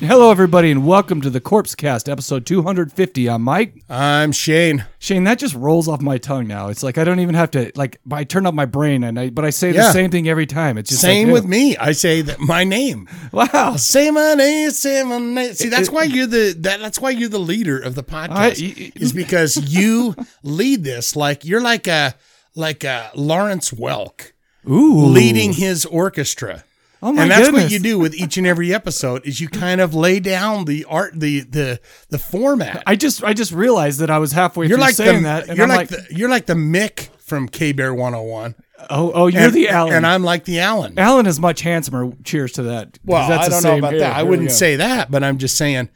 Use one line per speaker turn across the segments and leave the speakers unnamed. Hello, everybody, and welcome to the Corpse Cast, episode 250. I'm Mike.
I'm Shane.
Shane, that just rolls off my tongue now. It's like I don't even have to like. I turn up my brain, and I but I say the
Yeah.
same thing every time. It's just like,
Same
ew.
with me. I say that my name.
Wow.
Say my name. Say my name. See, that's why you're the that, that's why you're the leader of the podcast.
I- y-
is because you lead this like you're like a like a Lawrence Welk
Ooh,
leading his orchestra.
Oh my
and that's
goodness.
what you do with each and every episode is you kind of lay down the art the the the format.
I just I just realized that I was halfway
you're
through
like
saying
the,
that, and
you're
I'm
like,
like,
the, you're like the Mick from K Bear 101.
oh oh, you're
and,
the Alan.
and I'm like the Allen.
Alan is much handsomer. Cheers to that. 'Cause
Well,
that's
I
the
don't know
same
about
hair.
that. I
Here we
wouldn't
go.
say that, but I'm just saying,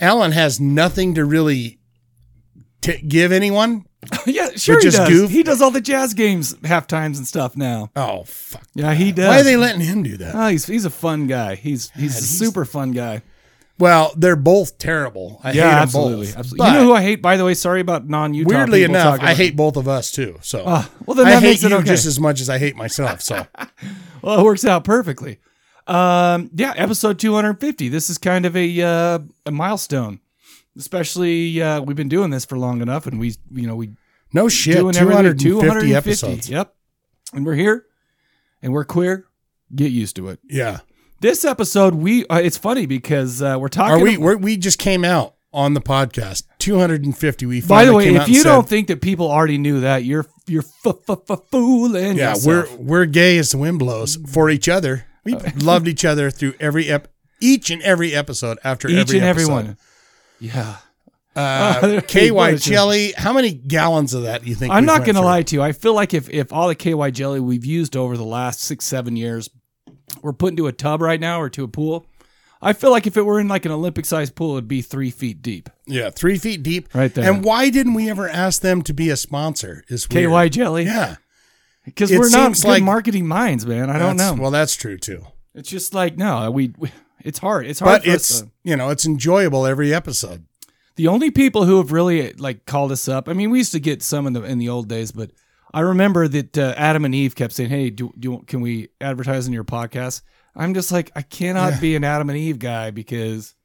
Alan has nothing to really t- give anyone.
yeah, sure he
just
does.
goof.
He does all the jazz games, half times and stuff now.
Oh fuck!
Yeah, he does.
Why are they letting him do that?
Oh, he's he's a fun guy. He's he's a super fun guy.
Well, they're both terrible. I hate
Yeah,
them
absolutely.
both.
absolutely.
But
You know who I hate, by the way. Sorry about non-Utah.
weirdly
people
enough,
talking
I
about-
hate both of us too. So
Ah, well, then
I
that
hate
makes it
you
okay.
just as much as I hate myself. So
Well, it works out perfectly. Um, yeah, episode 250. This is kind of a uh, a milestone. Especially, uh, we've been doing this for long enough, and we you know we
no shit.
doing
Two
everything
hundred
250
fifty episodes.
Yep, and we're here, and we're queer. Get used to it.
Yeah.
This episode, we uh, it's funny because uh, we're talking.
Are we? We're, we just came out on the podcast. Two hundred and fifty. We
By
finally
the way,
came out
if
and
you
said,
don't think that people already knew that, you're you're f- f- f- fooling.
Yeah,
yourself.
we're we're gay as the wind blows for each other. We
Uh,
loved each other through every ep, each and every episode after
each
every
and every
episode.
one. Yeah,
Uh,
What
KY
is it?
jelly. How many gallons of that do you think?
I'm
we
not
went
going to
through?
lie to you. I feel like if if all the KY jelly we've used over the last six seven years were put into a tub right now or to a pool, I feel like if it were in like an Olympic sized pool, it'd be three feet deep.
Yeah, three feet deep.
Right there.
And why didn't we ever ask them to be a sponsor? Is weird.
KY jelly,
Yeah,
because
It
we're not
seems
good
like-
marketing minds, man. I don't know.
That's- Well, that's true too.
it's just like no, we. we- it's hard. It's hard.
But
for us
it's
to-
you know it's enjoyable every episode.
the only people who have really like called us up. I mean, we used to get some in the in the old days, but I remember that uh, Adam and Eve kept saying, "Hey, do, do can we advertise in your podcast?" I'm just like, I cannot be an Adam and Eve guy because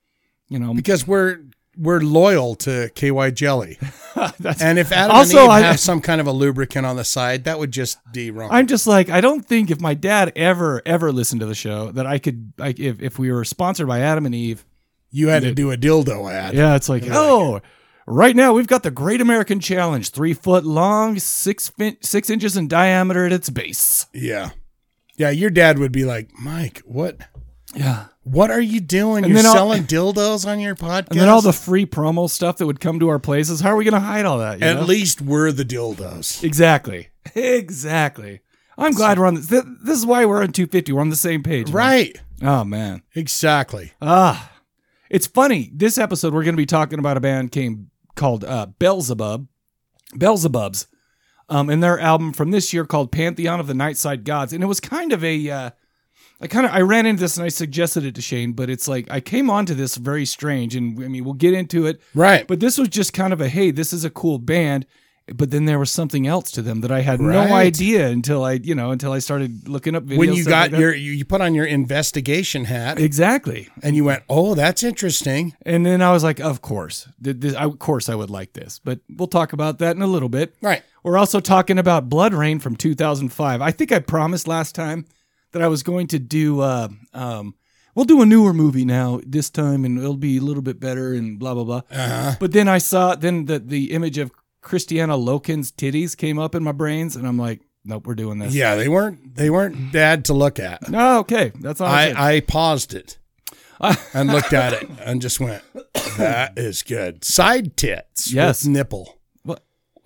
you know
because we're we're loyal to KY Jelly.
that's,
And if Adam
Also,
and Eve
I-
have some kind of a lubricant on the side, that would just be wrong.
I'm just like, I don't think if my dad ever ever listened to the show that I could like if if we were sponsored by Adam and Eve.
you had to do a dildo ad.
Yeah, it's like oh. Right now, we've got the Great American Challenge, three foot long, six fin- six inches in diameter at its base.
Yeah. Yeah, your dad would be like, Mike, what
Yeah,
what are you doing?
And
You're
then I'll-
selling dildos on your podcast?
And then all the free promo stuff that would come to our places. How are we going to hide all that? you
At
know?
least we're the dildos.
exactly, exactly. I'm glad we're on this. th- This is why we're on 250. We're on the same page, man.
Right.
Oh man,
Exactly.
ah, it's funny. This episode we're going to be talking about a band came called uh, Beelzebub, Beelzebubs, um, and their album from this year called Pantheon of the Nightside Gods, and it was kind of a. Uh, I kind of I ran into this and I suggested it to Shane, but it's like I came onto this very strange, and I mean we'll get into it.
Right.
But this was just kind of a hey, this is a cool band. But then there was something else to them that I had
Right.
no idea until I, you know, until I started looking up videos.
when you
stuff like
got
that.
your you, you put on your investigation hat
exactly,
and you went, Oh, that's interesting.
and then I was like, of course, Th- this, I- of course, I would like this. But we'll talk about that in a little bit.
Right.
We're also talking about Blood Rain from 2005. I think I promised last time that I was going to do. Uh, um, we'll do a newer movie now this time, and it'll be a little bit better, and blah blah blah.
Uh-huh.
But then I saw then the the image of Christiana Loken's titties came up in my brains, and I'm like, nope, we're doing this.
Yeah, they weren't they weren't bad to look at.
No, Oh, okay, that's all. I, Uh,
I, I paused it. and looked at it and just went, "That is good." Side tits,
Yes.
with nipple.
What-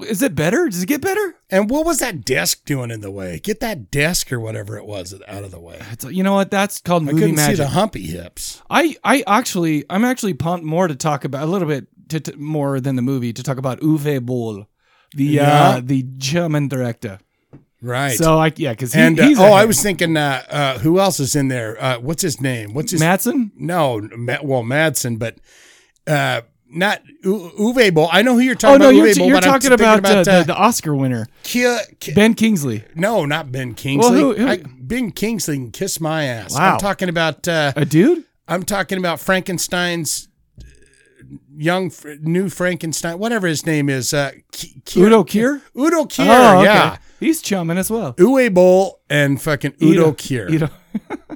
Is it better? Does it get better?
And what was that desk doing in the way? Get that desk or whatever it was out of the way.
It's, you know what? That's called
I
movie
couldn't see
magic.
the humpy hips.
I, I actually, I'm actually pumped more to talk about a little bit to, to- more than the movie to talk about Uwe Boll, the
Yeah.
uh, the German director.
Right.
So I yeah, because he,
and uh,
he's
oh,
a-
I was thinking, uh, uh, who else is in there? Uh, what's his name? What's his
Madsen.
no? Ma- well, Madsen, but uh, not U- Uwe Boll. I know who you're
Oh
talking
no,
about.
you're,
Uwe Boll,
you're
but I'm
talking
thinking
about, uh,
uh,
the, the Oscar winner
Ki- Ki-
Ben Kingsley,
No, not Ben Kingsley.
who- who-
I, ben Kingsley can kiss my ass.
Wow.
I'm talking about. Uh,
a dude.
I'm talking about Frankenstein's uh, young, fr- new Frankenstein, whatever his name is. Uh, Ki- Ki-
Udo Kier.
Udo Kier.
Oh, okay.
Yeah.
He's chumming as well.
Uwe Boll and fucking Udo Kier.
Udo.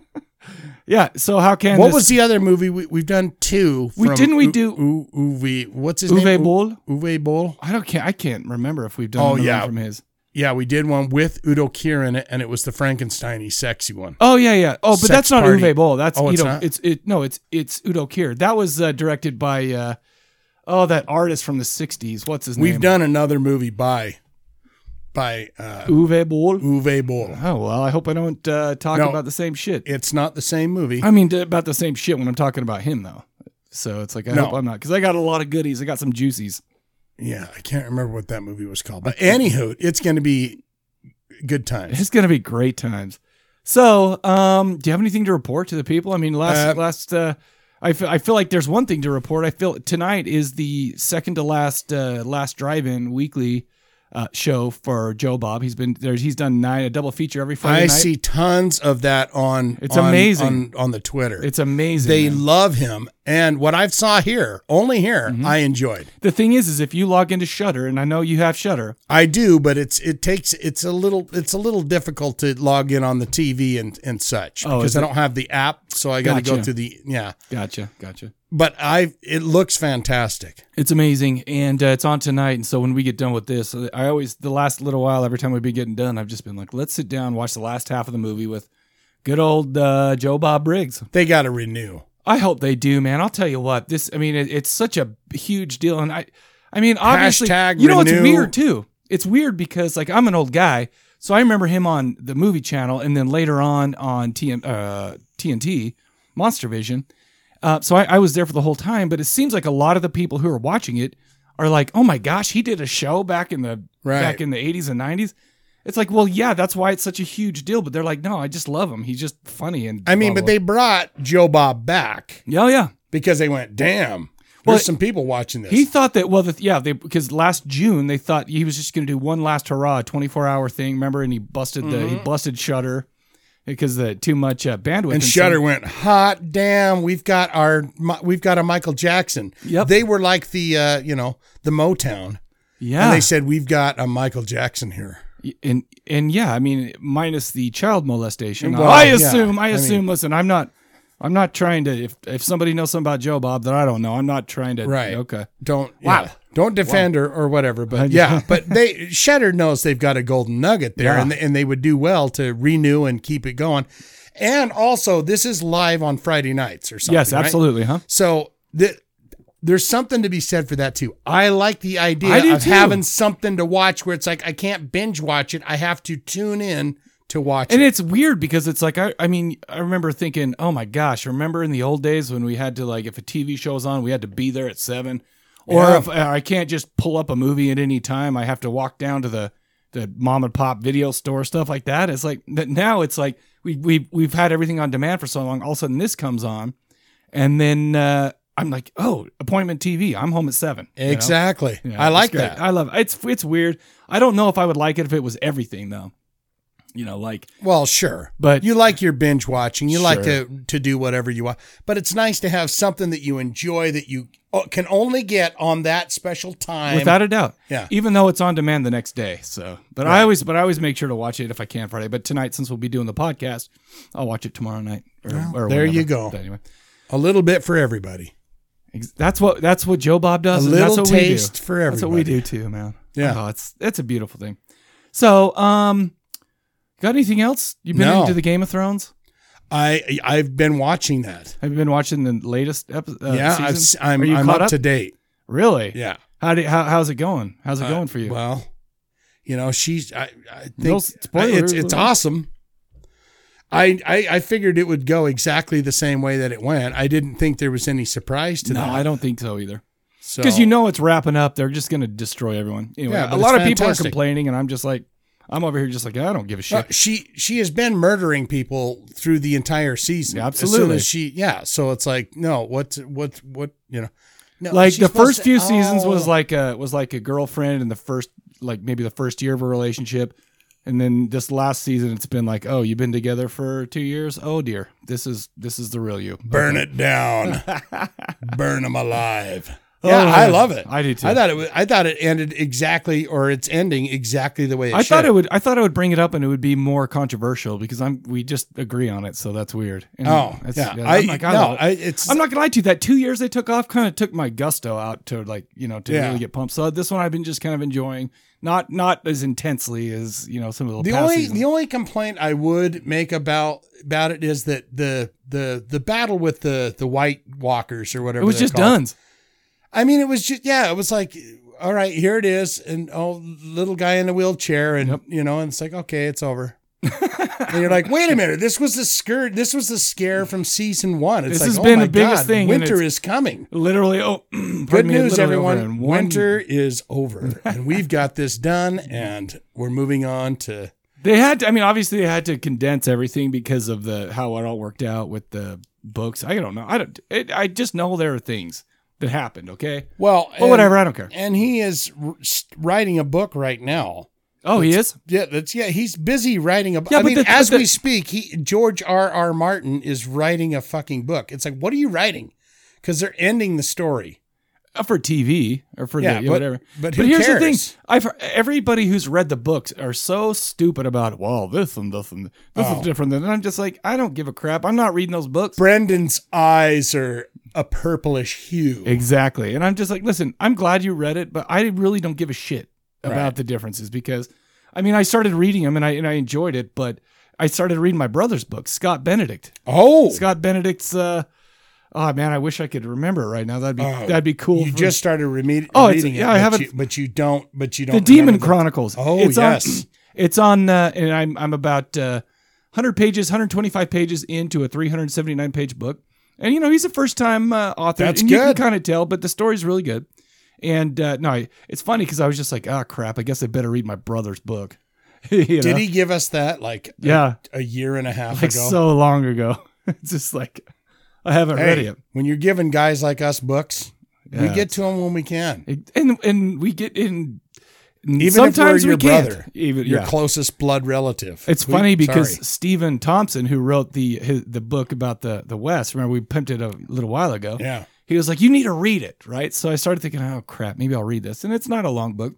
yeah. So how can
what
this-
was the other movie we, we've done two?
We-
from
didn't we
U-
do-
U- Uwe? What's his
Uwe
name? U-
Boll?
Uwe Boll.
I don't can't I can't remember if we've done
Oh,
another
yeah.
one from his.
Yeah, we did one with Udo Kier in it, and it was the Frankenstein-y sexy one.
Oh yeah, yeah. Oh, but
Sex
that's not
party.
Uwe Boll. That's
Oh, it's
Udo-
not?
it's it no, it's it's Udo Kier. That was uh, directed by uh oh that artist from the sixties. What's his
We've
name?
done another movie by by uh,
Uwe Boll.
Uwe Boll.
Oh well, I hope I don't uh, talk
No.
about the same shit.
It's not the same movie.
I mean d- about the same shit when I'm talking about him though. So it's like I
No.
hope I'm not because I got a lot of goodies. I got some juicies.
Yeah, I can't remember what that movie was called. But anywho, it's going to be good times.
It's gonna be great times. So, um, do you have anything to report to the people? I mean, last
Uh,
last, uh, I feel I feel like there's one thing to report. I feel tonight is the second to last uh, last drive-in weekly uh, show for Joe Bob. He's been there. He's done nine a double feature every Friday
I
night.
see tons of that on.
It's
on-
amazing.
on, on the Twitter.
It's amazing.
they
man.
love him, and what I've saw here, only here,
Mm-hmm.
I enjoyed.
the thing is, is if you log into Shutter, and I know you have Shutter,
I do, but it's it takes it's a little it's a little difficult to log in on the TV and and such
Oh,
because
is
I
it?
don't have the app, so I got to
Gotcha.
go through the yeah.
gotcha, gotcha.
But I it looks fantastic.
It's amazing, and uh, it's on tonight. And so when we get done with this, I always the last little while, every time we be getting done, I've just been like, let's sit down, watch the last half of the movie with good old uh, Joe Bob Briggs.
They got to renew.
I hope they do, man. I'll tell you what, this I mean, it, it's such a huge deal, and I, I mean, obviously,
Hashtag
you know, it's
renew.
weird too. It's weird because like I'm an old guy, so I remember him on the movie channel, and then later on on TM, uh, TNT, Monster Vision. Uh, so I, I was there for the whole time, but it seems like a lot of the people who are watching it are like, "Oh my gosh, he did a show back in the
Right.
back in the '80s and '90s." It's like, well, yeah, that's why it's such a huge deal. But they're like, no, I just love him. He's just funny and
I mean,
blah,
but
blah,
they brought Joe Bob back
blah. yeah, yeah.
because they went, damn.
Well,
there's some people watching this.
He thought that well, the, yeah, they because last June they thought he was just going to do one last hurrah, twenty four hour thing. Remember, and he busted the he busted Shutter because the too much uh, bandwidth
Mm-hmm. and
so-
Shutter went, hot damn, we've got our Mi- we've got a Michael Jackson.
Yep.
They were like the uh, you know the Motown,
Yeah,
and they said we've got a Michael Jackson here.
and and yeah, I mean, minus the child molestation.
Well,
I
yeah,
assume, I
I
assume. listen, I'm not, I'm not trying to. If if somebody knows something about Joe Bob that I don't know, I'm not trying to.
Right.
Okay.
Don't
Wow.
yeah. don't defend her or whatever, but yeah, but they Shutter knows they've got a golden nugget there,
Yeah.
and and they would do well to renew and keep it going. And also, this is live on Friday nights or something.
Yes,
right?
absolutely, huh?
So th- there's something to be said for that too. I like the
I do
idea of
too.
having something to watch where it's like I can't binge watch it. I have to tune in to watch
And
it.
it's weird because it's like I, I mean, I remember thinking, oh my gosh, remember in the old days when we had to like if a TV show was on, we had to be there at seven, or
Yeah.
if uh, I can't just pull up a movie at any time, I have to walk down to the the mom and pop video store stuff like that. It's like that now it's like we we we've had everything on demand for so long. All of a sudden this comes on, and then uh, I'm like, oh, appointment TV. I'm home at seven. you know?
exactly.
Yeah,
I
it's
like
great.
that.
I love it. It's it's weird. I don't know if I would like it if it was everything though. You know, like
well, sure.
But-
you like your binge watching. You like
Sure.
to to do whatever you want. But it's nice to have something that you enjoy that you o- can only get on that special time.
without a doubt.
Yeah.
Even though it's on demand the next day. So, but I always, but I always make sure to watch it if I can Friday. But tonight, since we'll be doing the podcast, I'll watch it tomorrow night. Or, or
there
whenever.
you go.
But Anyway,
a little bit for everybody.
Ex- that's what that's what Joe Bob does.
A
and
little
that's what
taste
we do.
for
That's what we
everybody.
do too, man.
Yeah.
Oh, it's it's a beautiful thing. So, um, got anything else? You've been
No.
into the Game of Thrones?
I I've been watching that.
Have you been watching the latest episode? Uh,
yeah, I've, s-
season?
I'm
Are you
I'm
caught
up,
up?
to date.
Really?
Yeah, Uh,
How, do, how how's it going? How's it going for you?
Well, you know she's I I think
No spoilers.
it's it's awesome. I, I I figured it would go exactly the same way that it went. I didn't think there was any surprise to
no,
that.
I don't think so either.
So
Because you know it's wrapping up. They're just going to destroy everyone. Anyway,
Yeah,
a
but
lot
it's
of people are
fantastic.
complaining, and I'm just like, I'm over here just like, I don't give a shit.
Uh, she she has been murdering people through the entire season.
Yeah,
As soon
absolutely.
as she yeah, so it's like no, what what what you know. No,
like
she's
the
supposed
first
to-
few seasons was
oh.
like a was like a girlfriend in the first like maybe the first year of a relationship and then this last season it's been like oh you've been together for two years oh dear this is this is the real you
burn it down, burn them alive.
Oh,
Yeah, I love it.
I do too.
I thought it was, I thought it ended exactly or it's ending exactly the way it
I
should.
thought it would I thought I would bring it up and it would be more controversial because I'm we just agree on it so that's weird And
Oh,
that's-
yeah.
I'm
I,
like, I
no,
love it.
I, it's
I'm not gonna lie to you. That two years they took off kind of took my gusto out to like you know to
Yeah.
really get pumped. So this one I've been just kind of enjoying, not not as intensely as you know some of the,
the
past
only
seasons.
the only complaint I would make about about it is that the the the battle with the the White Walkers or whatever
It was
they're
just
called.
Duns.
I mean, it was just yeah, it was like all right, here it is, and oh, little guy in a wheelchair, and
Yep.
you know, and it's like okay, it's over. and you're like, wait a minute, this was the scare. This was the scare from season one. It's
This
like,
has
oh
been
my
the biggest
God,
thing, and
Winter
it's-
is coming.
Literally, oh, pardon
Good
me,
news,
literally over
everyone.
in one-
Winter is over, and we've got this done, and we're moving on to
They had to. I mean, obviously, they had to condense everything because of the how it all worked out with the books. I don't know. I don't. It, I just know there are things that happened. Okay.
well,
Well,
and-
whatever. I don't care.
And he is r- s- writing a book right now.
Oh, he is.
Yeah, that's yeah. He's busy writing a book.
Yeah,
I
but
mean,
the-
as
but the-
we speak, he George R. R. Martin is writing a fucking book. It's like, what are you writing? Because they're ending the story.
Uh, for TV or for
Yeah,
the,
but-
whatever.
but who
here's the
cares?
thing: I've everybody who's read the books are so stupid about well, this and this and this
Oh.
is different than. And I'm just like, I don't give a crap. I'm not reading those books.
Brendan's eyes are a purplish hue.
Exactly. And I'm just like, listen, I'm glad you read it, but I really don't give a shit about
Right.
the differences because I mean, I started reading them and I and I enjoyed it, but I started reading my brother's book, Scott Benedict.
oh,
Scott Benedict's uh oh man, I wish I could remember it right now. That'd be
Oh,
that'd be cool.
you
for-
just started reme-
Oh, it's-
reading it.
yeah, I
but
haven't-
You, but you don't. But you don't.
The Demon
remember
Chronicles.
Oh,
on-
yes.
it's on uh, and I'm I'm about uh, 100 pages, 125 pages into a 379 page book. And you know, he's a first time uh, author
That's
and you
good.
can kind of tell, but the story's really good. And uh, no, I- it's funny cuz I was just like, "Ah, crap, I guess I better read my brother's book." You
Did
know?
he give us that like a-
Yeah,
a, year and a half
like
ago?
so long ago. it's just like I haven't
Hey,
read it. yet.
when you're giving guys like us books, we
Yeah,
get to them when we can.
It- and and we get in
if we're
sometimes
your
we can't.
brother,
even
Your
yeah.
closest blood relative.
It's
We-
funny because
sorry.
Stephen Thompson, who wrote the his, the book about the the West, remember we pimped it a little while ago.
yeah.
He was like, "You need to read it, right?" So I started thinking, "Oh crap, maybe I'll read this." And it's not a long book,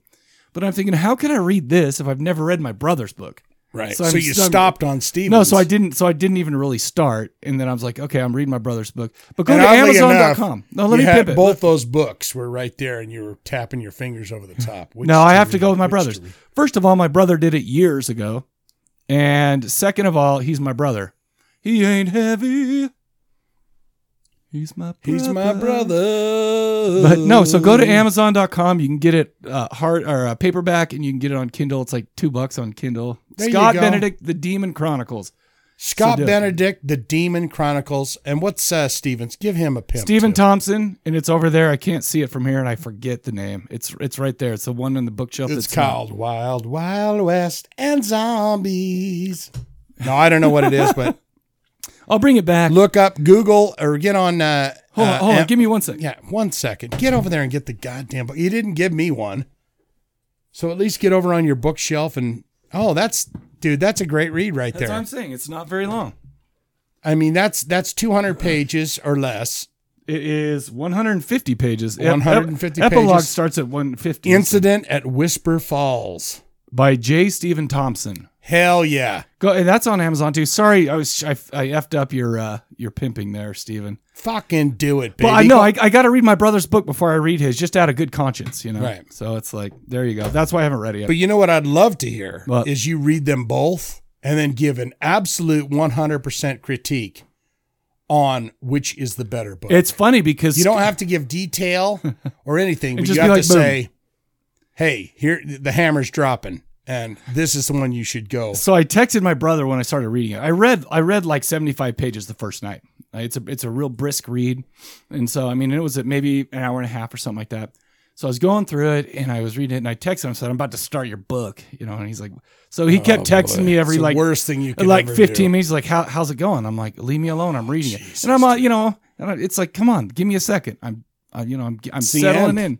but I'm thinking, "How could I read this if I've never read my brother's book?"
Right. So,
So I'm
you
stung-
stopped on Stevens.
No, so I didn't. So I didn't even really start. And then I was like, "Okay, I'm reading my brother's book." But go
And
to
oddly enough,
Amazon.com. No, let
you
me
had
pip it.
Both those books were right there, and you were tapping your fingers over the top. Which
No, I have to
read,
go with my
which
brothers.
read.
First of all, my brother did it years ago. And second of all, he's my brother. He ain't heavy. He's my brother.
He's my brother.
But no, so go to Amazon.com. You can get it uh, hard or uh, paperback, and you can get it on Kindle. It's like two bucks on Kindle.
There you
Scott
go.
Benedict, The Demon Chronicles.
Scott
So do it.
Benedict, The Demon Chronicles, and what's uh, Stevens? Give him a pimp.
Stephen
too.
Thompson, and it's over there. I can't see it from here, and I forget the name. It's it's right there. It's the one on the bookshelf.
It's
that's not-
called Wild Wild West and Zombies. No, I don't know what it is, but
I'll bring it back.
look up Google or get on. Uh,
hold on,
uh,
hold
Am-
on. Give me one second.
Yeah, one second. Get over there and get the goddamn book. You didn't give me one. So at least get over on your bookshelf and oh, that's dude, that's a great read right
That's what I'm
there.
saying. It's not very long.
I mean, that's that's 200 pages or less.
It is 150 pages. Ep-
150
ep- Epilogue
pages.
starts at 150
Incident at Whisper Falls.
by J. Stephen Thompson.
Hell yeah.
Go, and that's on Amazon too. Sorry, I was I, I effed up your uh, your pimping there, Stephen.
Fucking do it, baby.
Well, I know I, I got to read my brother's book before I read his, just out of good conscience, you know.
Right.
So it's like there you go. That's why I haven't read it yet.
But you know what I'd love to hear
What?
is you read them both and then give an absolute 100% critique on which is the better book.
It's funny because
you don't have to give detail or anything, but
just be
you have
like,
to
boom.
say, "Hey, here the hammer's dropping, and this is the one you should go."
So I texted my brother when I started reading it. I read I read like 75 pages the first night. Uh, It's a it's a real brisk read. And so I mean it was at maybe an hour and a half or something like that. So I was going through it and I was reading it and I texted him and said, I'm about to start your book, you know, and he's like so he kept
Oh,
texting
boy.
me
It's
every
the
like
worst thing you could
like
ever
15
do.
minutes like how, how's it going i'm like leave me alone i'm reading it and i'm uh, you know and I- it's like come on give me a second i'm uh, you know i'm, I'm
the
settling
end.
in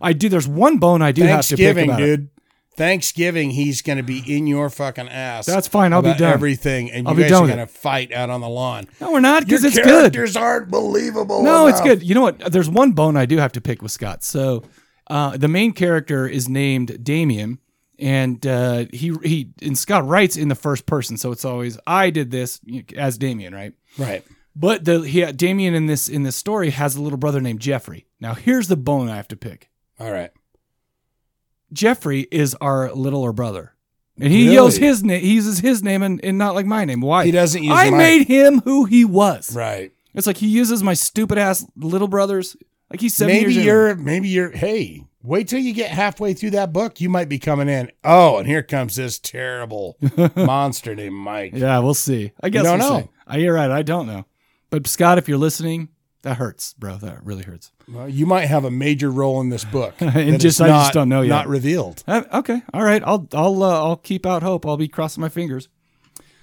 i do there's one bone i do have to pick
Thanksgiving,
about it.
dude. Thanksgiving, he's going to be in your fucking ass.
That's fine, I'll be
about
done.
Everything, and
I'll
you
be
guys
done
are
with it.
going to fight out on the lawn.
no we're not because
Your
it's good
characters aren't believable.
No, it's
enough.
good. You know what? There's one bone I do have to pick with Scott. So uh, the main character is named Damien, and uh, he he and Scott writes in the first person, so it's always I did this you know, as Damien, right?
Right.
But the he, Damien in this in this story has a little brother named Jeffrey. Now here's the bone I have to pick.
All right.
Jeffrey is our littler brother, and he yells
Really?
his name. He uses his name and, and not like my name. Why?
He doesn't use
I
mine.
made him who he was.
Right.
It's like he uses my stupid ass little brothers. Like he's seven
Maybe
years younger.
you're. Maybe you're. Hey, wait till you get halfway through that book. You might be coming in. Oh, and here comes this terrible monster named Mike.
Yeah, we'll see. I guess
don't
we'll
know.
See. Uh, You're right. I don't know. But Scott, if you're listening, that hurts, bro. That really hurts.
Well, you might have a major role in this book.
And
that is
just- I just don't know yet.
Not revealed.
Uh, okay. All right. I'll I'll uh, I'll keep out hope. I'll be crossing my fingers.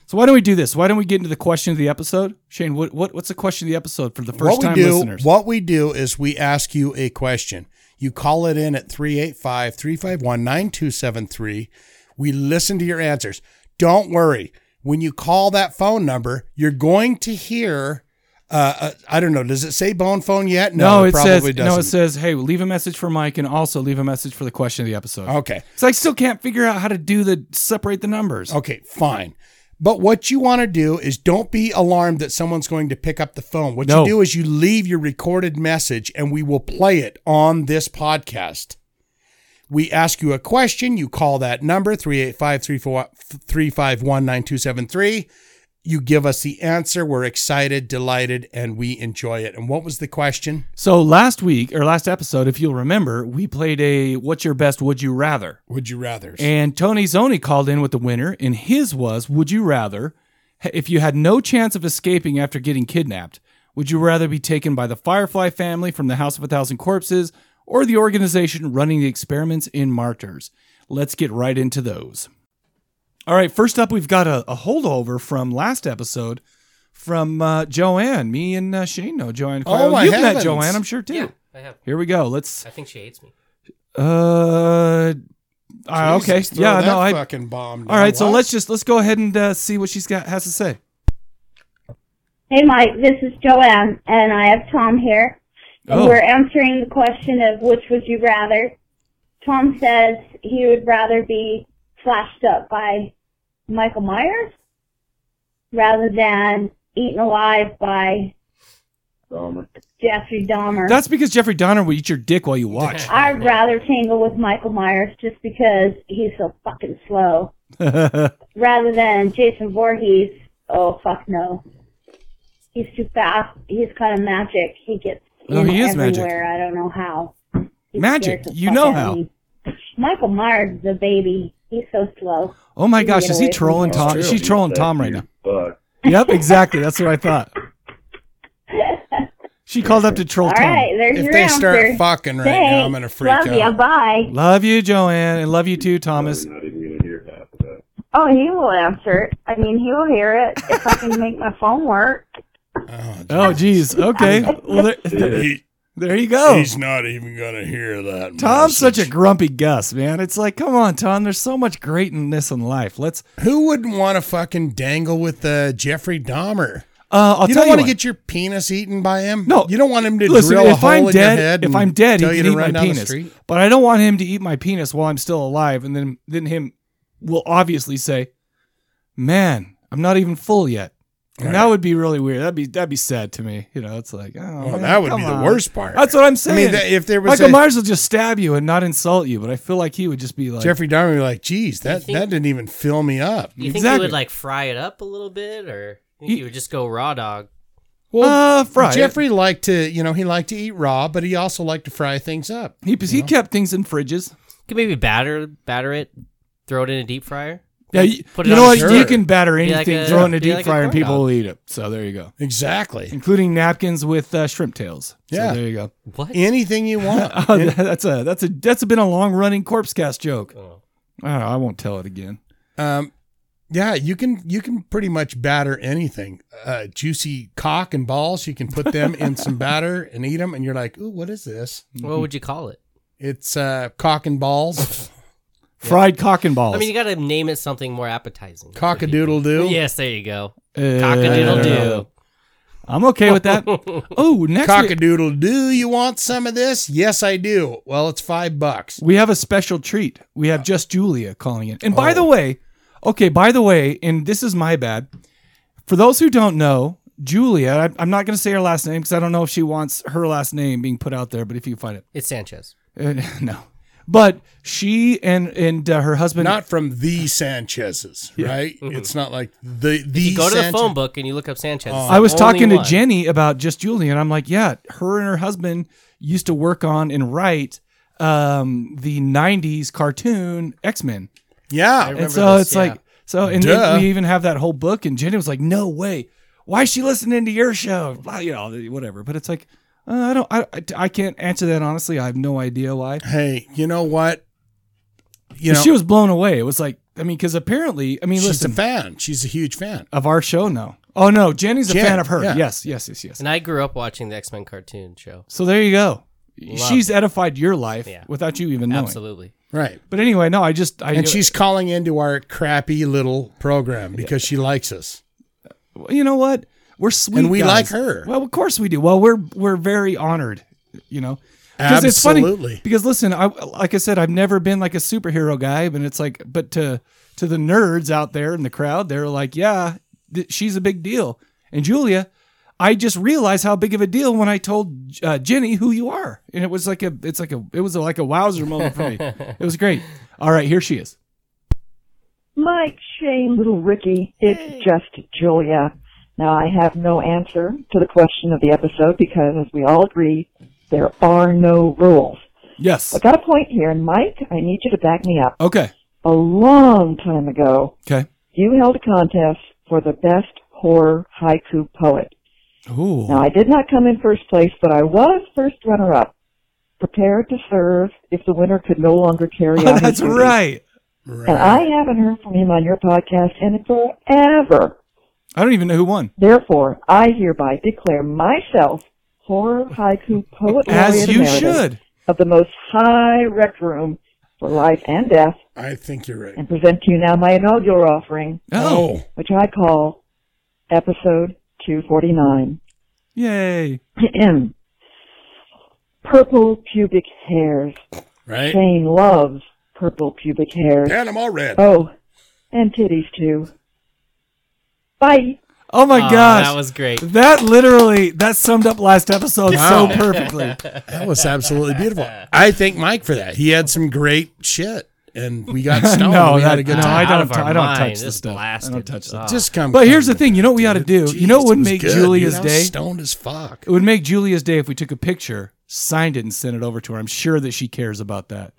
So why don't we do this? Why don't we get into the question of the episode, Shane? What, what what's the question of the episode for the first
what
time
we do,
listeners?
What we do is we ask you a question. You call it in at 385 351 9273. We listen to your answers. Don't worry. When you call that phone number, you're going to hear. Uh, uh, I don't know. Does it say bone phone yet?
no,
No,
it,
it probably
says
doesn't.
no. It says hey, leave a message for Mike, and also leave a message for the question of the episode.
okay.
So I still can't figure out how to do the separate the numbers.
Okay, fine. But what you want to do is don't be alarmed that someone's going to pick up the phone. What
No.
you do is you leave your recorded message and we will play it on this podcast. We ask you a question, you call that number 385-351-9273. You give us the answer. We're excited, delighted, and we enjoy it. And what was the question?
So last week or last episode, if you'll remember, we played a "What's your best? Would you rather?"
Would you rather?
And Tony Zoni called in with the winner, and his was Would you rather, if you had no chance of escaping after getting kidnapped, would you rather be taken by the Firefly family from the House of a Thousand Corpses or the organization running the experiments in Martyrs? Let's get right into those. All right, first up, we've got a, a holdover from last episode from uh, Joanne. Me and uh, Shane know Joanne.
Oh, my
You've met
heavens.
Joanne, I'm sure, too.
Yeah, I have.
Here we go. Let's.
I think she hates me.
Uh, uh, okay.
Jesus, throw
Yeah,
that
no, I,
fucking bomb.
all right, so
What?
let's just let's go ahead and uh, see what she's got has to say.
Hey Mike, this is Joanne, and I have Tom here. And
Oh.
We're answering the question of which would you rather. Tom says he would rather be slashed up by Michael Myers rather than eaten alive by Jeffrey Dahmer.
That's because Jeffrey Donner will eat your dick while you watch.
I'd rather tangle with Michael Myers just because he's so fucking slow rather than Jason Voorhees. Oh fuck no. He's too fast. He's kind of magic. He gets
Oh,
in
he is magic.
everywhere. I don't know how. He
Magic.
scares the
You
fuck
know
out of
how.
me. Michael Myers is a baby. He's so slow.
oh my gosh, is he
Get away from
trolling
me.
Tom? Is she trolling Tom right now?
Fuck.
Yep, exactly. That's what I thought. She called up to troll
All
Tom.
right, there's
if
your
they
answer.
start fucking right now, I'm gonna
Thanks.
freak
Love
out.
ya. Bye.
Love you, Joanne, and love you too, Thomas.
Probably not even gonna hear half of that.
Oh, he will answer it. I mean, he will hear it if I can make my phone work.
Oh,
Oh, geez. Okay. Well, there, there,
He-
there you go.
He's not even gonna hear that.
Oh. Tom's such a
message.
grumpy Gus, man. It's like, come on, Tom. There's so much greatness in life. Let's.
Who wouldn't want to fucking dangle with uh, Jeffrey Dahmer?
Uh, I'll
you
tell
don't want to
what.
get your penis eaten by him.
No,
you don't want him to
Listen,
drill a
if
hole
I'm
in
dead,
your head.
if
and
I'm dead, he
tell you
can
to
eat
run
my
down the
penis.
street.
But I don't want him to eat my penis while I'm still alive, and then then him will obviously say, "Man, I'm not even full yet." And that would be really weird. That'd be that'd be sad to me. You know, it's like, oh,
Oh,
man,
that would
come
be the
on.
worst part.
That's what I'm
I
saying.
mean, that, if there was
Michael
a-
Myers will just stab you and not insult you, but I feel like he would just be like,
Jeffrey Dahmer, would be like, geez, that,
think-
that didn't even fill me up.
You think you
Exactly.
would like fry it up a little bit, or you, think
Ye-
you would just go raw dog?
well, uh, fry. it."
Jeffrey liked to, you know, he liked to eat raw, but he also liked to fry things up.
he he kept things in fridges.
You could maybe batter batter it, throw it in a deep fryer.
Yeah, you,
Put it
you
on
know
a
what?
shirt.
You can batter
Be like
anything,
a-
throw it in a
be
deep
like a
fryer, and
corn
people
dog.
will eat it. So there you go,
Exactly.
including napkins with uh, shrimp tails.
Yeah.
so there you go.
What?
Anything you want.
Oh, that- that's a that's a that's been a long running corpse cast joke.
Oh.
Oh, I won't tell it again.
Um, yeah, you can you can pretty much batter anything. Uh, juicy cock and balls, you can put them in some batter and eat them, and you're like, ooh, what is this?
What would you call it?
It's uh, cock and balls,
Fried cock and balls.
I mean, you got to name it something more appetizing.
cock a doodle doo.
Yes, there you go.
Uh,
Cock-a-doodle do.
I'm okay with that. Oh, next
Cock a
week,
doodle doo. You want some of this? Yes, I do. Well, it's five bucks.
we have a special treat. We have just Julia calling in. And by the way, okay, by the way, and this is my bad. For those who don't know, Julia, I, I'm not going to say her last name because I don't know if she wants her last name being put out there. But if you find it,
It's Sanchez.
uh, no. But she and and uh, her husband.
Not from the Sanchez's, right?
Mm-hmm.
It's not like the the.
You go to the
Sanchez-
phone book and you look up Sanchez. It's
Oh. I
the
was
only
talking to
one.
Jenny about just Julia, and I'm like, yeah, her and her husband used to work on and write um, the '90s cartoon X Men.
Yeah,
and
remember
so
this,
it's
yeah.
like so and
Duh.
then we even have that whole book and jenny was like no way why is she listening to your show Blah, you know whatever but it's like uh, i don't I, I- I can't answer that honestly i have no idea why
hey, you know what? You know
she was blown away it was like i mean because apparently i mean
she's
listen
a fan. She's a huge fan.
of our show no oh no jenny's a
Jen,
fan of her
yeah.
yes yes yes yes
And I grew up watching the X Men cartoon show.
so there you go she's edified your life
Yeah.
without you even knowing
Absolutely.
Right.
but anyway no i just i
And she's calling into our crappy little program because she likes us.
you know what? We're sweet,
And we
guys.
like her.
Well, of course we do. Well, we're we're very honored, you know. 'Cause
Absolutely.
because listen, I like I said, I've never been like a superhero guy, but it's like, but to to the nerds out there in the crowd, they're like, yeah, th- she's a big deal. And Julia, I just realized how big of a deal when I told uh, Jenny who you are, and it was like a, it's like a, it was like a wowzer moment for me. It was great. All right, here she is.
Mike, Shane, little Ricky, it's just Julia. Now, I have no answer to the question of the episode because, as we all agree, there are no rules.
Yes.
I got a point here, and Mike, I need you to back me up.
Okay.
A long time ago,
Okay.
you held a contest for the best horror haiku poet.
Ooh.
Now, I did not come in first place, but I was first runner-up. Prepared to serve if the winner could no longer carry out his
Oh, that's
duties.
right.
And I haven't heard from him on your podcast in forever.
I don't even know who won.
Therefore, I hereby declare myself horror haiku poet
As
laureate
you
emeritus
should.
of the most high rec room for life and death,
I think you're right.
and present to you now my inaugural offering,
Oh,
which I call episode 249.
yay.
purple pubic hairs.
right?
Jane loves purple pubic hairs.
Panama Red.
Oh, and titties too. Bye.
Oh my
Oh,
gosh.
That was great.
That literally that summed up last episode
Wow.
so perfectly.
That was absolutely beautiful. I thank Mike for that. He had some great shit, and we got stoned.
No,
we
that-
had a good
no,
time.
I
Out
don't
of
t-
our
I don't
mind.
touch the
This
stuff. I
blasted.
don't touch the-
Ah.
Just come.
But here's the
clean.
thing, you know what we ought to do? You know what would
Jeez, it was
make
good,
Julia's
dude. I was
day?
Stoned as fuck.
It would make Julia's day if we took a picture, signed it, and sent it over to her. I'm sure that she cares about that.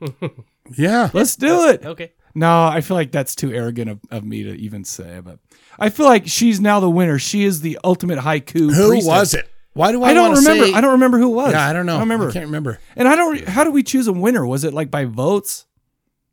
Yeah.
Let's do it.
Okay.
No, I feel like that's too arrogant of, of me to even say, but I feel like she's now the winner. She is the ultimate haiku.
Who
priestess.
was it? Why do I?
I don't
wanna
remember.
Say,
I don't remember who it was.
Yeah, I don't know.
I don't remember.
I can't remember.
And I don't. How did we choose a winner? Was it like by votes?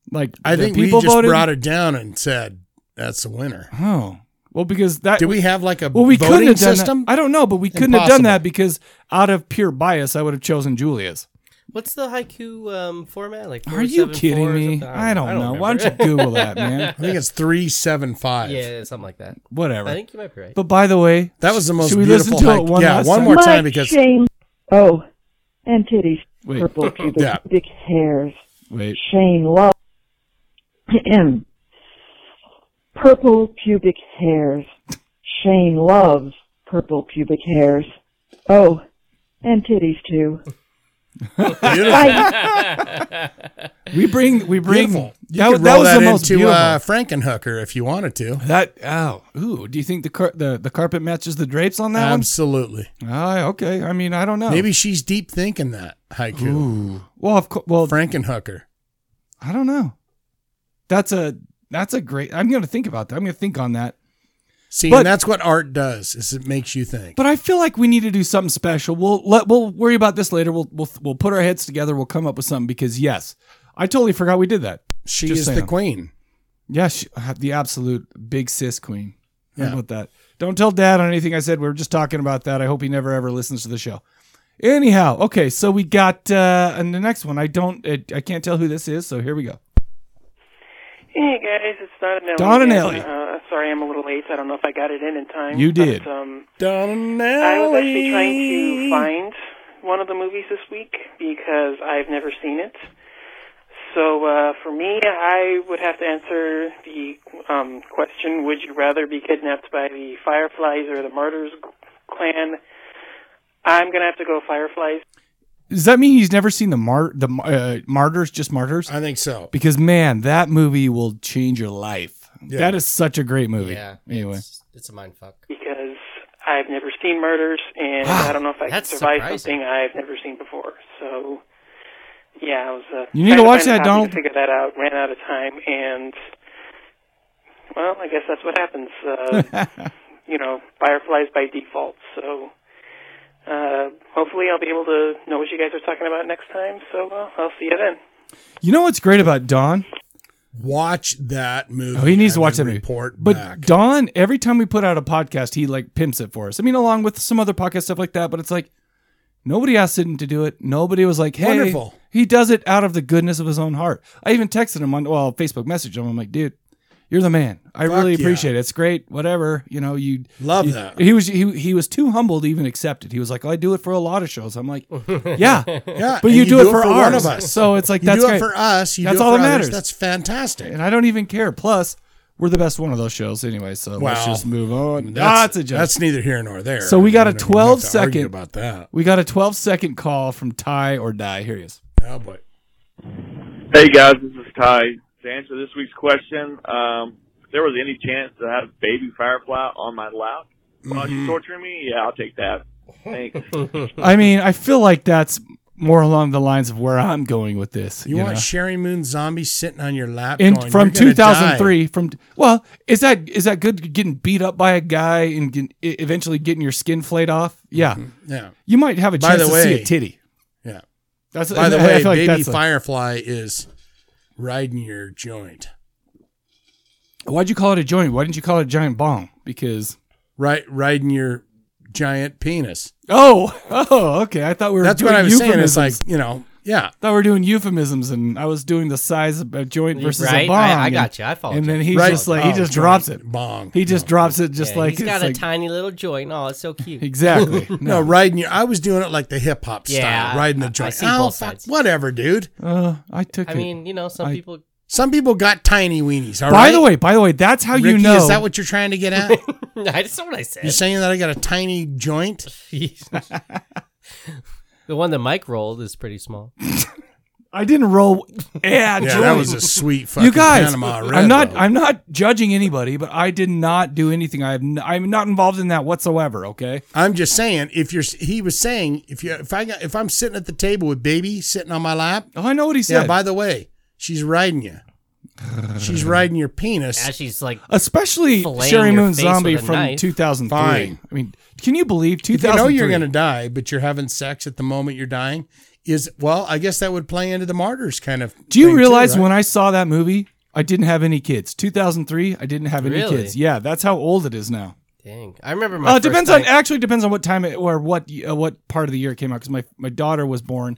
Like
I
the
think we
people
just
voted.
brought it down and said that's the winner.
oh, well, because that.
Did we have like a
well, we
voting
couldn't have done
system?
that. I don't know, but we couldn't have done
Impossible.
that because out of pure bias, I would have chosen Julia's.
What's the haiku um, format? Like,
Are you
474 or
kidding me?
something?
I don't, know. Why don't
remember.
you Google that, man?
I think it's three seven five.
yeah, something like that. I
Whatever.
think you might be right.
But by the way,
That was the most
Should we listen
beautiful.
to it
hike.
one
yeah,
last
one
time?
more
Mike,
time because
Shane. Oh, and titties.
Wait.
Purple pubic,
Yeah.
pubic hairs.
wait.
Shane loves. Purple pubic hairs. Shane loves purple pubic hairs. Oh, and titties too. Bye.
We bring we bring
Beautiful. You
that,
could
that
roll
was
that,
the most
into
beautiful.
uh, Frankenhooker if you wanted to.
that oh ooh, do you think the car, the the carpet matches the drapes on that
Absolutely.
one? Ah, okay. I mean, I don't know.
Maybe she's deep thinking that haiku.
Oh. Ooh. Well, of course. Well,
Frankenhooker.
I don't know. That's a that's a great. I'm going to think about that. I'm going to think on that.
See,
But-
and that's what art does is it makes you think.
But I feel like we need to do something special. We'll let we'll worry about this later. We'll we'll we'll put our heads together. We'll come up with something because yes, I totally forgot we did that.
she
just
is
saying.
the queen.
Yeah, she, uh, the absolute big sis queen. How
Yeah.
about that? Don't tell dad on anything I said. We were just talking about that. I hope he never ever listens to the show. Anyhow, okay, so we got uh and the next one. I don't I, I can't tell who this is, so here we go.
Hey guys, it's Donna Nelly.
Donna
again.
Nelly.
Uh, sorry, I'm a little late. I don't know if I got it in in time.
You
but,
did.
um,
Donnelly.
I was actually trying to find one of the movies this week because I've never seen it. So uh, for me, I would have to answer the um, question: Would you rather be kidnapped by the Fireflies or the Martyrs clan? I'm gonna have to go Fireflies.
Does that mean he's never seen the mar the uh, martyrs just martyrs?
I think so.
Because man, that movie will change your life.
Yeah.
That is such a great movie.
Yeah.
Anyway,
It's, it's a mind fuck.
because I've never seen murders, and I don't know if I can
that's
survive
surprising.
something I've never seen before. So, yeah, I was. Uh,
You need to
trying
watch
find a
that,
copy
Donald.
To figure that out. Ran out of time, and well, I guess that's what happens. Uh, you know, fireflies by default. So. Uh, hopefully I'll be able to know what you guys are talking about next time. So uh, I'll see you then.
you know what's great about Don?
Watch that movie.
Oh, he needs to
and
watch that
then
movie.
Report
but
back.
Don, every time we put out a podcast, he like pimps it for us. I mean, along with some other podcast stuff like that. But it's like nobody asked him to do it. Nobody was like, "Hey."
Wonderful.
He does it out of the goodness of his own heart. I even texted him on well Facebook message him. I'm like, dude. You're the man. I
Fuck
really
yeah.
appreciate it. It's great. Whatever you know, you
Love
you-
that.
He was he, he was too humble to even accept it. He was like, "I do it for a lot of shows." I'm like, "Yeah,
yeah,
but
and
you, do, it for, ours.
one of us.
So it's like
you
that's
do it
great.
for us. You
That's
do it
all
for
that
others.
matters.
That's fantastic.
and I don't even care. Plus, we're the best one of those shows anyway. So let's
Wow.
just move on.
That's,
That's, a joke.
That's neither here nor there.
So we got a
I mean, we don't have to
12
argue
second-
about that.
we got a 12 second call from Ty or Die. Here he is.
Oh boy.
Hey guys, this is Ty. To answer this week's question, um, if there was any chance that I had a baby firefly on my lap while
Mm-hmm.
she's torturing me, yeah, I'll take that. Thanks.
I mean, I feel like that's more along the lines of where I'm going with this.
You,
You,
want
know?
Sherry Moon zombie sitting on your lap
in
going,
from
"You're gonna
2003 from well is that is that good getting beat up by a guy and get, e, eventually getting your skin flayed off yeah
die." Yeah.
you might have a
Mm-hmm. By
chance
the
to see
way-
a titty
Yeah.
that's
By the
I
way,
feel like
baby
that's a-
firefly is riding your joint.
why'd you call it a joint why didn't you call it a giant bong because
Right riding your giant penis.
Oh, oh, okay. I thought we were.
That's
doing
what I was saying. It's
euphemisms.
like, you know, yeah.
thought we were doing euphemisms, and I was doing the size of a joint versus
right?
a bomb.
I, I
and-
got you. I followed
And
you.
then he's
right.
just like he
Oh,
just
joint,
drops it.
Bong.
He just drops it, just
Yeah,
like
he's got
it's
a
like-
tiny little joint. Oh, it's so cute.
exactly.
No, riding your. I was doing it like the hip hop
Yeah,
style,
I-
riding the
I- I
joint.
see
oh,
both
fuck,
sides.
whatever, dude.
Uh, I took
I
it.
mean, you know, some
I-
people.
Some people got tiny weenies. All
by
right.
the way, by the way, that's how
Ricky,
you know.
is that what you're trying to get at?
I just know what I said.
you're saying that I got a tiny joint?
the one that Mike rolled is pretty small.
I didn't roll. Yeah,
Yeah,
joint.
that was a sweet fucking
you guys.
Panama Red,
I'm not.
though.
I'm not judging anybody, but I did not do anything. I'm. I'm not involved in that whatsoever. Okay.
I'm just saying, if you're, he was saying, if you, if I got, if I'm sitting at the table with baby sitting on my lap,
Oh, I know what he
yeah.
said.
By the way, she's riding you. She's riding your penis.
As she's like,
especially
Filleting
Sherry
your
Moon
face
Zombie
with a
from
knife.
2003.
Fine.
I mean, can you believe
If you
2003?
know you're going to die, but you're having sex at the moment you're dying, is well, I guess that would play into the martyrs kind of.
Do you realize when I saw that movie, I didn't have any kids. 2003, I didn't have any
Really?
kids. Yeah, that's how old it is now.
dang. I remember my.
Uh,
first
depends on
night-
actually depends on what time it, or what uh, what part of the year it came out because my my daughter was born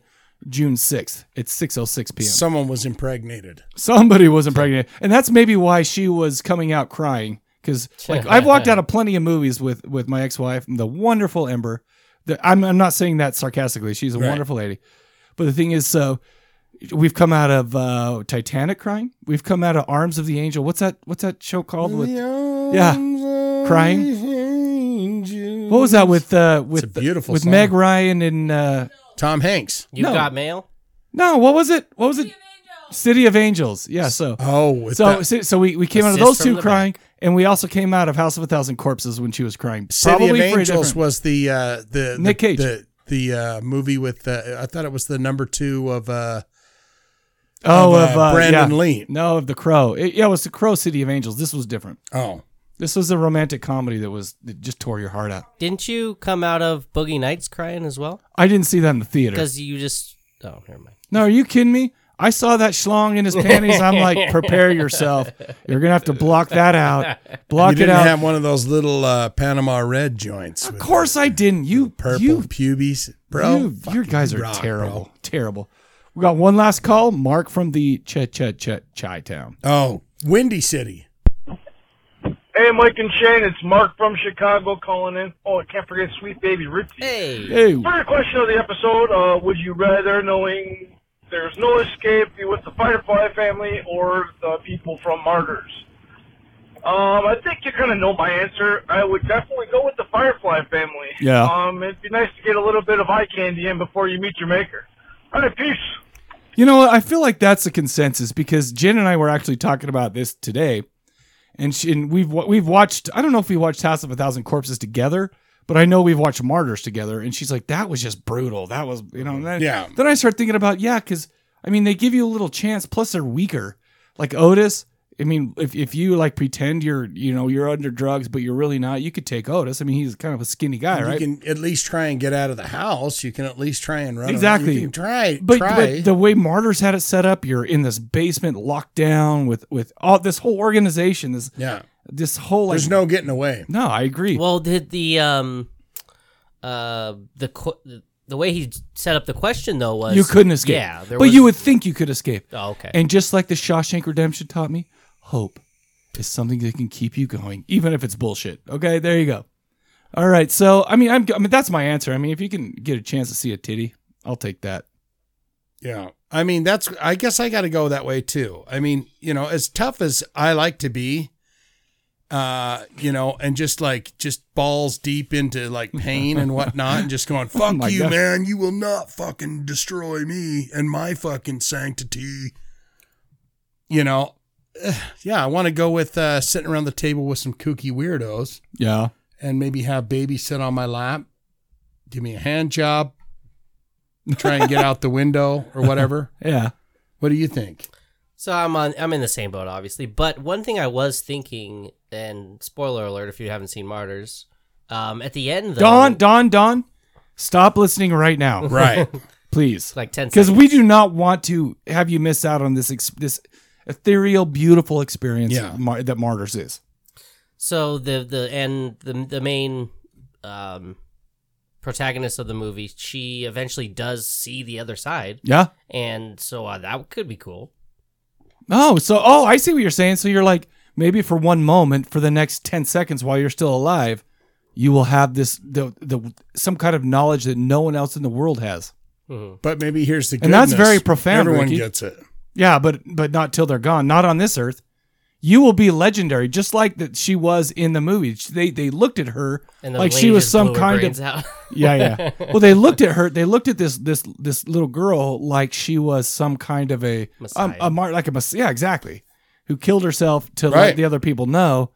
June 6th. It's 6:06 p.m.
someone was impregnated?
Somebody was impregnated, and that's maybe why she was coming out crying. Because like I've walked out of plenty of movies with with my ex wife, the wonderful Ember. The, I'm I'm not saying that sarcastically. She's a
Right.
wonderful lady, but the thing is, so we've come out of uh, Titanic crying. We've come out of Arms of the Angel. What's that? What's that show called? With
Yeah,
yeah, crying. What was that with uh with
It's a beautiful
with
song.
Meg Ryan and uh
Tom Hanks.
You
e- No.
got mail?
no, what was it? What was it? City of Angels. Yeah, so
Oh, with
so,
that-
so so we, we came
The
out of
sis
those
from
two
the
crying, and we also came out of House of a Thousand Corpses when she was crying.
City
Probably
of
for a
Angels
different-
was the uh, the
Nick
the,
Cage.
the, the uh, movie with uh, I thought it was the number two of uh,
oh
of,
of,
uh,
uh,
Brandon
yeah.
Lee.
No, of the Crow. It- yeah, it was the Crow City of Angels. This was different.
oh
This was a romantic comedy that was that just tore your heart out.
Didn't you come out of Boogie Nights crying as well?
I didn't see that in the theater.
Because you just. Oh, never mind.
No, are you kidding me? I saw that schlong in his panties. I'm like, prepare yourself. You're gonna have to block that out.
you
Block it
didn't
out.
have one of those little uh, Panama red joints.
of
with
course I didn't. You
purple
You,
pubes, bro.
you, your
fucking
guys are
rock, bro.
terrible. Terrible. We got one last call. Mark from the Ch Ch Ch Chi Town.
Oh, Windy City.
Hey, Mike and Shane, it's Mark from Chicago calling in. Oh, I can't forget Sweet Baby Ritzy.
Hey.
Hey,
Final question of the episode: uh, Would you rather knowing there's no escape you with the Firefly family or the people from Martyrs? Um, I think you kind of know my answer. I would definitely go with the Firefly family.
Yeah.
Um, it'd be nice to get a little bit of eye candy in before you meet your maker. All right, peace.
You know what? I feel like that's a consensus because Jen and I were actually talking about this today, and, she, and we've wa- we've watched. I don't know if we watched House of a Thousand Corpses together, but I know we've watched Martyrs together. And she's like, "That was just brutal. That was you know." And then,
Yeah.
Then I start thinking about yeah, because I mean they give you a little chance. Plus they're weaker. Like Otis. I mean, if if you like pretend you're you know you're under drugs, but you're really not, you could take Otis. I mean, he's kind of a skinny guy, right?
You can at least try and get out of the house. You can at least try and run. around.
Exactly.
You can try.
but,
try.
but the way martyrs had it set up you're in this basement locked down with with all this whole organization this
yeah.
this whole like
There's no getting away.
no i agree
Well, did the um, uh, the qu- the way he set up the question though was
you couldn't escape
Yeah, there
but
was-
you would think you could escape
Oh, okay.
and just like the shawshank redemption taught me hope is something that can keep you going even if it's bullshit okay there you go all right so i mean i'm i mean that's my answer i mean if you can get a chance to see a titty i'll take that
Yeah. I mean, that's, I guess I got to go that way too. I mean, you know, as tough as I like to be, uh, you know, and just like, just balls deep into like pain and whatnot and just going, fuck
Oh my
you,
God.
man. You will not fucking destroy me and my fucking sanctity. You know, eh, yeah, I want to go with uh, sitting around the table with some kooky weirdos
yeah
and maybe have baby sit on my lap, give me a hand job, try and get out the window or whatever.
yeah
What do you think?
so I'm on. I'm in the same boat, obviously. But one thing I was thinking, and spoiler alert if you haven't seen Martyrs, um, at the end though,
don don don stop listening right now
Right.
please
like ten
because
seconds.
we do not want to have you miss out on this ex- this ethereal, beautiful experience
Yeah.
mar- that Martyrs is.
So the the and the the main um protagonist of the movie, she eventually does see the other side,
Yeah.
and so uh, that could be cool.
Oh, so oh, I see what you're saying. So you're like maybe for one moment, for the next ten seconds, while you're still alive, you will have this the the some kind of knowledge that no one else in the world has.
But maybe here's the
And that's
goodness.
very profound,
Everyone
Ricky.
gets it.
Yeah, but but not till they're gone. Not on this earth. You will be legendary, just like that she was in the movie. They they looked at her
And the
like
lady
she was
just
some
blew her
kind of
brains out.
yeah, yeah. Well, they looked at her. They looked at this this this little girl like she was some kind of a
Messiah.
a, a mar- like a messiah. Yeah, exactly. Who killed herself to
Right.
let the other people know,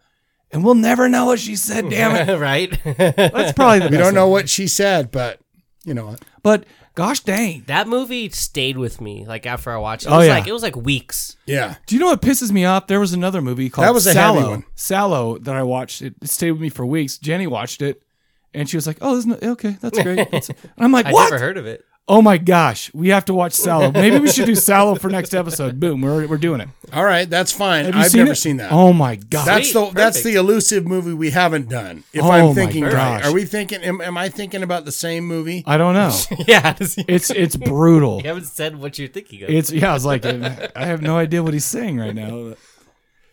and we'll never know what she said. Damn it.
right.
That's probably the
We
best
don't know
thing.
what she said, but you know what?
But gosh dang,
that movie stayed with me. Like after I watched it, it
Oh,
was
yeah.
like it was like weeks.
Yeah.
do you know what pisses me off? There was another movie called
That was a heavy
Sallow.
one.
Sallow that I watched. It, it stayed with me for weeks. Jenny watched it, and she was like, "Oh, isn't it, okay? That's great." That's- and I'm like,
I
"What?"
never heard of it.
Oh my gosh, we have to watch Sallow. Maybe we should do Sallow for next episode. Boom, we're we're doing it.
All right, that's fine.
Have you
I've
seen
never
it?
seen that.
Oh my god!
that's the
Sweet,
that's
perfect.
the elusive movie we haven't done. If
Oh my
I'm thinking right,
gosh.
are we thinking? Am, am I thinking about the same movie?
I don't know.
yeah, you
It's it's brutal.
haven't said what you're thinking of.
It's yeah. I was like, I have no idea what he's saying right now.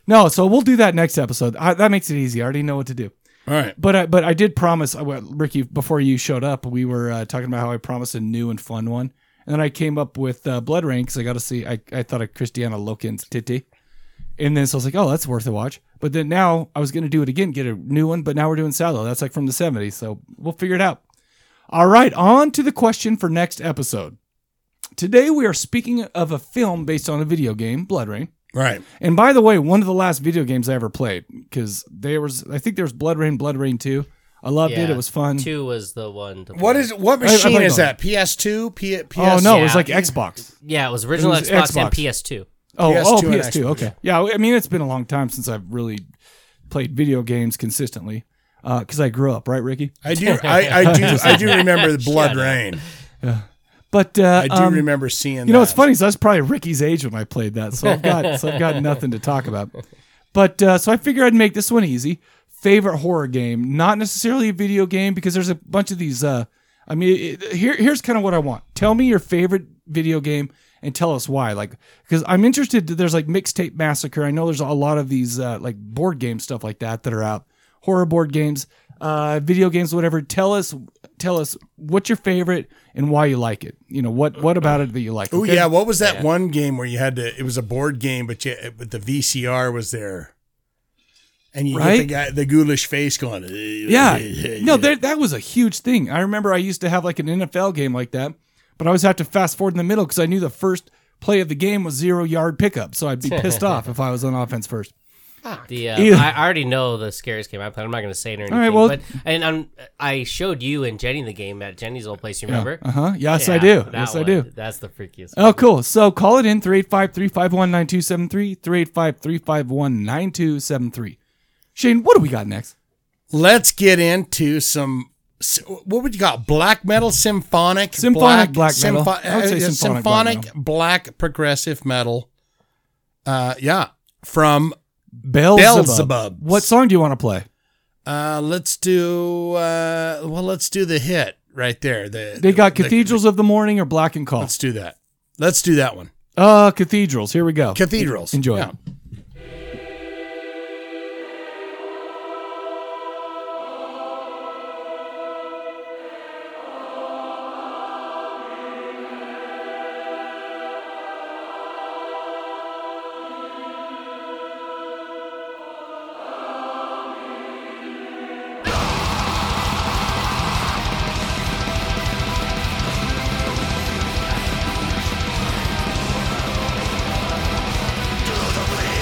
No, so we'll do that next episode. I, that makes it easy. I already know what to do.
All right.
But I, but I did promise, I- well, Ricky, before you showed up, we were uh, talking about how I promised a new and fun one, and then I came up with uh, Blood Rain because I got to see. I, I thought of Christiana Loken's titty, and then so I was like, oh, that's worth a watch. But then now I was going to do it again, get a new one, but now we're doing Salo. That's like from the 70s. So we'll figure it out. All right, on to the question for next episode. Today we are speaking of a film based on a video game, Blood Rain.
Right.
And by the way, one of the last video games I ever played because there was, I think there was Blood Rain, Blood Rain 2. I loved it.
Yeah,
It was fun.
Two was the one. To
What
play.
is
I-
what
I
machine
played
is
on it.
that? PS2, P, PS.
Oh, no, it was
Yeah.
like Xbox.
Yeah, it was original
It was
Xbox,
Xbox.
and PS2.
Oh,
PS2
oh,
and
PS2.
Xbox.
Okay. Yeah. I mean, it's been a long time since I've really played video games consistently because I grew up, right, Ricky?
I do. I, I do. I do remember the Blood Rain.
But uh,
I do
um,
remember seeing.
You know,
that.
it's funny. So I was probably Ricky's age when I played that. So I've got so I've got nothing to talk about. But uh, so I figure I'd make this one easy. Favorite horror game, not necessarily a video game, because there's a bunch of these. Uh, I mean, it, here here's kind of what I want. Tell me your favorite video game and tell us why. Like, because I'm interested. that There's like mixtape massacre. I know there's a lot of these uh, like board game stuff like that that are out. Horror board games, uh, video games, whatever. Tell us, tell us what's your favorite and why you like it. You know what what about it that you like?
Oh
Okay?
yeah, what was that one game where you had to? It was a board game, but you, but the VCR was there, and you get the
Right?
guy the ghoulish face going.
Yeah. No, there, that was a huge thing. I remember I used to have like an NFL game like that, but I always have to fast forward in the middle because I knew the first play of the game was zero yard pickup. So I'd be pissed off if I was on offense first.
The
Either-
uh, I I already know the scariest game I played. I'm not going to say it or anything.
right, well-
but and I'm, I showed you and Jenny the game at Jenny's old place. You remember?
Uh huh. Yes, I
Yeah,
do.
that
Yes, I
one.
do.
That's the freakiest.
Oh, cool. So call it in 385 351 9273. 385 351 9273. Shane, what do we got next?
Let's get into some. s- What would you call it? black metal, symphonic,
Symphonic black metal.
sympho-
I would say
uh,
symphonic
symphonic,
black
black, progressive metal. Uh, yeah, from
Beelzebub.
Beelzebub.
What song do you want to play?
uh, let's do uh, well. Let's do the hit right there. The
They got
the-
Cathedrals of the Morning or Black and Call?
Let's do that. Let's do that one.
Uh, Cathedrals. Here we go.
Cathedrals.
Enjoy.
Yeah.
To the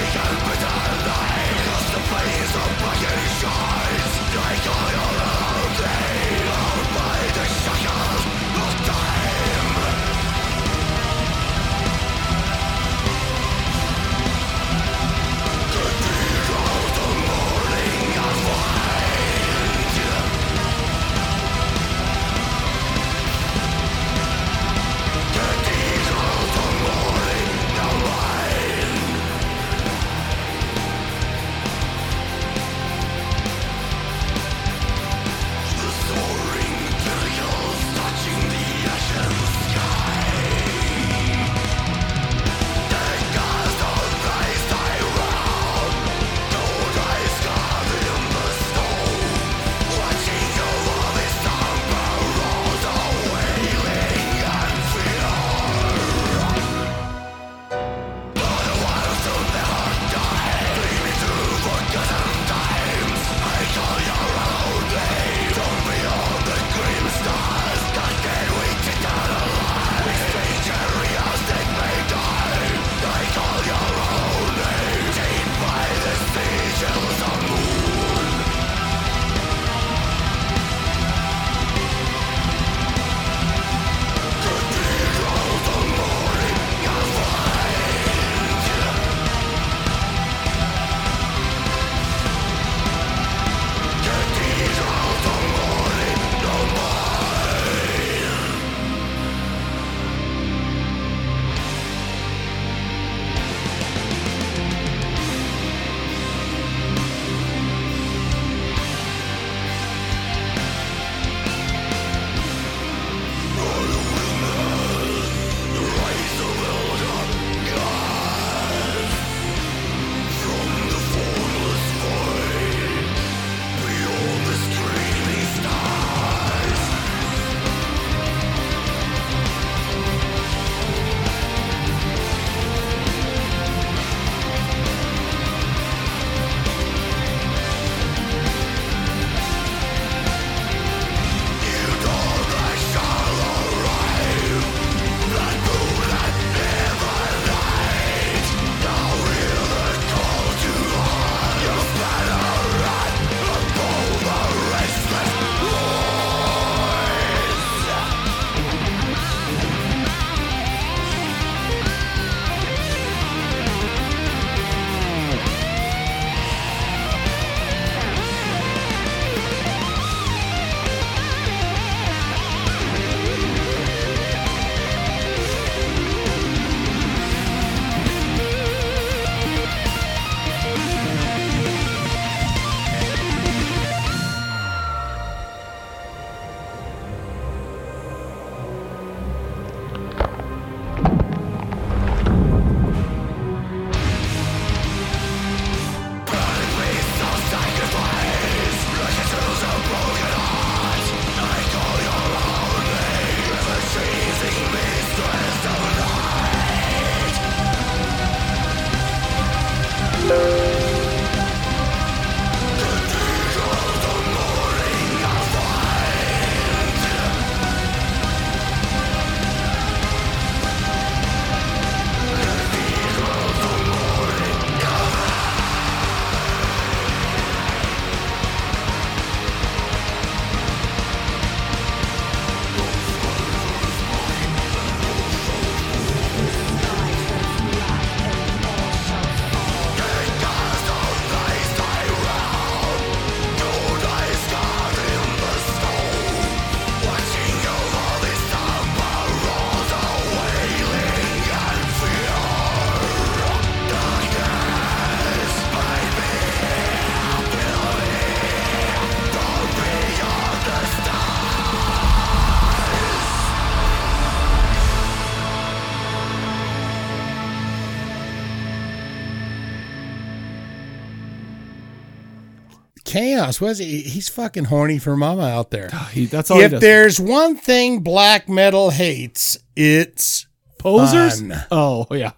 chaos. Was he? He's fucking horny for mama out there.
He, that's all he
If
does.
there's one thing black metal hates, it's
posers.
fun.
Oh yeah,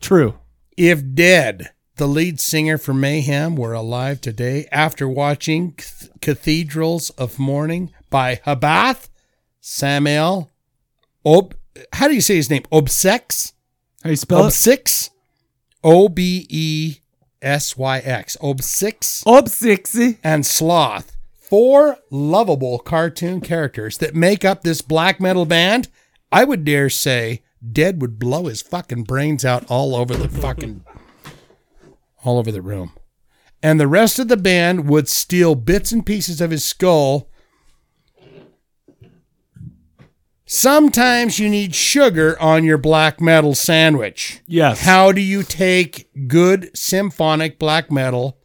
true.
If Dead, the lead singer for Mayhem, were alive today after watching Cath- Cathedrals of Mourning by Habath Samuel Ob. How do you say his name? Obsex?
How you spell it?
Obsix? O B E S Y X. Obsix
Obsixy.
and Sloth. Four lovable cartoon characters that make up this black metal band. I would dare say Dead would blow his fucking brains out all over the fucking all over the room. And the rest of the band would steal bits and pieces of his skull. Sometimes you need sugar on your black metal sandwich.
Yes.
How do you take good symphonic black metal,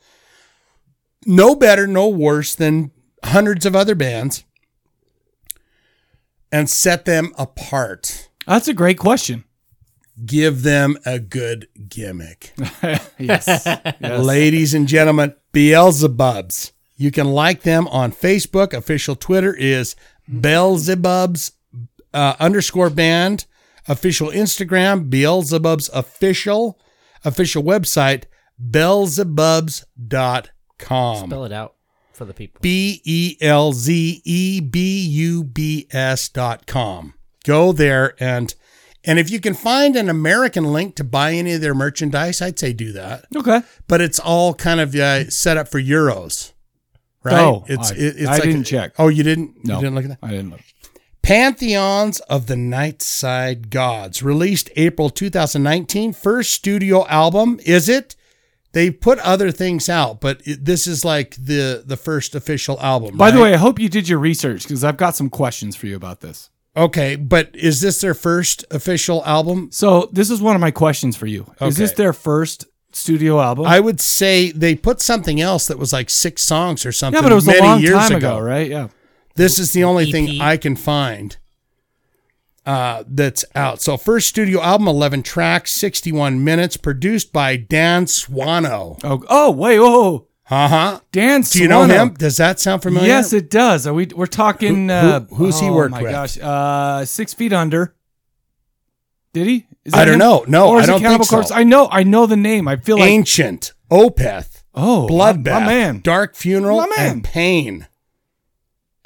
no better, no worse than hundreds of other bands, and set them apart?
That's a great question.
Give them a good gimmick.
Yes.
Ladies and gentlemen, Beelzebubs. You can like them on Facebook. Official Twitter is Beelzebubs uh, underscore band. Official Instagram, Beelzebubs official. Official website, Beelzebubs.com.
Spell it out for the people.
B E L Z E B U B S dot com. Go there and and if you can find an American link to buy any of their merchandise, I'd say do that
okay.
but it's all kind of uh, set up for euros, right?
Oh,
it's
I- I didn't check.
Oh, you didn't?
No,
You didn't look at that.
I didn't look.
Pantheons of the Nightside Gods, released April 2019, first studio album. Is it? They put other things out, but it, this is like the the first official album.
By the
right?
way, I hope you did your research because I've got some questions for you about this.
okay, but is this their first official album?
So this is one of my questions for you. Is this
Okay.
their first studio album?
I would say they put something else that was like six songs or something.
yeah, but it was
many
a long
years
time
ago
ago, right? Yeah.
This is the
E
only
EP.
thing I can find uh, that's out. So, first studio album, 11 tracks, 61 minutes, produced by Dan Swano.
Oh, oh, wait, whoa,
Uh huh.
Dan.
Do you know
Swano.
him? Does that sound familiar?
Yes, it does. Are we we're talking.
Who- who-
uh,
who's he
oh
worked
my
with?
Gosh, uh, Six Feet Under. Did he? Is
I
that
don't know. No,
or
I
is it
don't think
Cannibal
so.
Corpse? I know. I know the name. I feel like.
Ancient, Opeth,
oh,
Bloodbath,
my man.
Dark Funeral,
My man.
and Pain.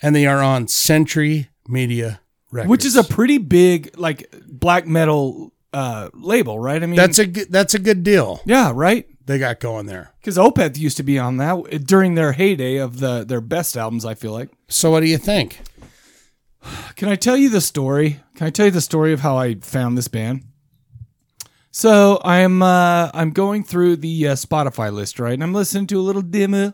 And they are on Century Media Records.
Which is a pretty big like black metal uh label, right? I mean,
that's a good- that's a good deal
yeah, right.
they got going there.
Because Opeth used to be on that during their heyday of the their best albums. I feel like.
So what do you think?
Can I tell you the story? Can I tell you the story of how I found this band? So I'm uh, I'm going through the uh, Spotify list, right? And I'm listening to a little demo,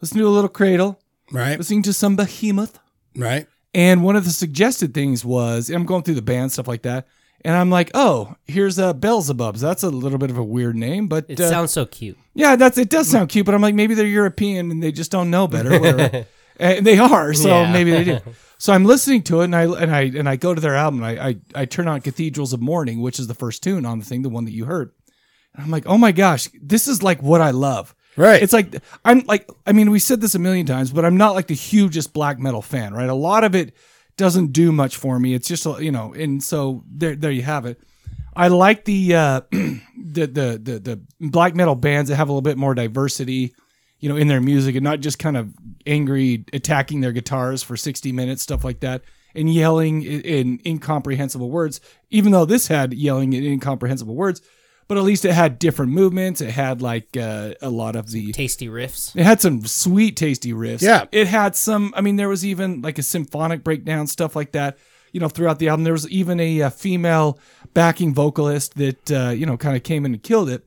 listening to a little Cradle,
Right,
listening to some Behemoth,
right.
and one of the suggested things was, and I'm going through the band stuff like that, and I'm like, oh, here's uh, Beelzebubs. That's a little bit of a weird name, but
It
uh,
sounds so cute.
yeah, that's it does sound cute, but I'm like maybe they're European and they just don't know better. Whatever. and they are, so
Yeah.
maybe they do. So I'm listening to it, and I and I and I go to their album. And I, I I turn on Cathedrals of Mourning, which is the first tune on the thing, the one that you heard. And I'm like, oh my gosh, this is like what I love.
Right.
It's like I'm like I mean we said this a million times, but I'm not like the hugest black metal fan, right? A lot of it doesn't do much for me. It's just you know, and so there there you have it. I like the uh, the, the the the black metal bands that have a little bit more diversity, you know, in their music and not just kind of angry attacking their guitars for 60 minutes, stuff like that, and yelling in, in incomprehensible words. Even though this had yelling in incomprehensible words, but at least it had different movements. It had like uh, a lot of the
Tasty riffs.
it had some sweet, tasty riffs.
Yeah.
It had some, I mean, there was even like a symphonic breakdown, stuff like that, you know, throughout the album. There was even a, uh female backing vocalist that, uh, you know, kind of came in and killed it.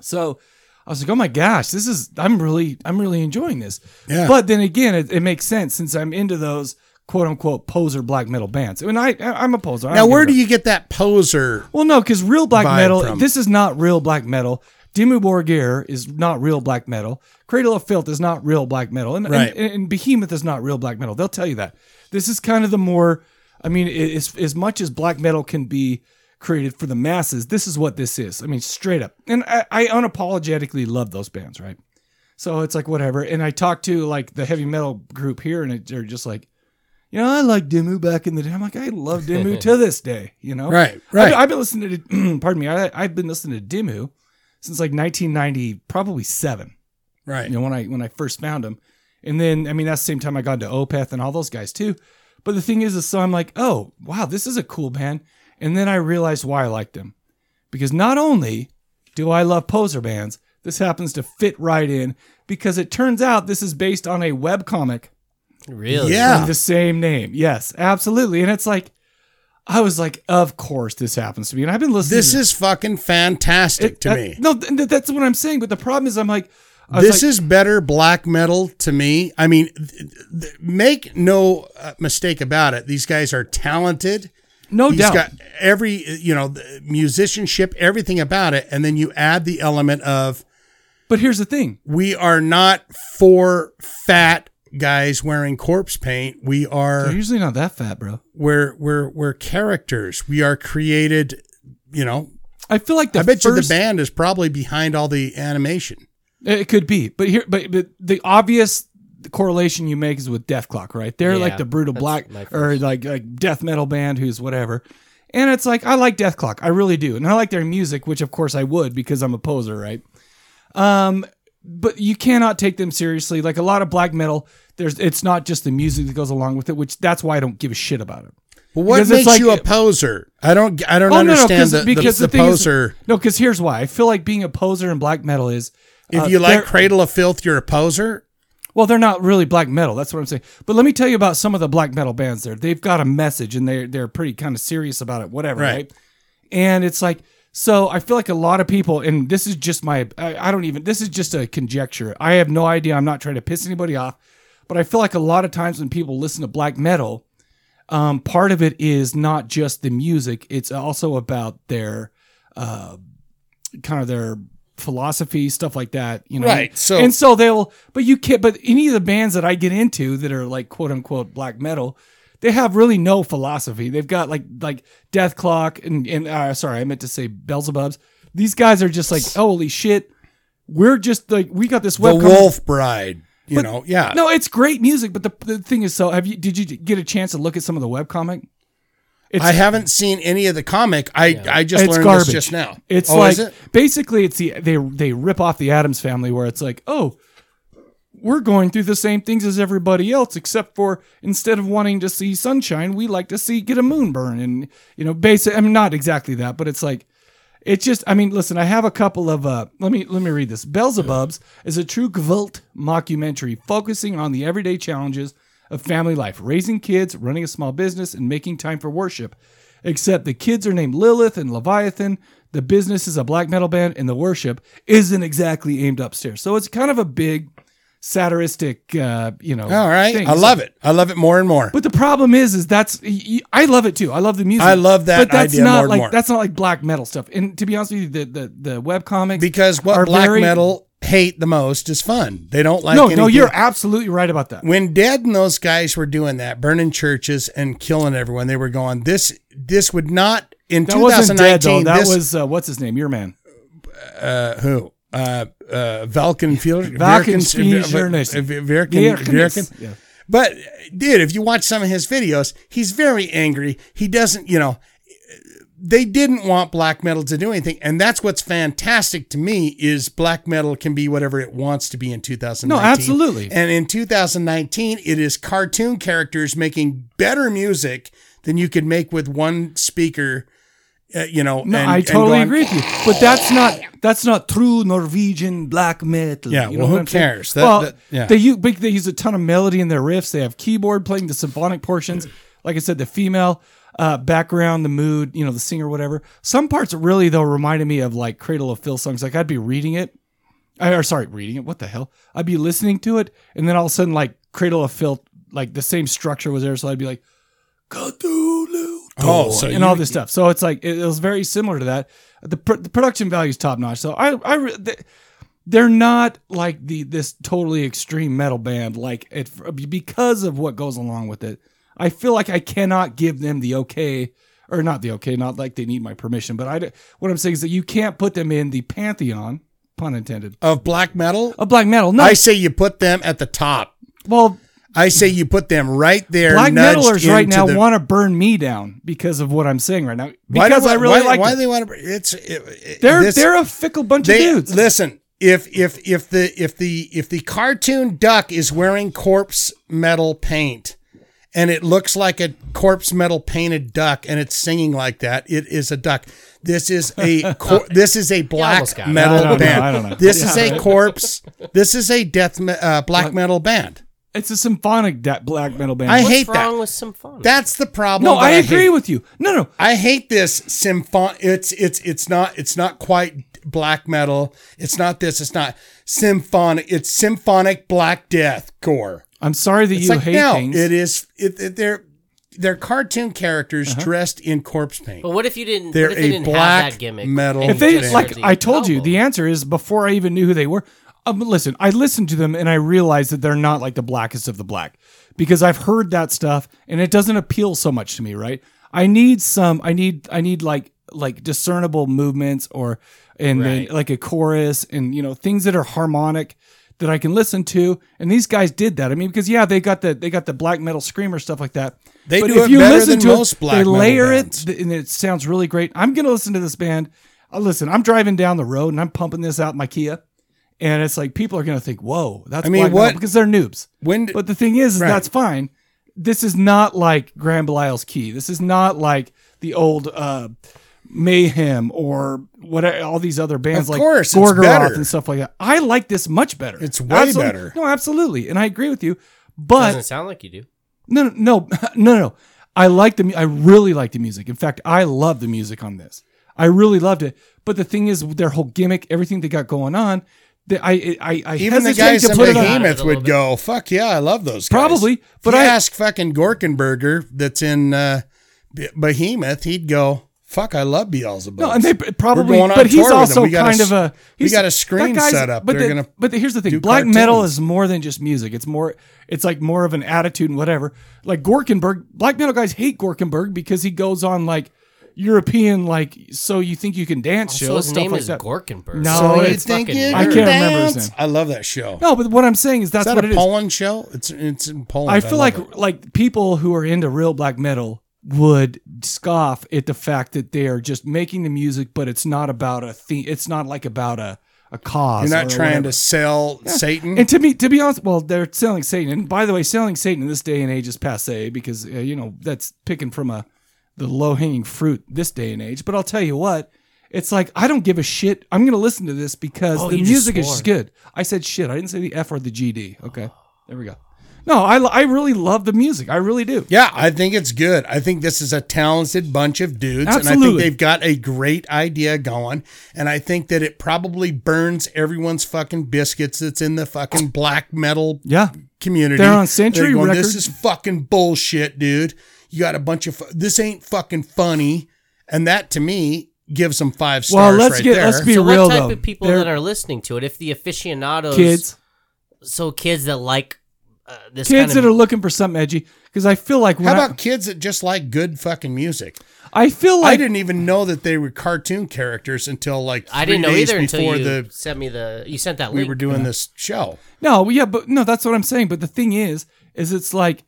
So I was like, oh my gosh, this is, I'm really, I'm really enjoying this.
Yeah.
But then again, it, it makes sense since I'm into those quote unquote poser black metal bands. I mean, I, I- I'm a poser. I
Now,
don't
where
give a
do you get that poser?
well, no, because real black
vibe
metal.
from.
This is not real black metal. Dimmu Borgir is not real black metal. Cradle of Filth is not real black metal, and,
Right.
and, and Behemoth is not real black metal. They'll tell you that. This is kind of the more. I mean, i- as as much as black metal can be created for the masses, this is what this is. I mean, straight up, and I, I unapologetically love those bands, right? So it's like whatever. And I talked to like the heavy metal group here, and it, they're just like, you know, I liked Dimmu back in the day. I'm like, I love Dimmu to this day. You know,
Right,
I've,
right.
I've been listening to, pardon me, I, I've been listening to Dimmu since like 1990, probably seven.
Right.
You know, when I when I first found him, and then I mean that's the same time I got into Opeth and all those guys too. But the thing is, is so I'm like, oh wow, this is a cool band, and then I realized why I liked them, because not only do I love poser bands, this happens to fit right in because it turns out this is based on a webcomic
Really?
Yeah.
the same name. Yes, absolutely. And it's like, I was like, of course this happens to me. And I've been listening.
This
to
is fucking fantastic
it-
to
that-
me.
No, th- th- that's what I'm saying. But the problem is, I'm like, I was
This
like,
is better black metal to me. I mean, th- th- make no uh, mistake about it. These guys are talented.
no
He's
doubt.
got every you know the musicianship, everything about it, and then you add the element of
but here's the thing.
we are not four fat guys wearing corpse paint. We
They're
are
usually not that fat, bro.
we're we're we're characters. We are created. You know,
I feel like the
I bet you the
first,
band is probably behind all the animation.
It could be, but here, but, but the obvious correlation you make is with Death Clock, right? They're
Yeah,
like the brutal
that's
black
my
or
first.
like like death metal band who's whatever. And it's like I like Death Clock, I really do, and I like their music, which of course I would because I'm a poser, right? Um, but you cannot take them seriously. Like a lot of black metal, there's it's not just the music that goes along with it, which that's why I don't give a shit about it.
But what
Because it's
makes
like-
you a poser? I don't. I don't
Oh, no, no,
understand
'cause-
the,
because
the,
the
the,
thing is-
poser.
No, because here's why I feel like being a poser in black metal is uh,
if you like
they're-
Cradle of Filth, you're a poser.
Well, they're not really black metal. That's what I'm saying. But let me tell you about some of the black metal bands there. They've got a message and they're they're pretty kind of serious about it, whatever,
Right.
right? And it's like so I feel like a lot of people, and this is just my I, I don't even this is just a conjecture. I have no idea. I'm not trying to piss anybody off, but I feel like a lot of times when people listen to black metal, um, part of it is not just the music; it's also about their uh, kind of their philosophy, stuff like that. You know,
Right, so-
and so they'll, but you can't. But any of the bands that I get into that are like quote unquote black metal. They have really no philosophy. They've got like like Death Clock and and uh, sorry, I meant to say Beelzebubs. These guys are just like holy shit. We're just like we got this
The
webcomic-
Wolf Bride. You
But-
know, yeah.
no, it's great music, but the, the thing is, so have you? Did you get a chance to look at some of the webcomic? It's,
I haven't seen any of the comic. I I just
it's
learned
garbage.
this just now.
It's
Oh,
like
is it?
basically, it's the they they rip off the Adams family, where it's like, oh, we're going through the same things as everybody else, except for instead of wanting to see sunshine, we like to see get a moon burn, and you know, basic. I mean, not exactly that, but it's like it's just i mean listen i have a couple of uh let me let me read this beelzebubs is a true gvult mockumentary focusing on the everyday challenges of family life raising kids running a small business and making time for worship except the kids are named lilith and leviathan the business is a black metal band and the worship isn't exactly aimed upstairs so it's kind of a big satiristic uh you know
All right.
thing.
I love it. I love it more and more.
But the problem is, is that's y- y- I love it too. I love the music.
I love that
But that's
idea
not
more and
like
more.
that's not like black metal stuff. And to be honest with you, the the, the web comics
because
are
what black
very-
metal hate the most is fun. They don't like
no,
anything.
no, you're absolutely right about that.
when Dead and those guys were doing that, burning churches and killing everyone, they were going, This this would not in
That wasn't dead though.
2019
That
this
was uh, what's his name? Your man.
uh, who? Uh, uh, Valkenfield,
Valkenfieldernest.
Valkenfield,
Yeah.
But dude, if you watch some of his videos, he's very angry. He doesn't, you know, they didn't want black metal to do anything, and that's what's fantastic to me is black metal can be whatever it wants to be in 2019.
No, absolutely.
And in 2019, it is cartoon characters making better music than you could make with one speaker. Uh, you know,
No,
and-
I
and
totally
going-
agree with you. But that's not that's not true Norwegian black metal.
Yeah,
you
well,
what
who
I'm saying?
cares? That-
well,
that- yeah.
they use but they use a ton of melody in their riffs. They have keyboard playing the symphonic portions. Like I said, the female uh, background, the mood, you know, the singer, whatever. Some parts really though reminded me of like Cradle of Filth songs. Like I'd be reading it, I, or sorry, reading it. What the hell? I'd be listening to it, and then all of a sudden, like Cradle of Filth, like the same structure was there. So I'd be like, Cthulhu,
Oh, so
and all this stuff. So it's like it, it was very similar to that. The, pr- the production value is top notch. So I, I, re- th- they're not like the this totally extreme metal band like it because of what goes along with it. I feel like I cannot give them the okay or not the okay, not like they need my permission, but I d- what I'm saying is that you can't put them in the pantheon pun intended,
of black metal.
of black metal. No,
I say you put them at the top.
well,
I say you put them right there.
black
nudged
metalers right
into
now
the-
want to burn me down because of what I'm saying right now.
Why
Because
don't-
I really
why,
like
why
them.
they want to. It's it, it-
They're
this-
they're a fickle bunch
they-
of dudes.
Listen, if if if the if the if the cartoon duck is wearing corpse metal paint, and it looks like a corpse metal painted duck, and it's singing like that, it is a duck. This is a cor- this is a black
almost got it.
I don't
metal
know,
band.
I don't know.
This
Yeah,
is a
right.
corpse. This is a death me- uh, black metal band.
It's a symphonic da- black metal band.
I
What's
hate
wrong
that.
with symphonic?
That's the problem.
no,
that
I
hate.
agree with you. No, no,
I hate this symphon. It's it's it's not it's not quite black metal. It's not this. It's not symphonic. It's symphonic black death core.
I'm sorry that
It's
you
like
hate
no,
things.
it is. It, it- they're they're cartoon characters
Uh-huh.
dressed in corpse paint.
But what if you didn't?
They're
what if
a
they didn't
black
have that gimmick?
metal
and
if
you
they
just
like
heard
I told you,
album?
the answer is before I even knew who they were. Um, listen, I listened to them and I realized that they're not like the blackest of the black because I've heard that stuff and it doesn't appeal so much to me, right? I need some I need I need like like discernible movements or and then
Right.
like a chorus and you know things that are harmonic that I can listen to and these guys did that. I mean because yeah, they got the they got the black metal screamer stuff like that.
They do it better than most black
they
metal
layer
bands.
it th- and it sounds really great. I'm gonna listen to this band. Uh, listen, I'm driving down the road and I'm pumping this out in my Kia, and it's like people are gonna think, "Whoa, that's
I mean,
black metal,"
what-
because they're noobs."
when d-
But the thing is, is
Right.
that's fine. This is not like Graham Belial's Key. This is not like the old uh, Mayhem or what all these other bands
Of
like
course, it's
Gorgoroth
better.
and stuff like that. I like this much better.
It's way
Absolute-
better.
No, absolutely, and I agree with you.
doesn't
But
sound like you do.
no, no, no, no, no. I like the. mu- I really like the music. In fact, I love the music on this. I really loved it. But the thing is, their whole gimmick, everything they got going on, that I, I, I
even the
hesitate
guys
to
in
put it on.
Behemoth
Behemoth would go, "Fuck yeah, I love those." guys."
Probably, but
if you
I-
ask fucking Gorkenberger that's in uh, Be- Behemoth, he'd go, "Fuck, I love Beelzebub."
No, and they
We're
pr- probably,
going on
but he's
tour with
also
them. We got
kind of
s-
a.
We
he's-
got a
that
screen
guy's-
set up.
But,
They're
the-
gonna.
but the- here's the
do
thing: black metal
cartoons.
is more than just music. It's more. It's like more of an attitude and whatever. Like Gorkenberg, black metal guys hate Gorkenberg because he goes on like European, like so you think you can dance
Also,
shows,
his
stuff
name
like
is
that.
Gorkenberg.
No,
So
Oh, it's
you think
fucking
you
weird.
I can't remember his
dance?
name.
I love that show.
No, but what I'm saying is that's
is that
what
a
it is.
Poland show? It's it's in Poland.
I feel like
love it.
like people who are into real black metal would scoff at the fact that they are just making the music, but it's not about a theme. It's not like about a a cause.
you're
or
not trying to
whatever.
sell Satan.
And to me, to be honest, well, they're selling Satan. And by the way, selling Satan in this day and age is passe because uh, you know that's picking from a the low hanging fruit this day and age. But I'll tell you what, it's like I don't give a shit. I'm gonna listen to this because
Oh,
the
you just
music is
swore.
good. I said shit. I didn't say the f or the gd. Okay, there we go. No, I I really love the music. I really do.
yeah, I think it's good. I think this is a talented bunch of dudes, and I think
Absolutely.
they've got a great idea going. And I think that it probably burns everyone's fucking biscuits that's in the fucking black metal
Yeah.
community.
They're on Century
This
Records."
is fucking bullshit, dude. You got a bunch of fu- this ain't fucking funny, and that to me gives them five stars.
Well, let's
right
get
there.
let's be
so
real
what type
though.
of people
They're
that are listening to it? If the aficionados,
kids.
so kids that like uh, this
Kids
kind
that are
of,
looking for something edgy, because I feel like when
How
I-
about kids that just like good fucking music?
I feel
I
like
didn't even know that they were cartoon characters until like
I didn't
three
know
days
either until
before
you
the
sent me the you sent that
we
link.
were doing this show.
No, yeah, but no, that's what I'm saying. But the thing is, is it's like,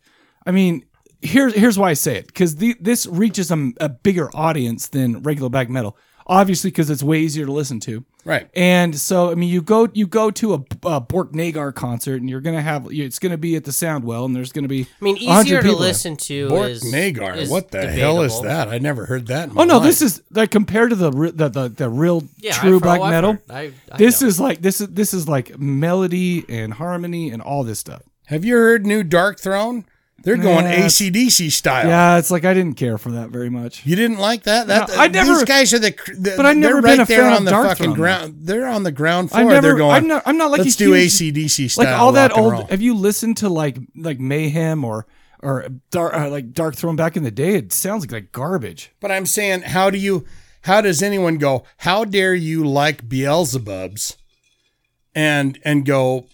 I mean, here's here's why I say it because this reaches a, a bigger audience than regular black metal, obviously because it's way easier to listen to.
Right.
And so, I mean, you go you go to a, a Bork Nagar concert, and you're gonna have it's gonna be at the Soundwell, and there's gonna be
I mean,
100
easier to
people there.
listen to
Bork
is
Nagar.
is
what the hell is
debatable.
that? I never heard that. in
Oh
my
no,
life.
this is like compared to the re- the the, the real
Yeah,
true
I've-
black
oh, I've
metal.
heard. I- I
this
know.
is like this is this is like melody and harmony and all this stuff.
Have you heard new Dark Throne? They're going
Yeah.
ACDC style.
Yeah, it's like I didn't care for that very much.
You didn't like that? That
No, I never-
These guys are the. cr- the
But I've never
they're
been
right
a
there
fan
on
of
the
Dark
fucking
Throne,
ground. They're on the ground floor.
I've never.
they're going.
I'm not. I'm not like
let's
a
do
huge-
ACDC style.
Like all that
rock and
old.
roll."
Have you listened to like like Mayhem or or dark uh, like Dark Throne back in the day? It sounds like, like garbage.
But I'm saying, how do you, how does anyone go, how dare you like Beelzebubs and, and go,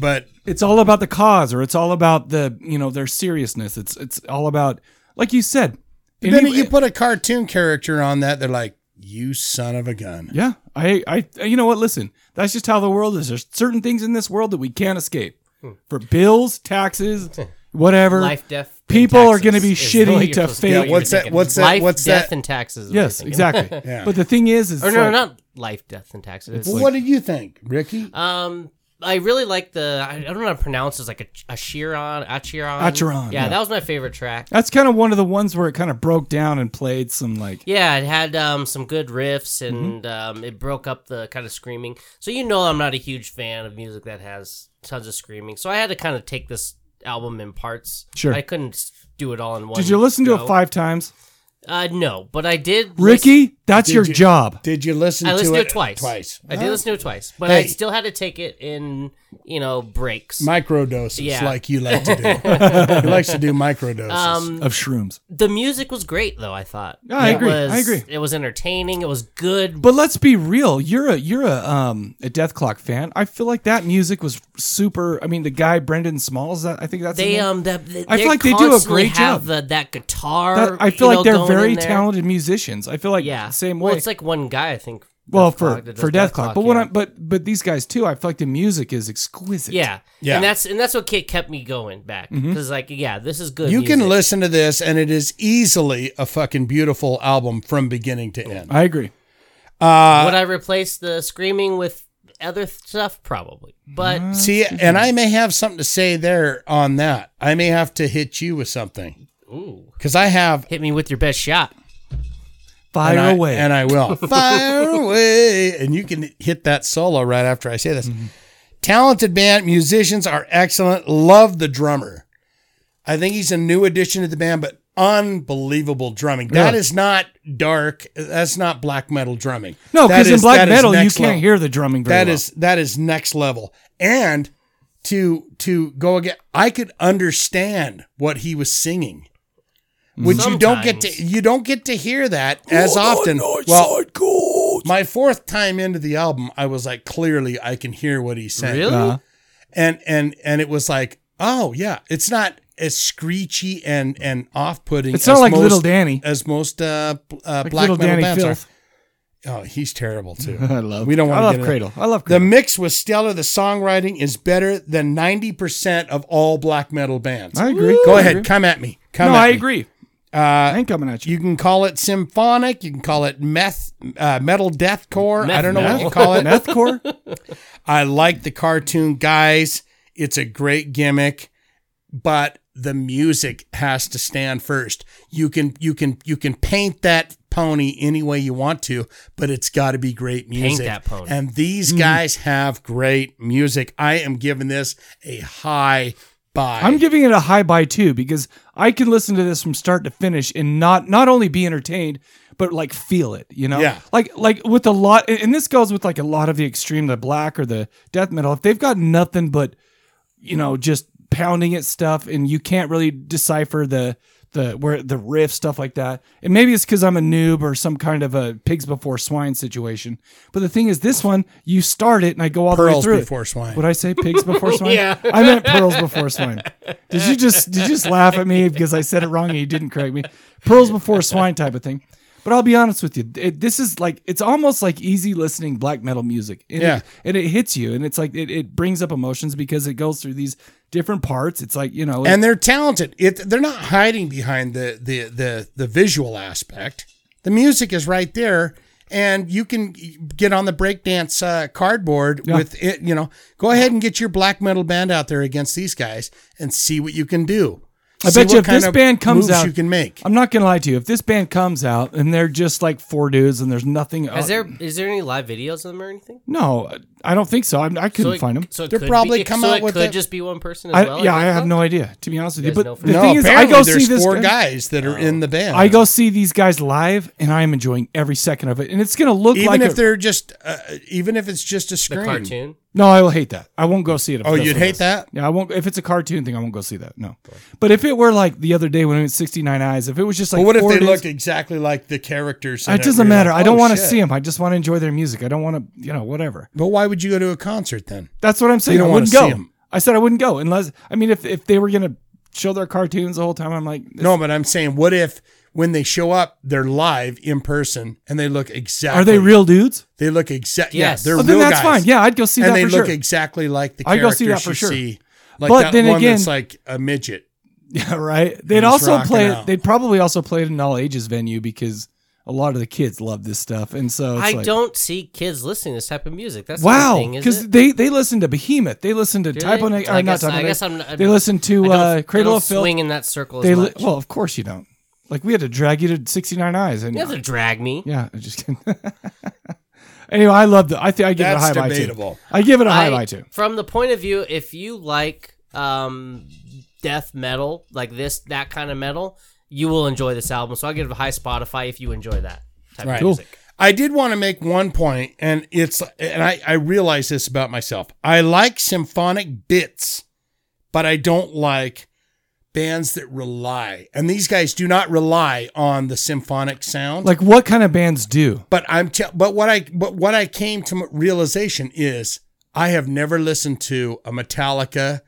but
It's all about the cause, or it's all about the you know their seriousness. It's it's all about like you said.
then
any-
you put a cartoon character on that, they're like, You son of a gun.
Yeah, I, I, you know what? Listen, that's just how the world is. There's certain things in this world that we can't escape. For bills, taxes, whatever.
Life, death. and
People are
taxes
going to be
is what
shitty
you're
to
supposed do.
fake.
Yeah, what's that-
Thinking
what's that-
Life,
what's
death,
that-
and taxes. is what
yes,
you're thinking.
exactly.
Yeah.
But the thing is, is
or no,
like-
not life, death, and taxes. It's
Well,
like-
what do you think, Ricky?
Um, I really like the. I I don't know how to pronounce this. Like a Achiron, Achiron,
Acheron,
Yeah,
yeah.
that was my favorite track.
that's kind of one of the ones where it kind of broke down and played some like
Yeah, it had um some good riffs
Mm-hmm.
and um it broke up the kind of screaming. So you know I'm not a huge fan of music that has tons of screaming. So I had to kind of take this album in parts.
Sure.
I couldn't s- do it all in one.
Did you listen to
go.
it five times,
Uh, no, but I did.
Ricky? That's
Did
your
you-
job.
Did you listen
I
to
listened
it,
to it twice.
Twice.
I did listen to it twice, but I
Hey.
still had to take it in, you know, breaks.
Micro doses,
Yeah.
like you like to do. he likes to do micro doses.
um,
Of shrooms,
the music was great though i thought
Yeah, I
It
agree,
was-
I agree.
it was entertaining it was good
but let's be real. You're a you're a um a Death Clock fan. I feel like that music was super. I mean, the guy Brendan Smalls. That I think that's
they
his name?
um that they,
I feel like they do a
constantly
great
have
job.
the, that guitar
That- I feel
you know,
like they're
going in
very
there.
talented musicians. I feel like
yeah
same way.
well it's like one guy i think
well
Death
for
Clock, that does
for Death Clock, but
yeah.
when I but but these guys too, I feel like the music is exquisite.
yeah
Yeah.
and that's and that's what ke- kept me going back because
Mm-hmm.
like yeah this is good
you can
music.
listen to this, and it is easily a fucking beautiful album from beginning to end.
I agree.
would i replace the screaming with other th- stuff probably but
See, and I may have something to say there on that. I may have to hit you with something
ooh
because I have
hit me with your best shot
Fire
and I,
away.
and I will fire away, and you can hit that solo right after I say this.
Mm-hmm.
Talented band, musicians are excellent. Love the drummer. I think he's a new addition to the band, but unbelievable drumming. That
Really?
is not dark. That's not black metal drumming.
no,
That
because in
is-
black
that is
metal you
next
can't
level.
hear the drumming very
That
well.
is that is next level and to to go again i could understand what he was singing which you don't get to
Sometimes.
you don't get to hear that as often well my fourth time into the album i was like clearly i can hear what he's saying
really
Uh-huh.
and and and it was like oh yeah it's not as screechy and and off-putting
It's not
as
like
most-
Little Danny.
as most uh, b- uh
Like
black
Little
metal
Danny
bands
Filth.
are oh he's terrible too
I love.
we don't want
I
to
love
get into-
Cradle. I love
the
Cradle.
mix was stellar. The songwriting is better than 90% of all black metal bands.
I agree.
Go
I
ahead.
agree.
Come at me. Come
No,
at
I
me. Uh,
agree. I ain't coming at you.
You can call it symphonic. You can call it meth, uh, metal deathcore. I
Meth
don't know what
metal.
you call it.
Methcore.
I like the cartoon guys. It's a great gimmick, but the music has to stand first. You can you can you can paint that pony any way you want to, but it's got to be great music.
that pony. Mm.
And these guys have great music. I am giving this a high buy.
I'm giving it a high buy too because I can listen to this from start to finish and not not only be entertained but like feel it, you know?
Yeah.
Like like with a lot and and this goes with like a lot of the extreme the black or the death metal if they've got nothing but you know just pounding at stuff and you can't really decipher the the where the riff stuff like that. And maybe it's cuz I'm a noob or some kind of a pigs before swine situation. But the thing is this one you start it and I go all the way
pearls
through it.
before swine.
Would I say pigs before swine? yeah. I meant pearls before swine. Did you just did you just laugh at me because I said it wrong and you didn't correct me? Pearls before swine type of thing. But I'll be honest with you, it, this is like it's almost like easy listening black metal music. And
Yeah.
it, and it hits you, and it's like it, it brings up emotions because it goes through these different parts. It's like you know,
and they're talented. It, they're not hiding behind the, the the the visual aspect. The music is right there, and you can get on the breakdance uh, cardboard
Yeah.
with it. You know, go ahead and get your black metal band out there against these guys and see what you can do.
I
See
bet you
what
if this
kind of
band comes
moves
out,
you can make.
I'm not gonna lie to you. If this band comes out and they're just like four dudes and there's nothing,
is
else-
there is there any live videos of them or anything
No, I don't think so. I'm, I couldn't
so it,
find them.
so it
They're
could
probably
be,
come
so
out
it
with
could
it.
just be one person as
I,
well
yeah,
at
I
Death
have
Clock?
no idea to be honest with you.
There's
But the
no freaking-
thing is, I
apparently
go see
there's
this
four
guy-
guys that are in the band.
I go see these guys live, and I am enjoying every second of it. And it's gonna look
even
like
if
a-
they're just uh, even if it's just a
the
screen.
cartoon
no, I will hate that. I won't go see it. if
Oh,
that's
you'd
what it
hate
is.
that?
Yeah, I won't. If it's a cartoon thing, I won't go see that. No, but if it were like the other day when it was 69 Eyes, if it was just like
But what if
four
they
dudes-
looked exactly like the characters? in
It doesn't
You're
matter.
like,
I don't
"Oh,
want to
shit."
see them. I just want to enjoy their music. I don't want to, you know, whatever.
But why would you go to a concert then?
That's what I'm saying.
don't
I
wanna
wouldn't
see
go.
'em.
I said I wouldn't go unless I mean if if they were gonna show their cartoons the whole time. I'm like,
No, but I'm saying, what if when they show up, they're live in person and they look exactly.
Are they real dudes?
They look exactly.
Yes.
Yeah, they're
Oh,
real
then that's
guys.
fine. Yeah, I'd go see
and
that
they
for
look
sure.
exactly like the
I go
characters
see that for
you
sure.
see. Like
But
that
then
one
again-
that's like a midget.
Yeah, right. They'd
just
also
rocking
play.
out.
They'd probably also play it in an all ages venue because a lot of the kids love this stuff, and so Oh, it's
I
like,
don't see kids listening to this type of music. That's the
Wow,
thing, is
because
it?
they they listen to Behemoth, they listen to
Do
Type
they?
on
I
or not
guess-
Type
I
on
guess I'm not-
They listen
I
to
don't-
uh, Cradle
I don't
of Filth.
swing in that circle
They
as
li-
much.
well, of course you don't. Like we had to drag you to sixty nine eyes, and
you have to drag me.
yeah, I'm just kidding. anyway, I love the. I think I give
That's
it a high buy
debatable.
too. I give it a
I-
high buy too.
From the point of view, if you like um, death metal, like this, that kind of metal, you will enjoy this album. So I'll give it a high Spotify if you enjoy that type
Right.
of
Cool.
music.
I did want to make one point, and it's and I I realize this about myself. I like symphonic bits, but I don't like bands that rely. And these guys do not rely on the symphonic sound.
Like what kind of bands do?
but I'm te- but what I but what I came to m- realization is I have never listened to a Metallica,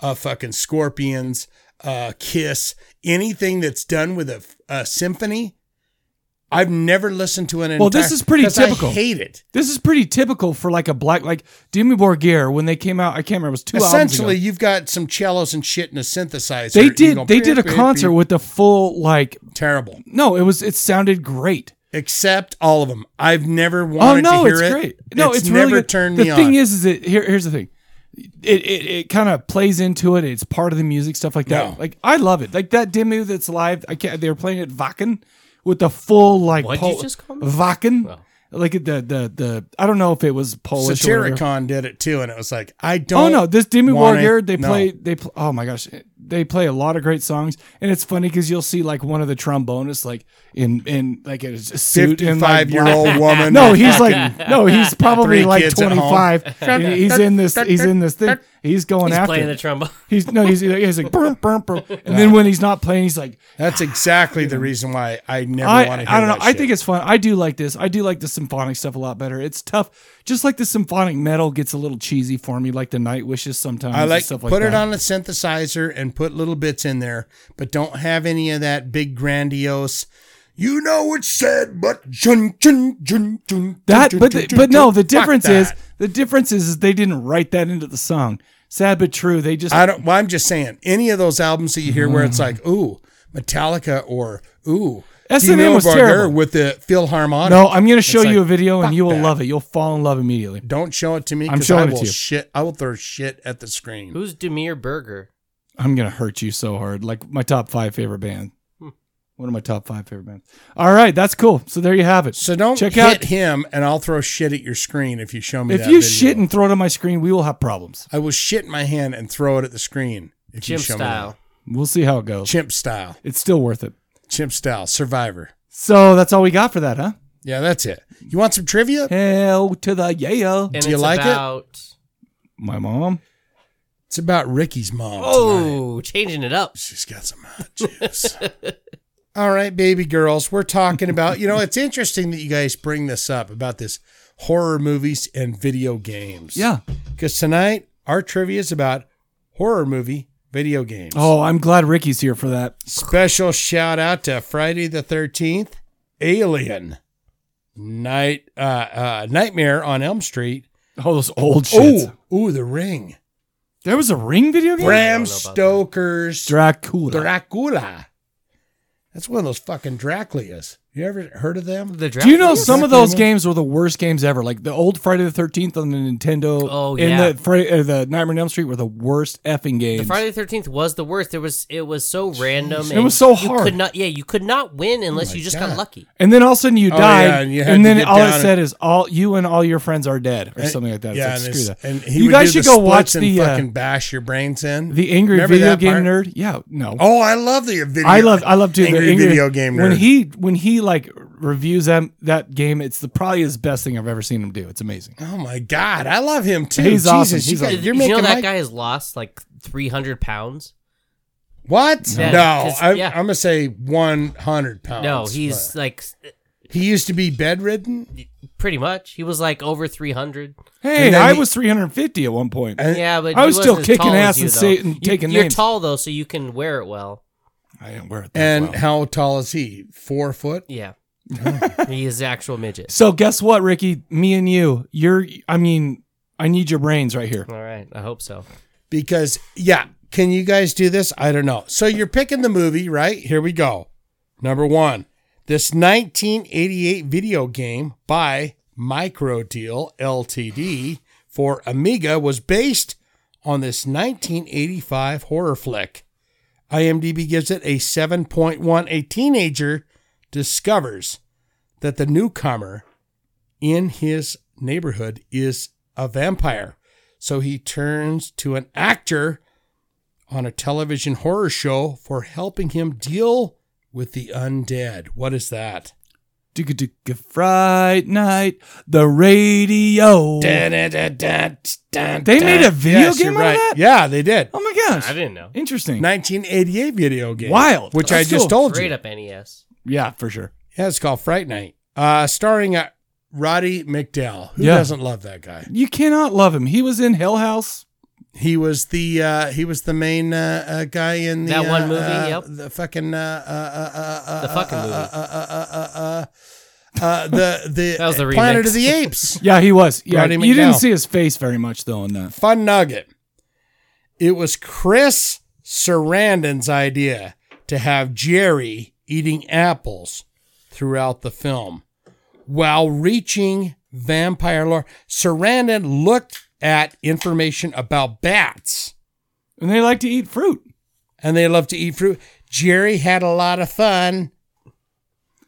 a fucking Scorpions, a Kiss, anything that's done with a, f- a symphony. I've never listened to an.
Well, this
entire-
is pretty
'cause I
typical.
hate it.
This is pretty typical for like a black like Demi Borgir when they came out. I can't remember. It was two albums ago.
Essentially, you've got some cellos and shit in a synthesizer.
They
and you go,
did. They did a
"Beep, beep,
concert
beep."
with the full like.
terrible,
No, it was. It sounded great.
except all of them. I've never
Oh
wanted
no,
to hear
it's
it.
great. No, it's,
never
really good.
turned
the
me
thing
on.
is, is it here? Here's the thing. It it, it kind of plays into it. It's part of the music stuff like that.
No.
Like I love it. Like that demo that's live. I can't. They were playing at Wacken with the full like.
What'd you just call me?
Wacken. Like the the the. I don't know if it was Polish. or whatever.
Satyricon did it too, and it was like I don't.
Oh no, this Demi
wanna-
Borgir, they
no.
play they pl- oh my gosh, they play a lot of great songs and it's funny cuz you'll see like one of the trombonists like in in like a suit and like
fifty-five year old woman.
No, he's like no, he's probably
Three
like
kids at home.
25. and he's in this he's in this thing. He's going
He's
after
playing
it.
the trombone.
He's no, he's he's like burr, burr, burr. and then when he's not playing he's like
That's exactly the reason why I never
I,
want to hear.
I don't know.
that
I
shit.
think it's fun. I do like this. I do like the symphonic stuff a lot better. It's tough. Just like the symphonic metal gets a little cheesy for me, like the Night Wishes sometimes.
I
and
like
stuff like
put
that.
it on a synthesizer and put little bits in there, but don't have any of that big grandiose. You know it's sad, but jun, jun, jun, jun,
That,
jun,
but
jun,
the,
jun,
but no,
jun."
the
Fuck
difference is
that.
the difference is, is they didn't write that into the song. Sad but true. They just
I don't. Well, I'm just saying, any of those albums that you hear where it's like, ooh, Metallica or ooh,
S&M
Dino
was
Barger
terrible.
with the Philharmonic.
no. I'm gonna show
It's
you
like,
a video and
fuck
you will
that.
love it. You'll fall in love immediately.
Don't show it to me.
I'm
'cause
showing
I
it
will
to you.
Shit, I will throw shit at the screen.
Who's Demir Berger?
I'm gonna hurt you so hard. Like my top five favorite band.
Hmm.
One of my top five favorite bands. All right, that's cool. So there you have it.
So don't
check
hit
out
him, and I'll throw shit at your screen if you show me.
if
that
you
video.
shit and throw it on my screen, we will have problems.
I will shit in my hand and throw it at the screen if
Jim
you show me.
style.
We'll see how it
that.
goes.
Chimp style,
It's still worth it.
chimp style, survivor.
So that's all we got for that, huh?
Yeah, that's it. You want some trivia?
Hell to the yeah.
And
Do you
it's
like it?
about, it?
My mom.
It's about Ricky's mom. tonight.
Oh, changing it up.
She's got some hot juice. All right, baby girls, we're talking about, you know, it's interesting that you guys bring this up about this horror movies and video games.
Yeah.
Because tonight, our trivia is about horror movie video games.
Oh, I'm glad Ricky's here for that.
Special shout out to Friday the 13th, Alien, Night uh, uh, Nightmare on Elm Street.
Oh, those old shits.
Oh, ooh, The Ring.
There was a ring video game?
Bram
about that.
Stoker's
Dracula.
Dracula. That's one of those fucking Draculas. You ever heard of them?
The
Do you know
Dracula?
some of
Dracula.
those games were the worst games ever? Like the old Friday the 13th on the Nintendo
Oh, yeah.
and the, Friday, uh, the Nightmare on Elm Street were the worst effing games.
The Friday the Thirteenth was the worst. There was it was so random.
It
and
was so
you
hard.
Could not, yeah, you could not win unless
Oh my
you just
God.
got lucky.
and then all of a sudden you
Oh,
died,
yeah, and
and,
you had to
then
get
all it
down
said is all you and all your friends are dead or something like that. It's
Yeah,
like,
and,
screw
it's-
that.
and he
you
would
guys
do the
should go watch
splits and
the uh,
fucking bash your brains in.
the angry
Remember
video
that
game
part?
nerd. Yeah, no.
Oh, I love the video.
I love I love too
angry,
the angry
video game nerd.
when he when he like reviews that that game. It's the probably his best thing I've ever seen him do. It's amazing.
oh my god, I love him too.
He's
Jesus,
awesome.
you
He's
guys-
awesome.
you're
you
making
know that
my-
guy has lost like three hundred pounds.
what?
Yeah,
no,
'cause-
I,
yeah.
I'm gonna say 100 pounds.
No, he's
but-
like
he used to be bedridden.
pretty much. He was like over three hundred.
Hey,
And then
I
he-
was 350 at one point.
And-
Yeah, but
I
he
was
wasn't
still
as
kicking
tall as
ass
you,
and
though.
say- and
you,
taking
You're
names.
tall though, so you can wear it well.
I didn't wear it. That
And
well.
how tall is he? Four foot?
Yeah. he is the actual midget.
so guess what, Ricky? Me and you. You're. I mean, I need your brains right here.
All right. I hope so.
Because, yeah, can you guys do this? I don't know. So you're picking the movie, right? Here we go. Number one, this 1988 video game by Microdeal LTD for Amiga was based on this 1985 horror flick. IMDb gives it a 7.1. A teenager discovers that the newcomer in his neighborhood is a vampire. So he turns to an actor on a television horror show for helping him deal with the undead. What is that?
Digga digga Fright night. The radio.
Dun, dun, dun, dun, dun,
They
dun.
made a video
Yes,
game
you're
out of
right.
that?
Yeah, they did.
Oh my gosh.
I didn't know.
Interesting.
1988 video game.
Wild.
Which
That's
I just
cool.
told you.
Straight up E NES.
Yeah, for sure.
Yeah, it's called Fright Night. Uh, starring uh, Roddy McDowell. Who
Yeah.
doesn't love that guy?
You cannot love him. He was in Hell House.
He was the uh, he was the main uh, uh, guy in the,
That one
uh,
movie,
uh,
yep.
The fucking uh, uh, uh, uh, uh,
The fucking
uh,
movie.
Uh, uh, uh, uh, uh, uh, uh, the the
That was the
Planet
remix.
of the Apes.
Yeah, he was. Yeah,
Roddy
you
McDowell.
didn't see his face very much though in that.
Fun nugget. It was Chris Sarandon's idea to have Jerry eating apples throughout the film while reaching vampire lore. Sarandon looked at information about bats.
And they like to eat fruit.
and they love to eat fruit. Jerry had a lot of fun.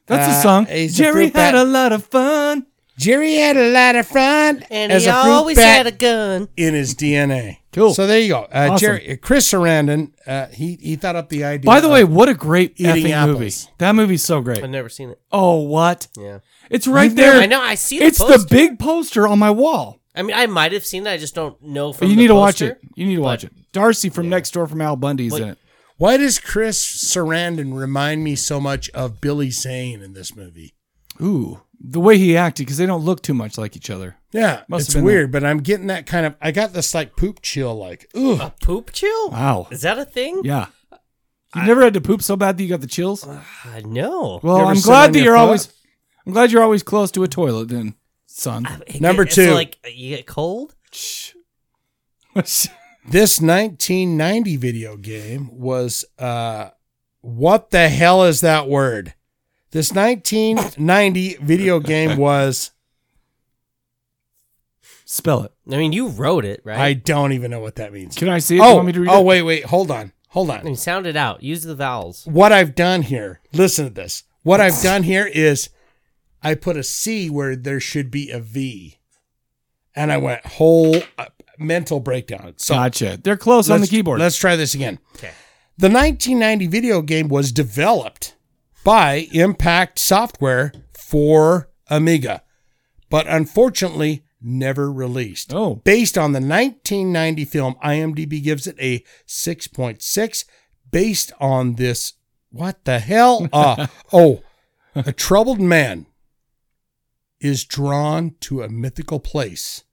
That's
Uh,
a song.
he's a
Jerry
fruit
had
bat.
a lot of fun.
Jerry had a lot of fun
And
as
he
a fruit
always
bat
had a gun.
in his DNA.
Cool.
So there you go. Uh,
Awesome.
Jerry, Chris Sarandon, uh, he he thought up the idea.
By the
of-
way, what a great
Eating
effing
apples.
movie. That movie's so great.
I've never seen it.
Oh, what?
Yeah.
It's right
You've never-
there.
I know. I see the
It's
poster.
the big poster on my wall.
I mean, I might have seen it. I just don't know from
you
the
need to watch
poster.
it. You need to watch it. Darcy from next door from Al Bundy's
Wait.
in it.
why does Chris Sarandon remind me so much of Billy Zane in this movie?
Ooh, the way he acted because they don't look too much like each other.
Yeah,
Must have
it's
been
weird, but I'm getting that kind of. I got this like poop chill, like ooh.
A poop chill?
Wow.
Is that a thing?
Oh. Yeah. You never had to poop so bad that you got the chills.
I know.
Well,
You ever
I'm
sit on
glad that
your
you're
foot?
always. I'm glad you're always close to a toilet, then, son.
It
Number
get-
two.
It's like you get cold.
This 1990 video game was uh what the hell is that word? This 1990 video game was
Spell it.
I mean, you wrote it,
I
right?
don't even know what that means.
Can I see it? Do you
oh,
want me to read
oh
it?
wait, wait, hold on. Hold
I
on.
mean, sound it out. Use the vowels.
What I've done here, listen to this. What I've done here is I put a C where there should be a V. And I went whole uh, mental breakdown. So
Gotcha. They're close on the
Let's-
keyboard.
Let's try this again.
Okay.
The 1990 video game was developed by Impact Software for Amiga, but unfortunately never released.
Oh.
Based on the 1990 film, IMDb gives it a 6.6 based on this. What the hell? Uh, oh, a troubled man is drawn to a mythical place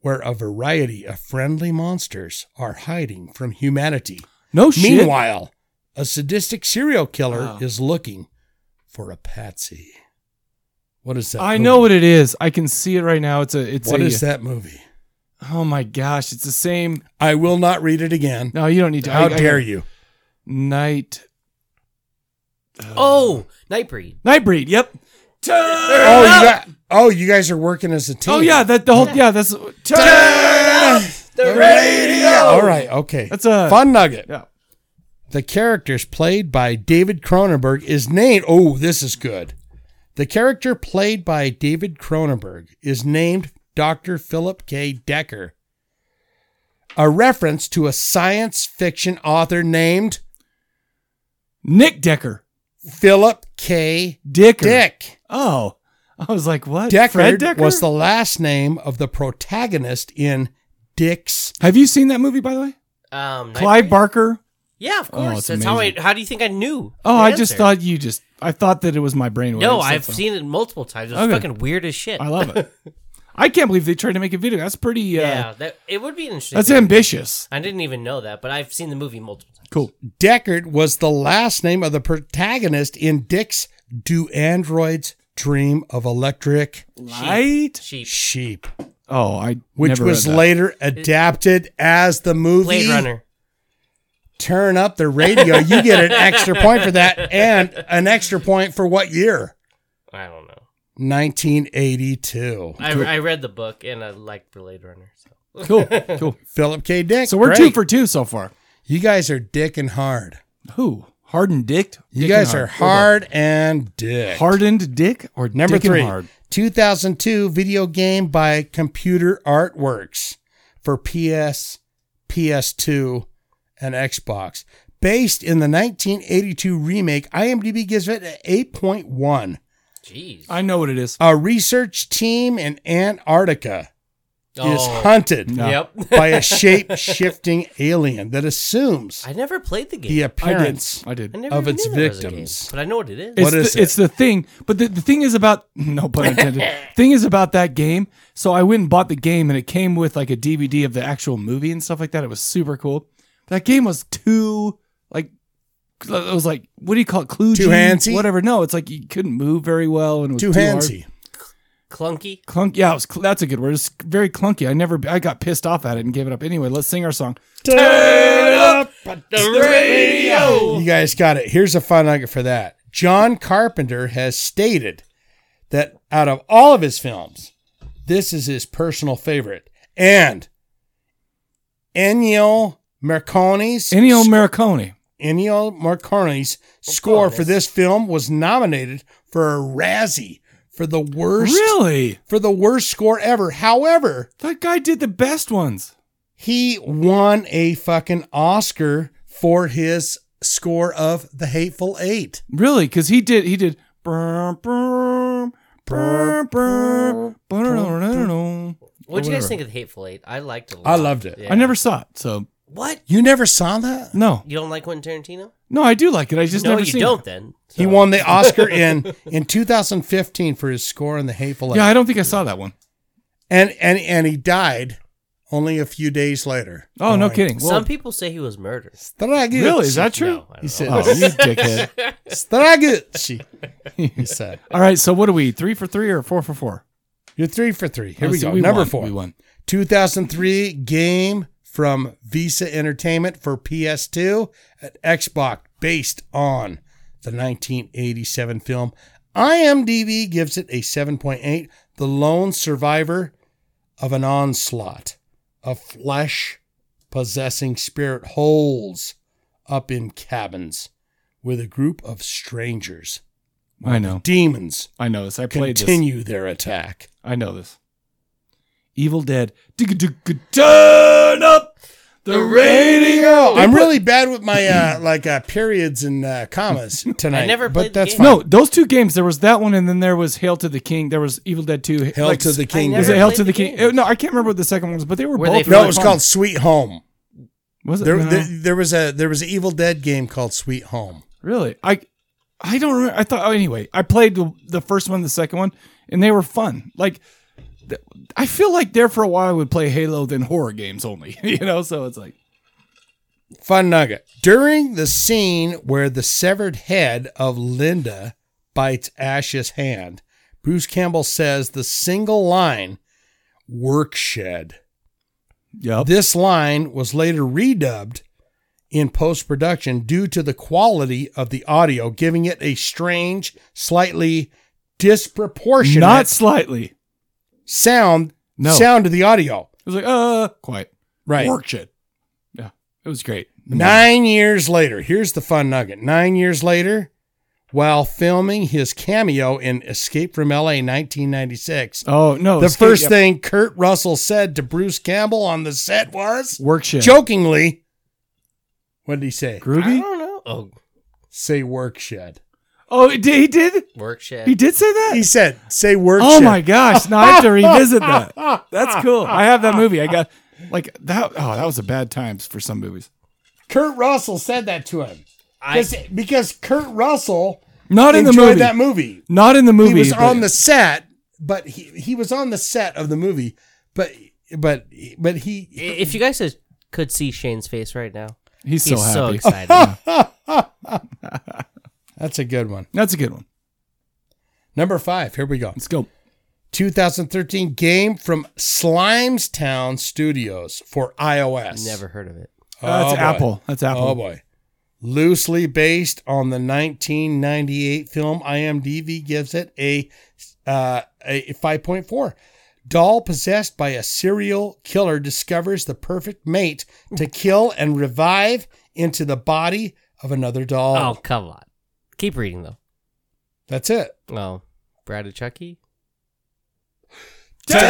where a variety of friendly monsters are hiding from humanity.
no Oh, shit.
Meanwhile, a sadistic serial killer
Wow.
is looking for a patsy. What is that?
I
movie?
know what it is. I can see it right now. It's a. It's
What
a,
is that movie?
Oh my gosh! It's the same.
I will not read it again.
No, you don't need to.
How
I- I-
dare you?
Night.
Oh, Nightbreed.
Nightbreed. Yep. Turn
Oh, you
up.
got, oh, you guys are working as a team.
oh yeah. That the whole yeah. that's turn up.
The radio.
All right. Okay.
That's a-
fun nugget.
Yeah.
The characters played by David Cronenberg is named. Oh, this is good. The character played by David Cronenberg is named Dr. Philip K. Decker, a reference to a science fiction author named
Nick Decker.
Philip K.
Dicker.
Dick.
Oh, I was like,
Uh,
what?
Decker
Fred Decker
was the last name of the protagonist in Dick's.
Have you seen that movie by the way?
Um,
Clive
Nightbreed?
Barker.
Yeah, of
Oh,
course.
it's
That's how I.
amazing.
How do you think I knew?
Oh,
the
I just
answer?
thought you just. I thought that it was my brainwave.
No,
That's
I've
all.
seen it multiple times. It's
Okay.
fucking weird as shit.
I love it. I can't believe they tried to make a video. That's pretty. Uh,
yeah, that, it would be an interesting.
That's
movie.
ambitious.
I didn't even know that, but I've seen the movie multiple times.
Cool.
Deckard was the last name of the protagonist in Dick's Do Androids Dream of Electric
Light.
Sheep.
Sheep,
Oh, I
which
never
was
read that.
later adapted as the movie
Blade Runner.
Turn Up the Radio. You get an extra point for that and an extra point for what year?
I don't know.
1982.
I, I read the book and I liked Blade Runner. So.
Cool, cool.
Philip K. Dick.
So we're
great.
two for two so far.
You guys are dick and hard.
Who? Hardened dick?
You
Dick
guys
and
are hard and dick.
Hardened dick or
Number
dick and
three,
hard?
2002 video game by Computer Artworks for PS, PS2, and Xbox. Based in the 1982 remake, IMDb gives it an 8.1.
Jeez.
I know what it is.
A research team in Antarctica is
Oh.
hunted
No.
Yep.
by a shape shifting alien that assumes
I never played the game.
the
I did.
appearance
I
I
did.
never
of
knew
its
there was a game,
victims.
but I know what it is.
It's
What
the,
is it?
It's the thing, but the, the thing is about no pun intended. thing is about that game. So I went and bought the game, and it came with like a DVD of the actual movie and stuff like that. It was super cool. That game was too like it was like what do you call it? Kludgy,
Too handsy?
whatever. No, it's like you couldn't move very well, and it was
too
too, hard.
handsy.
Clunky.
Clunk, yeah, it was, cl- that's a good word. It's very clunky. I never, I got pissed off at it and gave it up. Anyway, let's sing our song.
You guys got it. Here's a fun nugget for that. John Carpenter has stated that out of all of his films, this is his personal favorite. And Ennio Morricone's
Ennio Morricone.
Ennio Morricone's score for this film was nominated for a Razzie for the worst
Really?
for the worst score ever. However,
That guy did the best ones.
he won a fucking Oscar for his score of The Hateful Eight.
Really? Because he did. He did. brum, brum, brum, brum, ba-da-da-da-da-da.
What would
Oh,
you guys
Whatever.
think of the Hateful Eight? I liked it. A lot.
I loved it.
Yeah.
I never saw it, so
What?
You never saw that?
no,
You don't like Quentin Tarantino?
no, I do like it. I just
no,
never
you
seen
don't.
it.
Then
He
So-
won the Oscar in in 2015 for his score in The Hateful Eight.
Yeah, I don't think I saw that one.
and and and he died only a few days later.
Oh, no kidding. Well,
Some people say he was murdered.
Straguzzi.
really? Is that true?
No, I
He
don't
said,
know.
Oh, you dickhead.
Straguzzi. He said,
All right, so what are we? Three for three or four for four?
"You're three for three. Here
Oh,
we
so
go. Number
won.
four.
We won.
2003 game from Visa Entertainment for PS2 at Xbox based on the 1987 film. IMDb gives it a 7.8, the lone survivor of an onslaught. A flesh possessing spirit holds up in cabins with a group of strangers.
I know.
Demons
I know this. I played this.
continue their attack.
I know this. Evil Dead. Digga digga, Turn up the radio.
I'm really bad with my uh, like uh, periods and uh, commas tonight.
I never
but
played the
that's
game.
fine.
No, those two games. There was that one, and then there was Hail to the King. There was Evil Dead Two.
Hell
Like,
to the king.
I
Was
never
it Hell
played
to the
the
King?
games.
Uh, No, I can't remember what the second one was, but they were,
Were they
both.
from-
no,
really
it was
fun.
called Sweet Home.
Was it
There,
No.
there, there was a there was an Evil Dead game called Sweet Home.
really? I, I don't remember. I thought. Oh, anyway, I played the, the first one, the second one, and they were fun. Like, th- I feel like there for a while I would play Halo, then horror games only. you know, so it's like
Fun nugget. During the scene where the severed head of Linda bites Ash's hand, Bruce Campbell says the single line work shed.
yep.
This line was later redubbed in post production due to the quality of the audio, giving it a strange, slightly disproportionate
Not slightly. It
sound
No.
sound to the audio.
was like uh, quiet.
Right.
Work shit. Yeah, it was great.
Nine years later, here's the fun nugget. Nine years later, while filming his cameo in Escape from LA 1996,
Oh no,
the
Escape-
first
yeah.
thing Kurt Russell said to Bruce Campbell on the set was
work shit.
jokingly, What did he say?
I
Groovy.
don't know. Oh,
Say work shed.
Oh, he did. He did.
work shed.
He did say that.
He said, Say work
oh
shed.
my gosh! Now I have to revisit
Ah,
that. That's cool. I have that movie. I got like that. Oh, that was a bad times for some movies.
Kurt Russell said that to him.
I,
'Cause- because Kurt Russell
Not in the
enjoyed
movie.
that movie.
Not in the movie.
he was
but-
on the set, but he, he was on the set of the movie, but but but he
if you guys had- could see Shane's face right now,
He's so
He's so
happy.
excited.
That's a good one.
That's a good one.
Number five. Here we go.
Let's go.
2013 game from Slimestown Studios for iOS.
Never heard of it.
Uh,
Oh,
that's
boy.
Apple. That's Apple.
Oh boy. Loosely based on the 1998 film, IMDb gives it a uh, a 5.4. Doll possessed by a serial killer discovers the perfect mate to kill and revive into the body of another doll.
Oh, come on. Keep reading though.
That's it.
Oh, Brad and Chucky.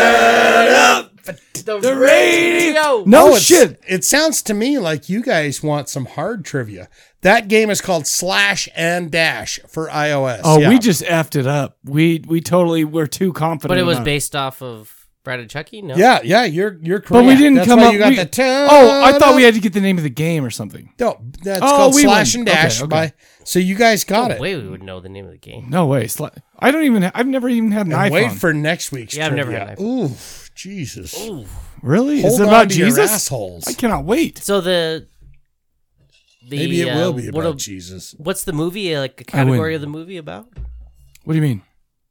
Turn up
The radio.
Oh,
No
it's-
shit.
It sounds to me like you guys want some hard trivia. That game is called Slash and Dash for iOS.
Oh,
Yeah.
we just effed it up. We we totally were too confident.
But it was
about
based off of Brad and Chucky. No.
Yeah, yeah, you're you're
But
correct.
we didn't
That's
come
why
up.
You got
we-
the
oh, I thought we had to get the name of the game or something.
No, that's
Oh,
called
we
slash
win.
and dash.
Okay, okay.
By so you guys
No
got it.
way we would know the name of the game.
No way. Sli- I don't even. I've never even had an
And
iPhone.
wait for next week's.
Yeah, I've never
trivia.
had an
Ooh, Jesus.
really?
Hold
Is it
on
about
to your
Jesus?
assholes.
I cannot wait.
So the, the
Maybe it
uh,
will be
what
about
a-
Jesus.
What's the movie uh, like? A
I wouldn't.
category of the movie about?
What do you mean?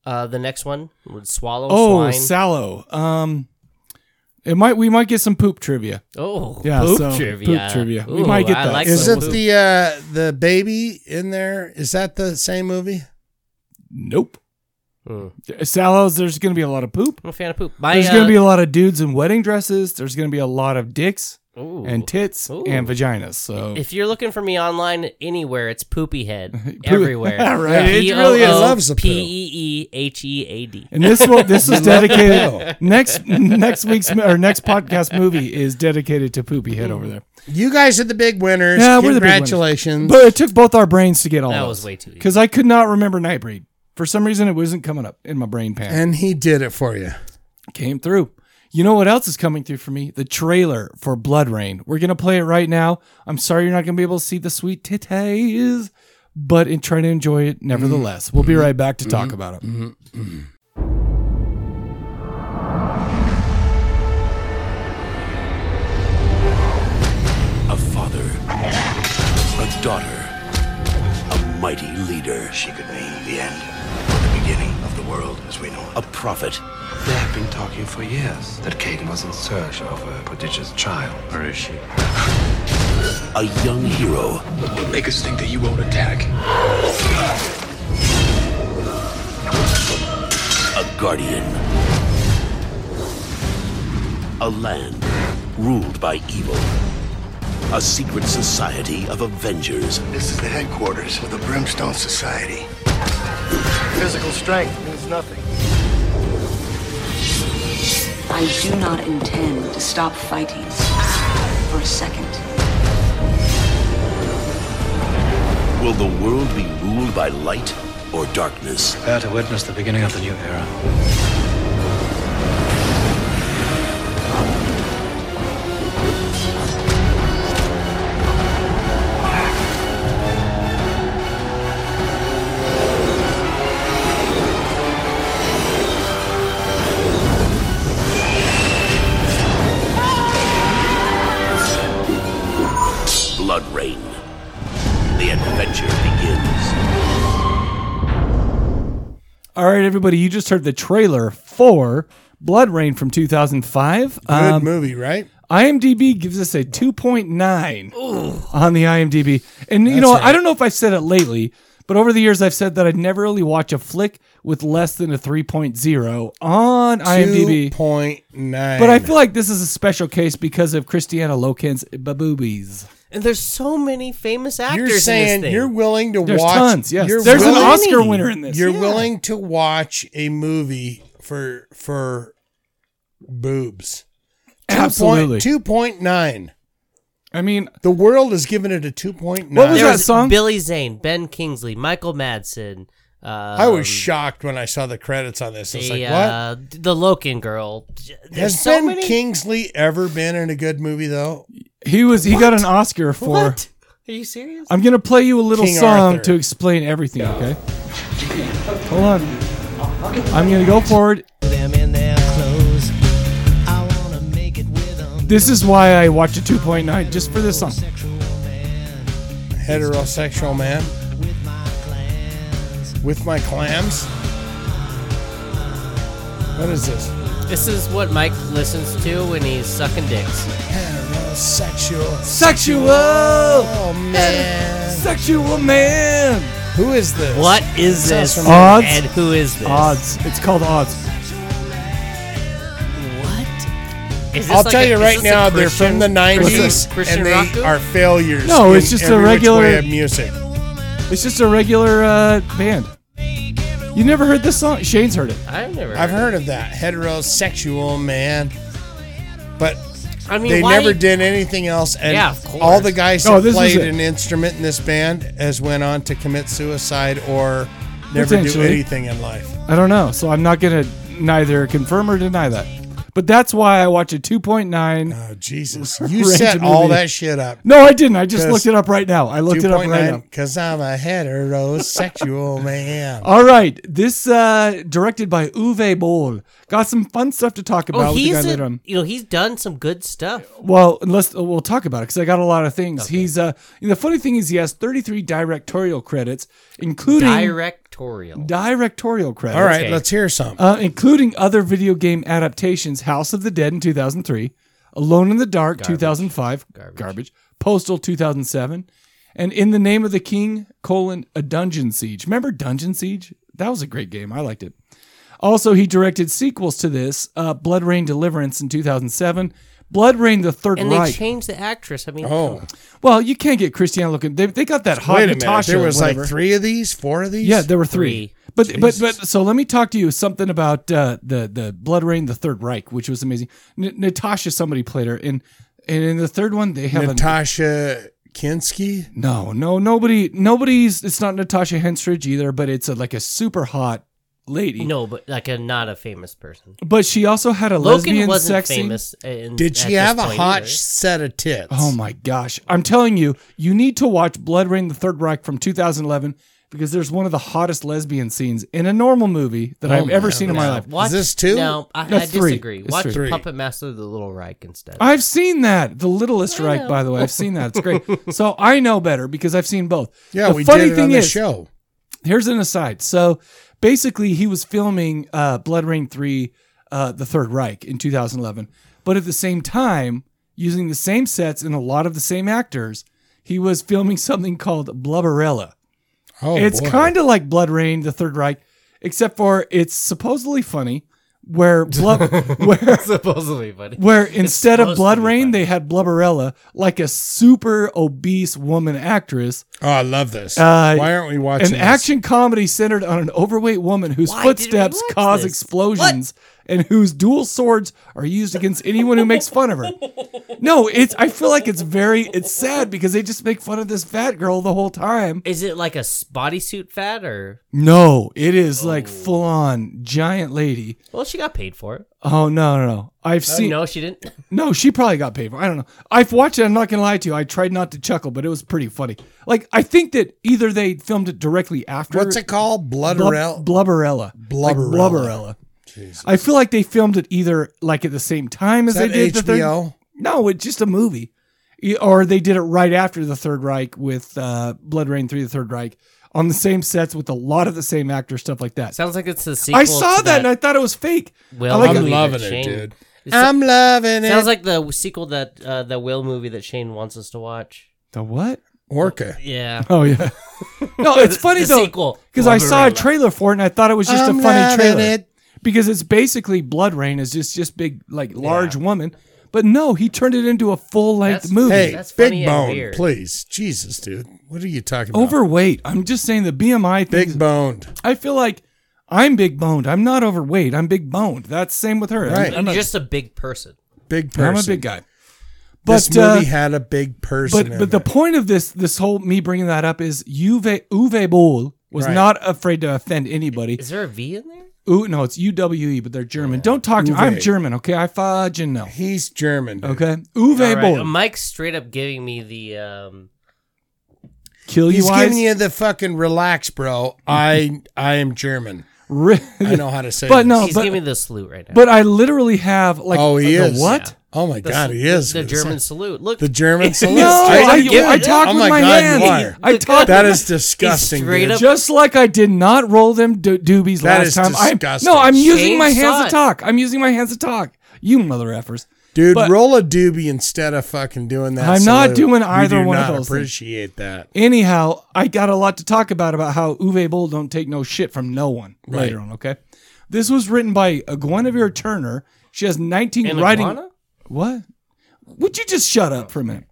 Uh, the next one would swallow
Oh,
swine.
sallow. Um, it might. We might get some poop trivia.
oh,
Yeah,
poop
so-
trivia.
poop trivia. We
Ooh,
might get
I
that.
Like
Is
the
it
poop.
the uh the baby in there? Is that the same movie?
Nope.
Hmm.
Sallows. There's going to be a lot of poop.
I'm a fan of poop. My,
There's
uh,
going to be a lot of dudes in wedding dresses. There's going to be a lot of dicks
uh, ooh.
and tits
Ooh.
and oh. vaginas. So
If you're looking for me online anywhere, it's Poopy Head everywhere.
right? It
P O
really
O
is.
loves the poo.
P E E H E A D.
And this will this is
Poopy.
dedicated next next week's or next podcast movie is dedicated to Poopy Head over there.
You guys are the big winners.
Yeah, we're the big winners.
Congratulations.
But it took both our brains to get all
That was way too easy.
because I could not remember Nightbreed for some reason. It wasn't coming up in my brain pan.
and he did it for you.
Came through. You know what else is coming through for me? The trailer for Blood Rain. We're gonna play it right now. I'm sorry you're not gonna be able to see the sweet titties, but in trying to enjoy it nevertheless. We'll be right back to talk about it.
A father, a daughter, a mighty leader. She could mean the end or the beginning of the world as we know it. A prophet.
They have been talking for years that Caden was in search of a prodigious child. Where is she?
A young hero
Make us think that you won't attack.
A guardian. A land ruled by evil. A secret society of Avengers
This is the headquarters of the Brimstone Society. Physical strength means nothing.
I do not intend to stop fighting for a second.
Will the world be ruled by light or darkness?
Prepare to witness the beginning of the new era.
Blood Rain. The adventure begins.
All right, everybody, you just heard the trailer for Blood Rain from 2005.
Good
Um,
movie, right?
IMDb gives us a 2.9 on the IMDb. And you know, what? I don't know if I've said it lately, but over the years I've said that I'd never really watch a flick with less than a 3.0 on IMDb.
2.9.
But I feel like this is a special case because of Christiana Loken's baboobies.
And there's so many famous actors.
you're
in this
saying
thing.
you're willing to
There's
watch
tons, yes.
you're
There's an
willing-
Oscar winner in this.
You're willing to watch a movie for for boobs.
Absolutely.
Two point nine.
I mean,
The world has given it a two point
What was
nine.
There
that
was
song?
Billy Zane, Ben Kingsley, Michael Madsen. Um,
I was shocked when I saw the credits on this. I was
The,
like, what?
uh, the Loken girl. There's
Has
so
Ben
many.
Kingsley ever been in a good movie though?
he was he got an Oscar for
what? Are you serious?
I'm gonna play you a little
King
song
Arthur.
to explain everything. Okay. Hold on. I'm gonna go forward. This is why I watch a 2.9 just for this song.
heterosexual man. With my clams. What is this?
This is what Mike listens to when he's sucking dicks.
Heterosexual. Oh,
Sexual man. Sexual man.
Who is this?
What is
Sounds
this?
familiar.
Odds.
And who is this?
Odds. It's called odds.
Is this
I'll
like
tell
a-
you
is
right
this a
now, they're
Christian-
from the
Christian-
'90s
Christian
and they
rock group?
are failures.
No, it's
in
just a
every which
regular-
way of music.
It's just a regular uh, band. You never heard this song? Shane's heard it.
I've never.
I've heard of that heterosexual man, but
I mean,
they
why-
never did anything else. And
Yeah, of course.
all the guys
No,
that
this is
played
it.
an instrument in this band has went on to commit suicide or never do
Potentially.
anything in life.
I don't know, so I'm not gonna neither confirm or deny that. But that's why I watch a 2.9.
Oh Jesus! You
Random
set all
movie.
that shit up.
No, I didn't. I just
'Cause
looked it up right now. I looked it up right now.
because I'm a heterosexual man.
All right, this uh directed by Uwe Boll. Got some fun stuff to talk about
Oh,
with the guy
he's
later
a,
on.
you know he's done some good stuff.
Well, unless uh, we'll talk about it because I got a lot of things. He's uh the funny thing is he has 33 directorial credits, including
Directorial.
directorial credits.
All right, let's hear some.
uh, including other video game adaptations House of the Dead in 2003, Alone in the Dark 2005, garbage. Postal 2007, and In the Name of the King, colon, A Dungeon Siege. Remember Dungeon Siege? That was a great game. I liked it. Also, he directed sequels to this uh, Blood Rain Deliverance in 2007, Blood Rain the Third
And they
Reich.
changed the actress. I mean,
Oh,
well, you can't get Christiana looking. They, they got that hot
wait a minute.
Natasha.
There was like
whatever.
three of these, four of these.
Yeah, there were three. But but but so let me talk to you something about uh, the the Blood Rain, the Third Reich, which was amazing. N- Natasha, somebody played her, and and in the third one they have a
Natasha Kinski.
no no nobody nobody's it's not Natasha Henstridge either, but it's a, like a super hot lady.
no, but like a not a famous person.
But she also had a
Logan
lesbian
wasn't
sex scene.
famous. In,
Did she
at
have
this
a
point
hot
either.
set of tits?
Oh my gosh! I'm telling you, you need to watch Blood Rain, the Third Reich from 2011 because there's one of the hottest lesbian scenes in a normal movie that
Oh
I've
my
ever seen in my
goodness.
life.
Watch-
this two?
No, I,
No,
I
three.
disagree.
It's
Watch
three.
Puppet Master of the Little Reich instead.
I've seen that. The Littlest Reich, by the way. I've seen that. It's great. so I know better because I've seen both.
Yeah,
the
we
funny
did it
thing
on the
is,
show.
here's an aside. So basically, he was filming uh, Blood Rain 3, uh, The Third Reich in 2011. But at the same time, using the same sets and a lot of the same actors, he was filming something called Blubberella.
Oh,
it's
boy.
kind of like Blood Rain, The Third Reich, except for it's supposedly funny. Where blub, where
supposedly, buddy.
where instead of
supposed
Blood
to be
Rain,
funny.
they had Blubberella, like a super obese woman actress.
Oh, I love this.
Uh,
Why aren't we watching
An
this?
action comedy centered on an overweight woman whose
Why didn't we
footsteps
watch
cause
this?
explosions and whose dual swords are used against anyone who makes fun of her. No, it's. I feel like it's very. It's sad because they just make fun of this fat girl the whole time.
Is it like a s- bodysuit fat or?
No, it is like
Oh.
full on giant lady.
Well, she got paid for it. Oh,
Oh no, no, no! I've seen.
no, she didn't.
No, she probably got paid for. it. I don't know. I've watched it. I'm not gonna lie to you. I tried not to chuckle, but it was pretty funny. Like I think that either they filmed it directly after.
What's it called? Blubberell.
Blub- Blubberella. Like
Blubberella.
Blubberella.
Jesus.
I feel like they filmed it either like at the same time as
Is that
they did the third.
HBO?
No, it's just a movie, E- or they did it right after the Third Reich with uh, Blood Rain Three, the Third Reich, on the same sets with a lot of the same actors, stuff like that.
Sounds like it's the sequel.
I saw
to
that, and I thought it was fake.
Will
I like
I'm
it.
movie that
loving it,
Shane-
dude.
It's-
I'm loving it.
Sounds like the sequel that uh, the Will movie that Shane wants us to watch.
The what?
Orca.
Yeah.
Oh yeah. no, it's funny
the
though.
sequel.
Because I saw a trailer for it and I thought it was just
I'm
a funny
loving
trailer.
it.
Because it's basically Blood Rain is just just big like large woman, but no, he turned it into a full length
That's-
movie.
Hey,
That's funny
Big
and
Bone,
weird.
please. Jesus, dude. What are you talking about?
Overweight. I'm just saying the BMI thing.
Big boned.
I feel like I'm big boned. I'm not overweight. I'm big boned. That's same with her. I'm-
Right.
I'm,
You're
not-
just a big person.
Big person.
I'm a big guy.
This
But, uh,
movie had a big person.
But
in
but the
it.
point of this this whole me bringing that up is Uwe Uwe Boll was
Right.
not afraid to offend anybody.
Is there a V in there?
Ooh, no, it's UWE, but they're German. Don't talk to me. I'm
Uwe.
German, okay? I fudge and know.
he's German. Dude.
Okay? Uwe
All right, um,
Boll.
Uh, Mike's straight up giving me the um,
Kill
He's
you eyes.
giving you the fucking relax, bro. I I am German.
Ri-
I know how to say.
But
this.
no,
he's
but,
giving me the salute right now.
but I literally have like
Oh, he
the
is.
what?
Oh my
The
God,
sa-
he is.
the
It's
German
like-
salute. Look.
the German salute.
No,
Straight
I-
up good.
I talk
oh
with
my,
my
God,
hand.
You are.
I talk-
That is disgusting.
straight
Dude.
up-
Just like I did not roll them do- doobies
That
last
is
time. I'm-
disgusting.
no, I'm using
Shame
my hands
saw it.
to talk. I'm using my hands to talk. You mother effers.
Dude,
But-
roll a doobie instead of fucking doing that.
I'm not
salute.
doing
You
either
do
one of
not
those things.
Appreciate that.
Anyhow, I got a lot to talk about about how Uwe Boll don't take no shit from no one
Right.
later on. Okay, this was written by uh, Guinevere Turner. She has 19
An
writing.
iguana?
What? Would you just shut up for a minute?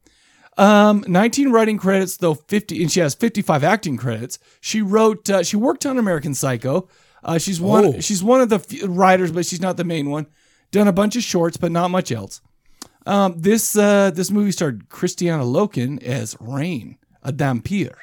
Um, 19 writing credits though 50, and she has 55 acting credits. She wrote. Uh, she worked on American Psycho. Uh, she's one.
Oh.
She's one of the few writers, but she's not the main one. Done a bunch of shorts, but not much else. Um, this uh, this movie starred Christiana Loken as Rain, a dampier.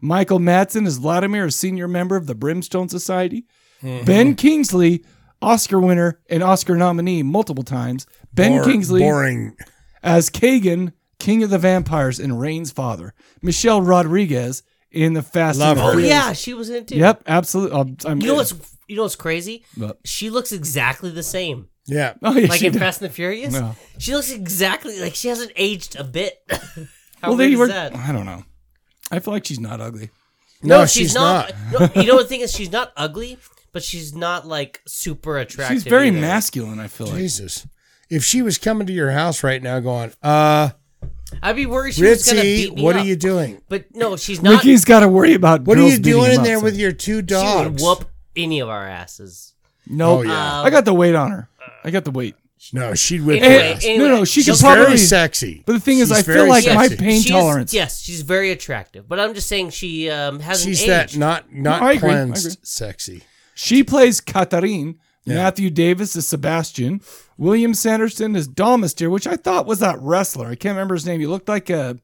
Michael Madsen as Vladimir, a senior member of the Brimstone Society.
Mm-hmm.
Ben Kingsley, Oscar winner and Oscar nominee multiple times. Ben
Bor-
Kingsley
Boring.
as Kagan, King of the Vampires and Rain's father. Michelle Rodriguez in the Fast
Love
and
her.
Oh
Furious.
yeah, she was in it too.
Yep, absolutely. I'm, I'm-
You know what's you know what's crazy?
What?
She looks exactly the same.
Yeah.
Oh, yeah,
like
she
in
did.
Fast and the Furious.
No.
She looks exactly like she hasn't aged a bit. How
Well, there
weird
you were.
is that?
I don't know. I feel like she's not ugly.
No, she's, not.
no, you know the thing is, she's not ugly, but she's not like super attractive.
She's very
either.
masculine. I feel like.
Jesus. If she was coming to your house right now going, uh,
I'd be worried she was gonna
Ritzy,
beat me
what
up.
are you doing?
But no, she's not.
Ricky's got to worry about.
What are
girls
you
beating
doing
him
in
up,
there
so-
with your two
she would
dogs?
whoop any of our asses.
No,
Oh, yeah.
Um,
I got the weight on her. I got the weight.
No, she'd whip
Anyway,
your
And-
ass.
anyway,
no, no, she
she's
could
She's
probably.
very sexy.
But the thing is,
She's
I feel
very
like my
sexy.
pain
She is-
tolerance.
yes, she's very attractive, but I'm just saying she um, hasn't
She's
aged.
that not not
I agree, I
cleansed
agree.
sexy.
She plays Katarine.
Yeah.
Matthew Davis is Sebastian. William Sanderson is Domestier, which I thought was that wrestler. I can't remember his name. He looked like a.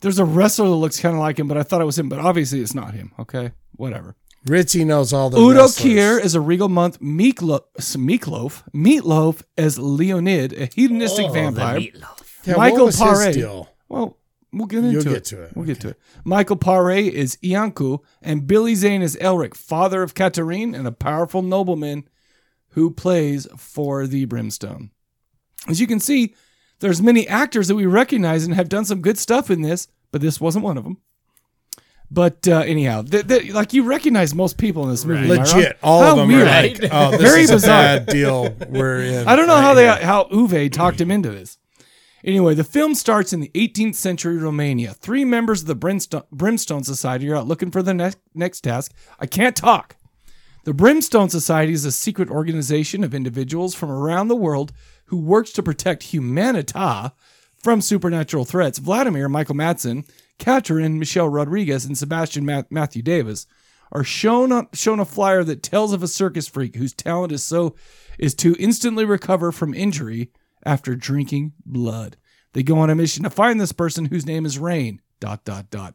There's a wrestler that looks kind of like him, but I thought it was him. But obviously, it's not him. Okay, whatever.
Ritzy knows all the
Udo
wrestlers.
Kier is a regal month. Meatloaf, Meatloaf, Meatloaf as Leonid, a hedonistic
Oh, the
vampire.
meatloaf.
Yeah,
Michael
what was his
Paré.
deal?
Well, we'll get into
You'll
it.
get to it.
We'll get to it. Michael Paré is Iancu, and Billy Zane is Elric, father of Katarine and a powerful nobleman who plays for the Brimstone. As you can see, there's many actors that we recognize and have done some good stuff in this, but this wasn't one of them. But uh, anyhow, th- th- like you recognize most people in this movie, am I wrong?
Legit, all
How
of them
weird.
are like, oh, this
Very
is
bizarre.
a bad deal we're in.
I don't know
right
how they
here.
how Uwe talked him into this. Anyway, the film starts in the 18th century Romania. Three members of the Brimstone, Brimstone Society are out looking for their next, next task. I can't talk. The Brimstone Society is a secret organization of individuals from around the world who works to protect humanita from supernatural threats. Vladimir, Michael Madsen, Katrin, Michelle Rodriguez, and Sebastian Ma- Matthew Davis are shown up shown a flyer that tells of a circus freak whose talent is so is to instantly recover from injury after drinking blood. They go on a mission to find this person whose name is Rain. Dot dot dot.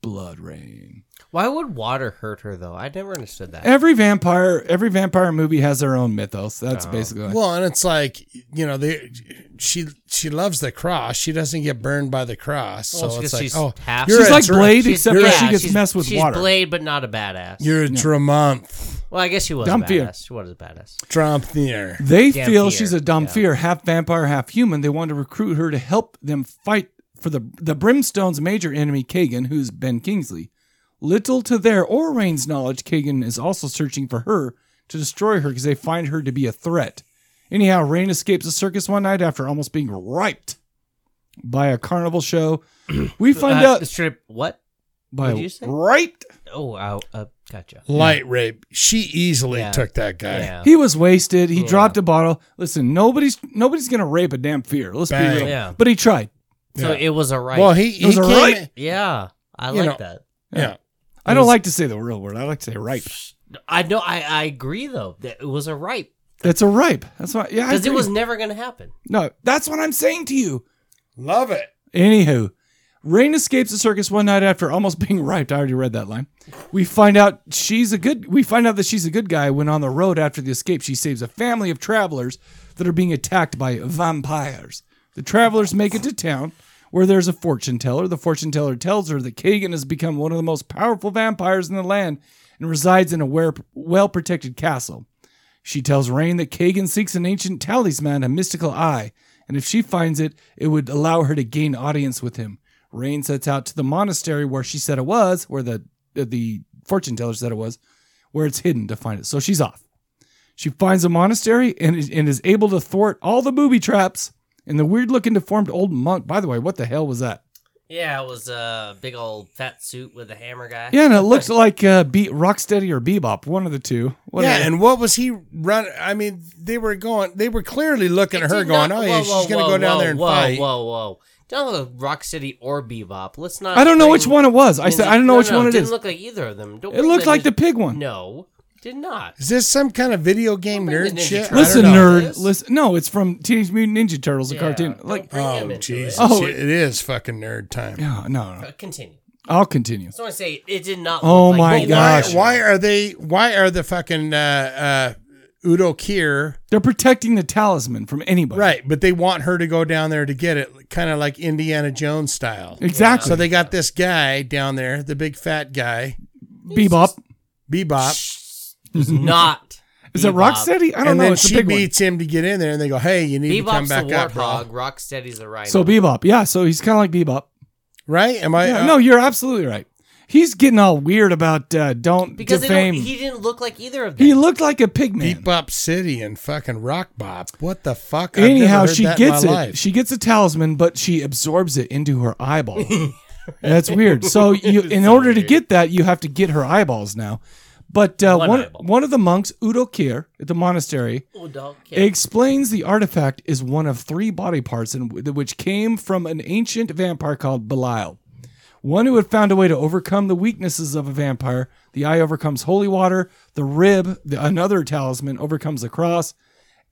Blood Rain.
Why would water hurt her though? I never understood that.
Every vampire every vampire movie has their own mythos. That's basically like,
Well, and it's like you know, they she she loves the cross. She doesn't get burned by the cross,
Well, it's
so it's
'cause
like
she's
oh,
half-
you're
She's
a
like
dra-
Blade, except
you're
for
a-
she gets
she's-
messed with
she's
water.
Blade, but not a badass.
You're a Dramonth,
well, I guess she was a
Dumpier.
badass. She was a badass.
Dromthier.
They
Damn
feel
fear.
she's a dumb
Yeah.
fear, half vampire, half human. They want to recruit her to help them fight for the the Brimstone's major enemy, Kagan, who's Ben Kingsley. Little to their or Rain's knowledge, Kagan is also searching for her to destroy her because they find her to be a threat. Anyhow, Rain escapes a circus one night after almost being riped by a carnival show. We find
Uh,
out
strip what?
by
did you say?
riped.
Oh, wow. Uh, gotcha.
Light rape. She easily
Yeah.
took that guy.
Yeah.
He was wasted. He dropped a bottle. Listen, nobody's nobody's gonna rape a damn fear. Let's
Bang.
be real.
Yeah.
But he tried.
So it was a right.
Well, he he
Those
came.
are right.
yeah, I
You
like
know.
that.
Yeah.
I don't like to say the real word. I like to say ripe.
I know. I, I agree though. That it was a right
That's a ripe. That's why. Yeah, I
because it
agree.
was never going to happen.
no. That's what I'm saying to you.
Love it.
Anywho, Rain escapes the circus one night after almost being riped. I already read that line. We find out she's a good. We find out that she's a good guy. When on the road after the escape, she saves a family of travelers that are being attacked by vampires. The travelers make it to town where there's a fortune teller. The fortune teller tells her that Kagan has become one of the most powerful vampires in the land and resides in a well protected castle. She tells Rain that Kagan seeks an ancient talisman, a mystical eye, and if she finds it, it would allow her to gain audience with him. Rain sets out to the monastery where she said it was, where the uh, the fortune teller said it was, where it's hidden to find it. So she's off. She finds a monastery and is, and is able to thwart all the booby traps and the weird looking deformed old monk. By the way, what the hell was that?
Yeah, it was a big old fat suit with a hammer guy.
Yeah, and it looks like uh, be- Rocksteady or Bebop, one of the two.
yeah, and what was he run? I mean, they were going. They were clearly looking at her, going, "Oh yeah, she's going to go down there and
whoa,
fight."
Whoa, whoa, Don't look like Rock City or Bebop. Let's not.
I don't know
bring-
which one it was. I said I don't know
No,
which
no,
one
it
it
didn't
is.
look like either of them. Don't
It
bring
looked like the
Ninja-
pig one.
No, did not.
Is this some kind of video game
bring
nerd
the Ninja
shit? I don't
Listen,
know.
nerd. Listen. No, it's from Teenage Mutant Ninja Turtles, the cartoon. Like,
Oh Jesus!
Oh,
it is fucking nerd time.
No, no, no.
Uh, continue.
I'll continue.
I just want to say it did not.
Oh
look like
my
the
gosh.
original.
Why are they? Why are the fucking uh, uh, Udo Kier
They're protecting the talisman from anybody.
right? But they want her to go down there to get it, kind of like Indiana Jones style.
Exactly.
So they got this guy down there, the big fat guy,
Bebop.
Bebop.
It's not.
Is it
Bebop.
Rocksteady? I don't
and
know.
then
It's a
she
big one.
beats him to get in there, and they go, "Hey, you need
Bebop's
to come back
the
up,
warthog.
bro."
Rocksteady's the rhino.
So Bebop, yeah. So he's kind of like Bebop.
Right? Am I?
Yeah,
uh,
no, you're absolutely right. He's getting all weird about uh, don't
because they
defame.
don't, he didn't look like either of them.
he looked like a pig man.
Bebop City and fucking Rock Bop. What the fuck? I've never
Anyhow,
heard
she
that in
gets it.
my life.
She gets a talisman, but she absorbs it into her eyeball. And That's weird. So you, in order to get that, you have to get her eyeballs now. But uh,
One
one
eyeball.
one of the monks, Udo Kier, at the monastery,
Oh, dog, yeah.
explains the artifact is one of three body parts in, which came from an ancient vampire called Belial. One who had found a way to overcome the weaknesses of a vampire. The eye overcomes holy water, the rib, the, another talisman, overcomes the cross,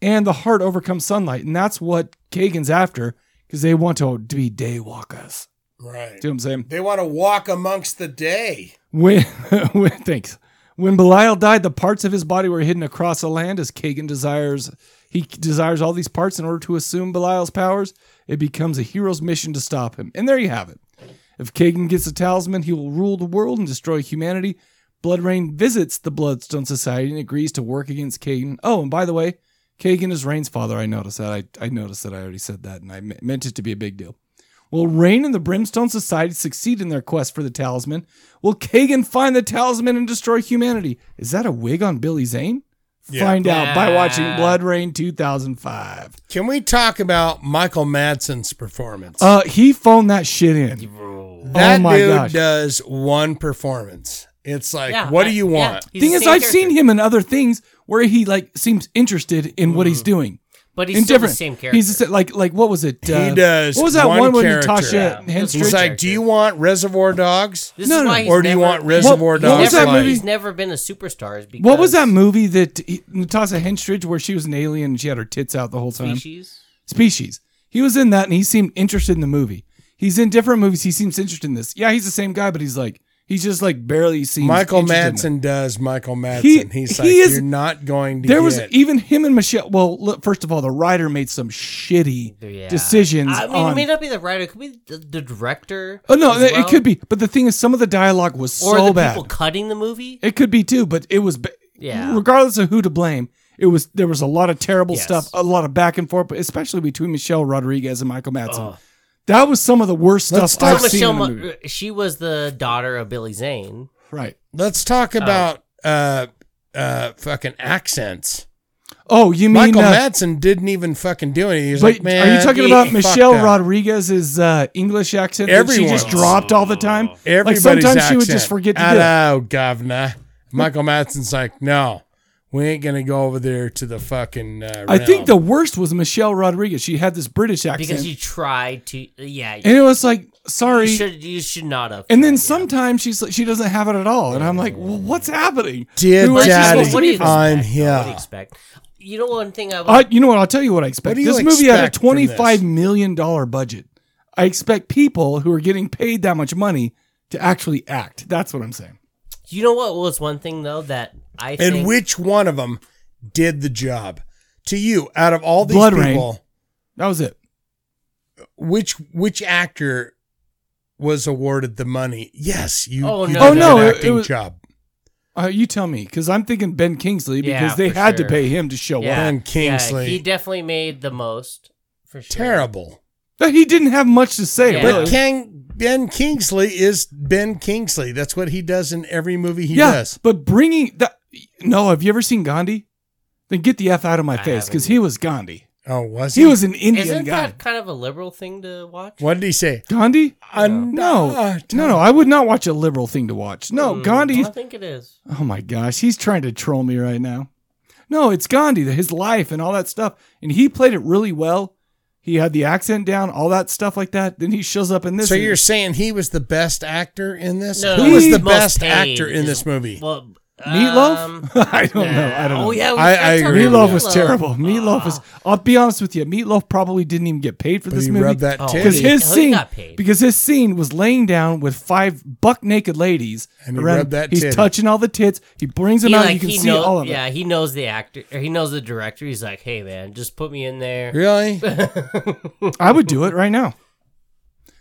and the heart overcomes sunlight. And that's what Kagan's after because they want to be daywalkers.
right.
Do you know what I'm saying?
They want to walk amongst the day.
When, when thanks. When Belial died, the parts of his body were hidden across the land as Kagan desires he desires all these parts in order to assume Belial's powers. It becomes a hero's mission to stop him. And there you have it. If Kagan gets a talisman, he will rule the world and destroy humanity. Blood Rain visits the Bloodstone Society and agrees to work against Kagan. Oh, and by the way, Kagan is Rain's father. I noticed that. I, I noticed that I already said that, and I me- meant it to be a big deal. Will Rain and the Brimstone Society succeed in their quest for the talisman? Will Kagan find the talisman and destroy humanity? Is that a wig on Billy Zane?
Yeah.
Find out by watching
Ah.
Blood Rain 2005.
Can we talk about Michael Madsen's performance?
Uh, he phoned that shit in. oh
that
my
dude
gosh.
does one performance. It's like,
Yeah,
what
I-
do you
yeah.
want?
He's
Thing
the
is,
same
I've
character.
seen him in other things where he like seems interested in what
Mm.
he's doing.
but he's
in
still
different,
the same character.
He's the sa- like like what was it? uh,
He does
What was that
one
one, with
character.
Natasha
Yeah.
Henstridge?
He's like, do you want Reservoir Dogs?
this
no,
is
no,
why
no.
he's
Or do you
never-
want Reservoir
What-
Dogs?
what was that
like?
movie?
He's never been a superstar. is Because
what was that movie that he, Natasha Henstridge where she was an alien and she had her tits out the whole time?
Species.
Species. He was in that and he seemed interested in the movie. He's in different movies. He seems interested in this. Yeah, he's the same guy, but he's like he's just like barely seems.
Michael
interested in it.
Madsen does Michael Madsen. He's
he
like,
is-
you're not going to
There
get
was e- even him and Michelle. Well, look, first of all, the writer made some shitty
Yeah.
decisions.
I mean,
on,
it may not be the writer. It could be the, the director.
oh no,
as
it- it
well.
could be. But the thing is, some of the dialogue was
Or
so
the
bad.
people cutting the movie.
It could be too, but it was. ba-
Yeah.
Regardless of who to blame, it was there was a lot of terrible
Yes.
stuff, a lot of back and forth, but especially between Michelle Rodriguez and Michael Madsen. That was some of the worst
Let's
stuff
talk
I've
So
seen.
Michelle,
in a
Mo-
movie.
she was the daughter of Billy Zane.
Right.
Let's talk
Oh.
about uh, uh, fucking accents.
Oh, you mean?
Michael
uh,
Madsen didn't even fucking do anything. He's
wait,
like, man,
are you talking
fuck
about
that.
Michelle Rodriguez's uh, English accent that she just
Everyone's.
dropped all the time?
Everybody's
like sometimes
accent.
she would just forget to do it.
Hello, governor. Michael Madsen's like, no, we ain't gonna go over there to the fucking. Uh,
I think the
realm."
worst was Michelle Rodriguez. She had this British accent,
because you tried to yeah
and it was like, sorry.
you should you should not have
and then
tried,
sometimes she's she doesn't have it at all, and I'm like, well, what's happening?
Dear
Who is she
yeah.
Daddy,
supposed
Well,
to
what do you
be?
expect?
I'm
though?
here.
what do you expect you know one thing i
Uh,
would
you know what? I'll tell you what I expect.
What do you
this movie had a
expect from this?
twenty-five million dollar budget. I expect people who are getting paid that much money to actually act. That's what I'm saying.
you know what was one thing though that i
and
think
which one of them did the job? To you, out of all these
Blood Rain.
people,
That was it.
which which actor was awarded the money? Yes, you.
Oh,
you did
no. Oh,
an
no, it- it
acting
was-
job.
Uh, you tell me, because I'm thinking Ben Kingsley because
Yeah,
they
for
had
sure.
to pay him to show
Yeah.
up.
Yeah, he definitely made the most for sure.
Terrible.
But he didn't have much to say.
Yeah.
But
Really.
King, Ben Kingsley is Ben Kingsley. That's what he does in every movie he
yeah,
does.
but bringing that. No, have you ever seen Gandhi? Then get the f out of my face because he was Gandhi.
Oh, was
He
he?
was an Indian
Isn't
guy.
that kind of a liberal thing to watch?
What did he say?
Gandhi?
Uh,
No, no, no. I would not watch a liberal thing to watch. No,
Hmm,
Gandhi.
I think it is.
Oh my gosh, he's trying to troll me right now. No, it's Gandhi, his life and all that stuff. And he played it really well. He had the accent down, all that stuff like that. Then he shows up in this.
So
and-
you're saying he was the best actor in this?
No,
Who
no,
was the
most
best
paid
actor in
is-
this movie?
Well,
Meatloaf?
um,
I don't know. I don't know.
Oh yeah, we
I-
got
I
some
agree.
Meatloaf was
Meatloaf. Ah.
terrible. Meatloaf was. I'll be honest with you. Meatloaf probably didn't even get paid for
But
this
he
movie
rubbed that Oh, tit.
because
he-
his
oh, he
scene
got paid.
because his scene was laying down with five buck naked ladies
And he
around
rubbed
him.
that
He's
titty.
touching all the tits. He brings them
He,
out.
like,
you can
he
see
knows,
all of it.
Yeah, he knows the actor or he knows the director. He's like, hey man, just put me in there.
Really?
I would do it right now.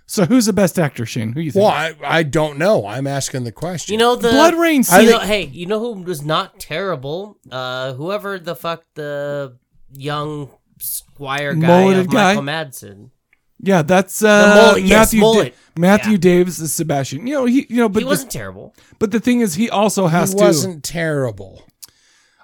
So who's the best actor, Shane? Who you think?
Well, I, I don't know. I'm asking the question.
You know the
Blood Rain
You
scene.
know, hey, you know who was not terrible? Uh, whoever the fuck the young squire guy
Mulleted
of
guy?
Michael Madsen.
Yeah, that's uh,
mullet,
Matthew
yes,
Da-
mullet.
Matthew Davis is Sebastian. You know he. You know, but
he
the-
wasn't terrible.
But the thing is, he also has
he
to.
wasn't terrible.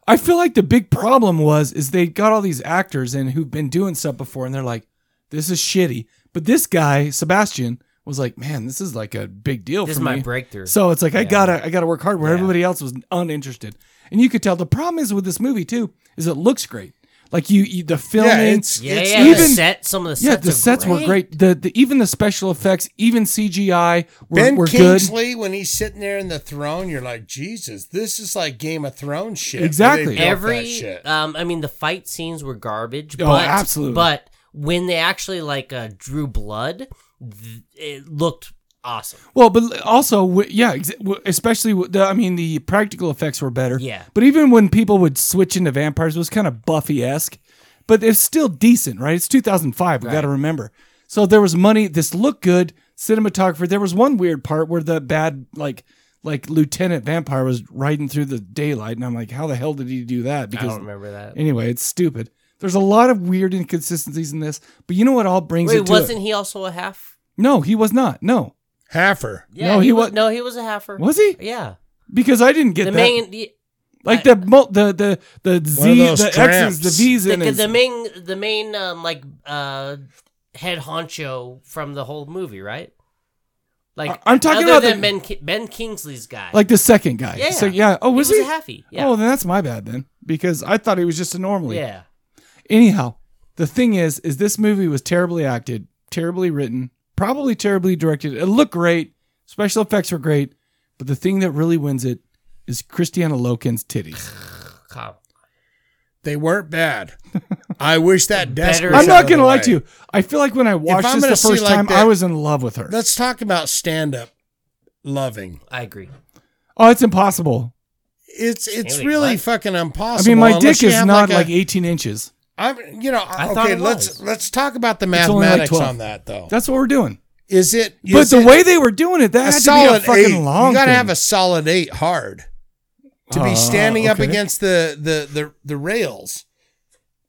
I feel like the big problem was is they got all these actors in who've been doing stuff before, and they're like, "This is shitty." But this guy Sebastian was like, "Man, this is like a big deal
This
for
is my
me."
breakthrough.
So it's like I
Yeah.
gotta I gotta work hard where everybody else was uninterested, and you could tell the problem is with this movie too is it looks great. Like you, you the filming,
it's-
Yeah, yeah. the set, some of the
yeah,
sets
the
are
sets were
great.
great. The, the even the special effects, even CGI were,
Ben
were good.
Kingsley, when he's sitting there in the throne, you're like, Jesus, this is like Game of Thrones shit. where they
Exactly.
built that
Every,
shit.
um, I mean, the fight scenes were garbage.
Oh,
but,
absolutely.
But when they actually like uh, drew blood, th- it looked awesome.
Well, but also, w- yeah, ex- w- especially with the, I mean, the practical effects were better.
Yeah.
But even when people would switch into vampires, it was kind of Buffy esque, but it's still decent, right? It's 2005. We got to remember. So there was money. This looked good. Cinematographer. There was one weird part where the bad like like lieutenant vampire was riding through the daylight, and I'm like, how the hell did he do that?
I don't remember that.
Anyway, it's stupid. There's a lot of weird inconsistencies in this, but you know what all brings
Wait,
it to
wasn't
it?
he also a half?
No, he was not. No.
Halfer.
Yeah,
no, he,
wa-
was
No, he was a halfer.
Was he?
Yeah.
because I didn't get
The
that.
main, the,
like the mul- the the the
of
Z
those
the
tramps.
X's the V's
the,
in
the,
it.
main, the main, um, like uh, head honcho from the whole movie, right? Like
I- I'm talking
other
about
than
the-
ben, Ki- ben Kingsley's guy.
like the second guy.
Yeah.
So, yeah. Oh,
He
was
was
he?
a halfie, yeah.
Oh, then that's my bad then because I thought he was just a normally.
yeah.
Anyhow, the thing is, is this movie was terribly acted, terribly written, probably terribly directed. It looked great. Special effects were great, but the thing that really wins it is Christiana Loken's titties.
Come.
They weren't bad. I wish that desk.
Better-
was
I'm
out
not
of
gonna
the
lie
way.
to you. I feel like when I watched
I'm
this
gonna
the
see
first
like
time,
that-
I was in love with her.
Let's talk about stand up loving.
I agree.
oh, it's impossible.
It's it's
Really,
really
what?
fucking
I
impossible.
mean, my
unless
dick
you
is
have
not
a-
like 18 inches.
I'm, you know,
I thought
okay.
it
Let's
was.
let's talk about the
It's only like
mathematics
12.
on that though.
That's what we're doing.
Is it?
but
is
the
it
way they were doing it, that
a
had to
solid
be a fucking
eight.
long.
you gotta
thing.
have a solid eight hard to
Uh,
be standing up
okay.
against the the the the rails,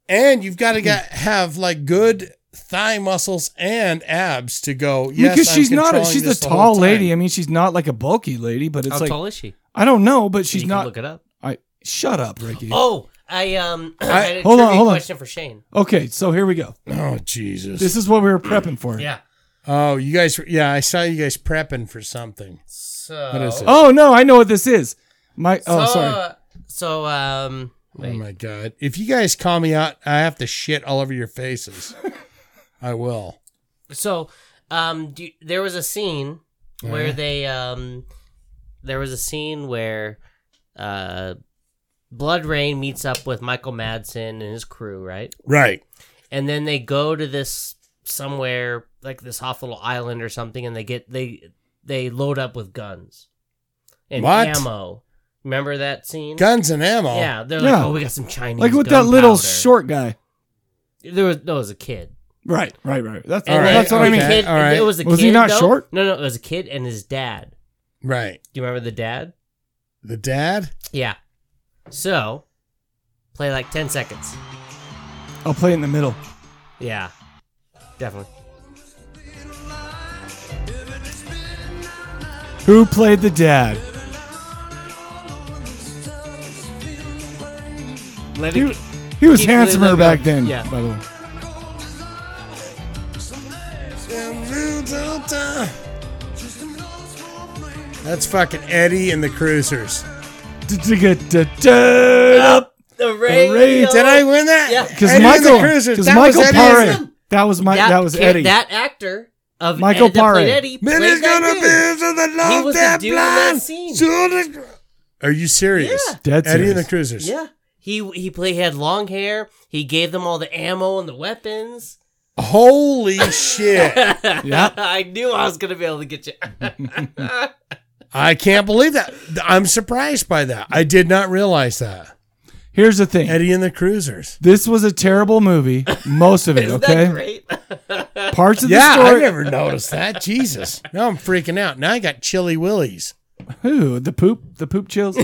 and you've got to get
Hmm.
have like good thigh muscles and abs to go. Yes,
because
I'm
she's not. A,
controlling
she's a
this the whole
tall lady. I
time."
mean, she's not like a bulky lady, but it's
How
like
tall is she?
I don't know, but
you
she's
can
not.
look it up.
I shut up, Ricky.
Oh, I um. I, had a
hold on,
trivia
hold on.
Question for Shane.
Okay, so here we go.
Oh Jesus!
This is what we were prepping for.
Yeah.
oh, you guys. were- Yeah, I saw you guys prepping for something.
So.
What is it?
Oh no, I know what this is. My oh
so,
sorry.
uh, So um.
Oh
wait.
my god! If you guys call me out, I have to shit all over your faces. I will.
So, um, do, there was a scene where they um, there was a scene where uh, Blood Rain meets up with Michael Madsen and his crew, right?
Right.
And then they go to this somewhere like this off little island or something, and they get they they load up with guns and
What?
ammo. Remember that scene?
Guns and ammo.
Yeah, they're
Yeah.
like, oh, we got some Chinese.
Like with that little
gunpowder."
short guy.
There was no, it was a kid.
Right, right, right. That's
All
And
right,
that's what I
the
mean.
okay.
Kid,
all right.
It was a
Was
kid.
he not
though.
short?
No, no, it was a kid and his dad.
Right.
Do you remember the dad?
The dad?
Yeah. So, play like 10 seconds.
I'll play in the middle.
Yeah. Definitely.
Who played the dad?
Let
He,
it
he was
keep-
handsomer
let it
back
go.
then,
Yeah.
by the way.
That's fucking Eddie and the Cruisers.
Turn up
the
radio. Did I win that?
Yeah.
Because
Eddie and the
Michael,
Cruisers,
because
that was
Michael
Eddie
Parra,
Islin.
that was my, that, was
kid-
Eddie.
That actor of
Michael
Ed, that
Parra.
played Eddie.
Man,
played
it's
that
gonna
dude.
be to the
He
love
was the
that
dude in that
blind
scene.
soon as- Are you serious?
Yeah.
Dead
Eddie and the
serious.
Cruisers.
Yeah. He he played. He had long hair. He gave them all the ammo and the weapons.
Holy shit.
Yep.
I knew I was gonna be able to get you.
I can't believe that. I'm surprised by that. I did not realize that.
Here's the thing.
Eddie and the Cruisers.
This was a terrible movie, most of it.
Isn't
okay,
that great?
parts of
Yeah,
the
I
story.
never noticed that. Jesus. Now I'm freaking out. Now I got chilly willies.
Who the poop? The poop chills.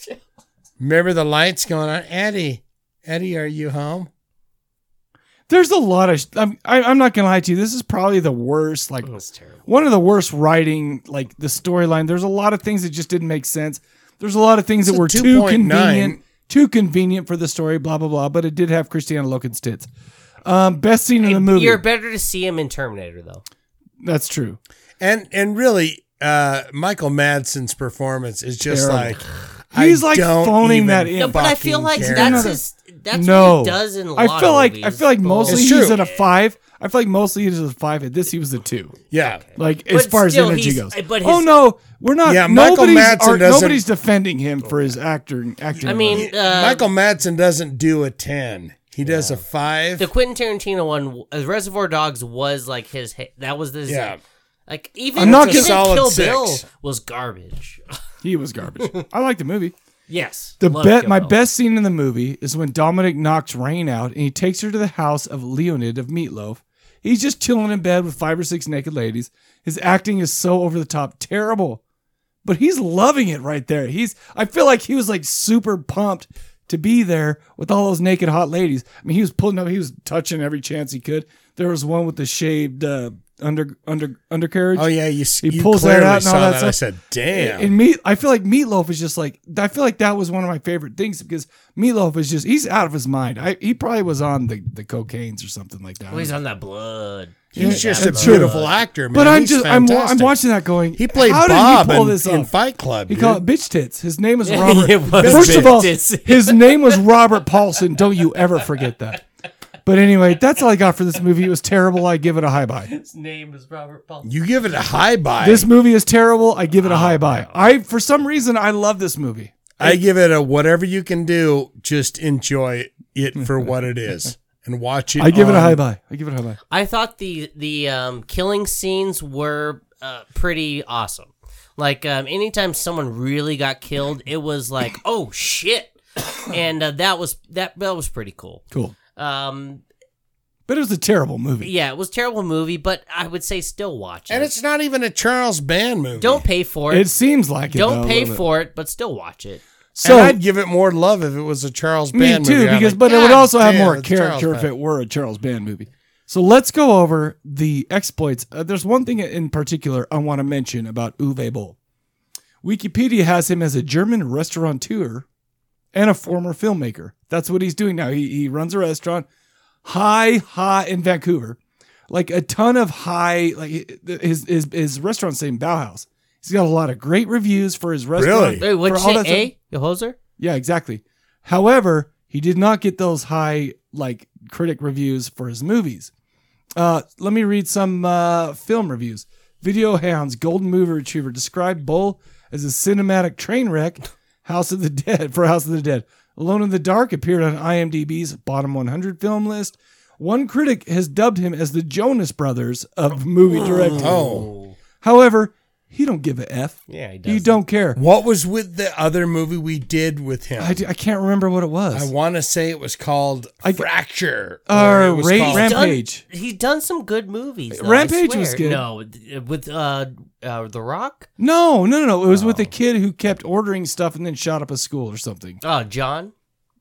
Remember the lights going on? Eddie, Eddie, are you home?
There's a lot of. sh- I'm, I, I'm not gonna lie to you. This is probably the worst. Like
That's terrible.
one of the worst writing. Like the storyline. There's a lot of things that just didn't make sense. There's a lot of things
It's
that
a
were too
2.9.
convenient, too convenient for the story. Blah blah blah. But it did have Christiana Loken's tits. Um, best scene in the movie.
You're better to see him in Terminator though.
That's true.
And and really, uh, Michael Madsen's performance is just
Terrible.
like
He's
I
like
don't
phoning
even
that in.
No, but I feel
fucking
like
care.
that's
No,
his. That's
no.
what he does in a lot
I feel
of
like I
movies.
feel like
But-
mostly
It's
he's
true.
at a five. I feel like mostly he's at a five. At this, he was a two.
Yeah,
Like
But
as far as
still,
energy
he's-
goes.
but
oh
his-
no, we're not.
Yeah, Michael
nobody's,
Madsen
are-
doesn't-
nobody's defending him for his acting. Acting.
I
ability.
mean, uh,
Michael Madsen doesn't do a ten. He does a five.
the Quentin Tarantino one, uh, Reservoir Dogs, was like his. hit. That was his.
Yeah.
Like even
I'm not
even
gonna- Solid
Kill
six.
Bill was garbage.
he was garbage. I like the movie.
yes.
The
love
bet,
Kill
my
Bill.
best scene in the movie is when Dominic knocks Rain out and he takes her to the house of Leonid of Meatloaf. He's just chilling in bed with five or six naked ladies. His acting is so over the top, terrible, but he's loving it right there. He's, I feel like he was like super pumped to be there with all those naked hot ladies. I mean, he was pulling up, he was touching every chance he could. There was one with the shaved uh, under under undercarriage.
oh yeah, you s-
He
you
pulls that
clearly
out and all
saw
that
I
stuff.
said, damn.
And meat, I feel like Meatloaf is just like I feel like that was one of my favorite things because Meatloaf is just he's out of his mind. I, he probably was on the the cocaines or something like that.
Well, he's on that blood.
He's just a
that's true.
beautiful actor, man.
but I'm
He's
just I'm, wa- I'm
fantastic.
watching that going.
He played
How
Bob
did he pull
in,
this
in
off?
Fight Club.
He
dude.
called it bitch tits. His name is
Yeah,
Robert.
it was
First of
bitch
all,
tits.
his name was Robert Paulson. Don't you ever forget that. But anyway, that's all I got for this movie. It was terrible. I give it a high buy.
His name is Robert Paul.
You give it a high buy.
This movie is terrible. I give it a
Oh,
high buy. I for some reason I love this movie.
I give it a whatever you can do, just enjoy it for what it is and watch it.
I give it a
on-
high buy. I give it a high buy.
I thought the the um, killing scenes were uh, pretty awesome. Like um, anytime someone really got killed, it was like, oh shit, and uh, that was that that was pretty cool.
Cool.
Um,
But it was a terrible movie.
yeah, it was a terrible movie, but I would say still watch it.
And it's not even a Charles Band movie.
don't pay for it.
It seems like it. though,
don't
a
pay
little bit.
for it, but still watch it.
So
So
and I'd give it more love if it was a Charles
me
Band
too,
movie. I'm
because
like,
but it would
"God
also have
damn,
more
it's a Charles
character if
Band."
it were a Charles Band movie. So let's go over the exploits. Uh, there's one thing in particular I want to mention about Uwe Boll. Wikipedia has him as a German restaurateur and a former filmmaker. That's what he's doing now. He he runs a restaurant high high in Vancouver. Like a ton of high like his his his restaurant's named Bauhaus. He's got a lot of great reviews for his restaurant.
Really?
Wait, what'd
For all
you
that stuff-
say? A? Yohoser?
Yeah, exactly. However, he did not get those high like critic reviews for his movies. Uh, let me read some uh, film reviews. Video Hounds Golden Mover Retriever described Bull as a cinematic train wreck. House of the Dead for House of the Dead. Alone in the Dark appeared on IMDb's bottom 100 film list. One critic has dubbed him as the Jonas Brothers of movie directing.
Oh.
However, He don't give a f.
Yeah, he
He
doesn't.
don't care.
What was with the other movie we did with him?
I, d- I can't remember what it was.
I want to say it was called Fracture.
Or
it was
Ra- Uh,
called-
Ram-
He's done-
Rampage.
he's done some good movies. Though, I
Rampage was
swear.
good.
No, th- with uh, uh, The Rock.
No, no, no, no. It was with a kid who kept ordering stuff and then shot up a school or something.
Oh, John.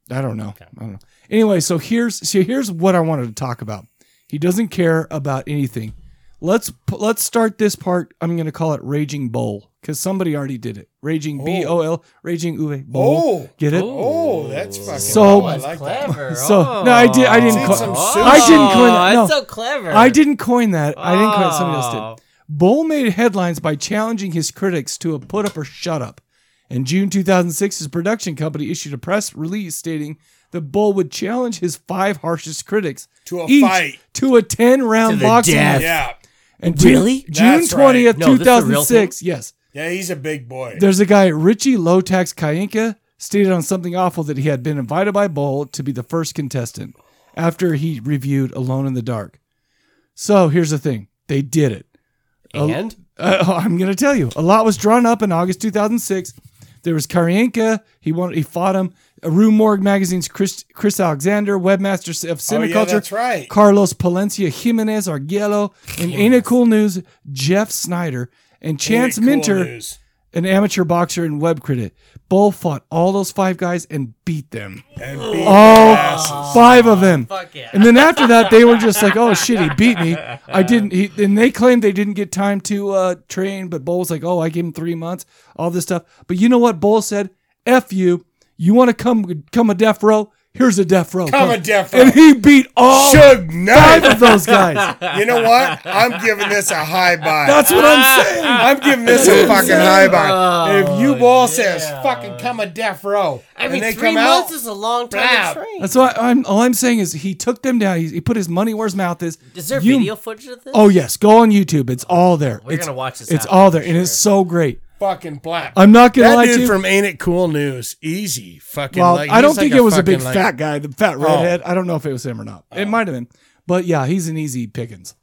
I don't know. I don't know. Anyway, so here's so here's what I wanted to talk about. He doesn't care about anything. Let's p- let's start this part. I'm going to call it Raging Bowl because somebody already did it. Raging B O L. Raging Uwe Bowl.
Oh.
get it?
Oh, that's fucking
So-
I like that.
So no, I did. I didn't.
Seen
Coin,
some
I didn't coin that.
Oh,
No,
that's so clever.
I didn't coin that. I didn't coin it. Somebody
Oh.
else did. Bull made headlines by challenging his critics to a put up or shut up. In June 2006, his production company issued a press release stating that Bull would challenge his five harshest critics
To a
each
fight.
to a 10 round
To the
boxing match.
death.
Yeah.
And
Really?
Ju- June
That's
20th,
right. No, this is a real
2006. Yes.
Yeah, he's a big boy.
There's a guy, Richie Low Tax Kayenka, stated on something awful that he had been invited by Bull to be the first contestant after he reviewed Alone in the Dark. So here's the thing they did it. A-
And
uh, I'm going to tell you. A lot was drawn up in August 2006. There was Karyenka. He won. He fought him. Rue Morgue magazine's Chris, Chris Alexander, webmaster of
Oh,
Cineculture.
yeah, that's right.
Carlos Palencia Jimenez Arguello, and Ain't It Cool News, Jeff Snyder, and Chance
Ain't it cool
Minter,
news?
an amateur boxer and web critic. Bull fought all those five guys and beat them.
And beat their
All
asses.
five of them.
fuck yeah.
And then after that, they were just like, "Oh shit, he beat me. I didn't." He, and they claimed they didn't get time to uh, train, but Bull was like, "Oh, I gave him three months, all this stuff." But you know what? Bull said, "F you. You want to come come a death row? Here's a death row.
Come a death row."
And he beat all
Suge
five
Knight.
of those guys.
You know what? I'm giving this a high buy.
That's what I'm saying.
I'm giving this a fucking high buy. If you ball says fucking come a death row,
Oh, I
and
mean,
they
three
come
months
out,
is a long time
Bam.
to train.
That's why I'm. All I'm saying is he took them down. He, he put his money where his mouth is.
Is there
You-
video footage of this?
Oh yes, go on YouTube. It's all there.
We're
It's-
gonna watch this
It's
after,
all there,
for
and it's so great.
fucking black.
I'm not gonna
that
lie
dude
to you.
from Ain't It Cool News, easy fucking.
well,
like,
I don't
he's like
think it was a big
fucking, like- Oh.
fat guy, the fat redhead. I don't know if it was him or not. It might have been, but yeah, he's an easy pickings.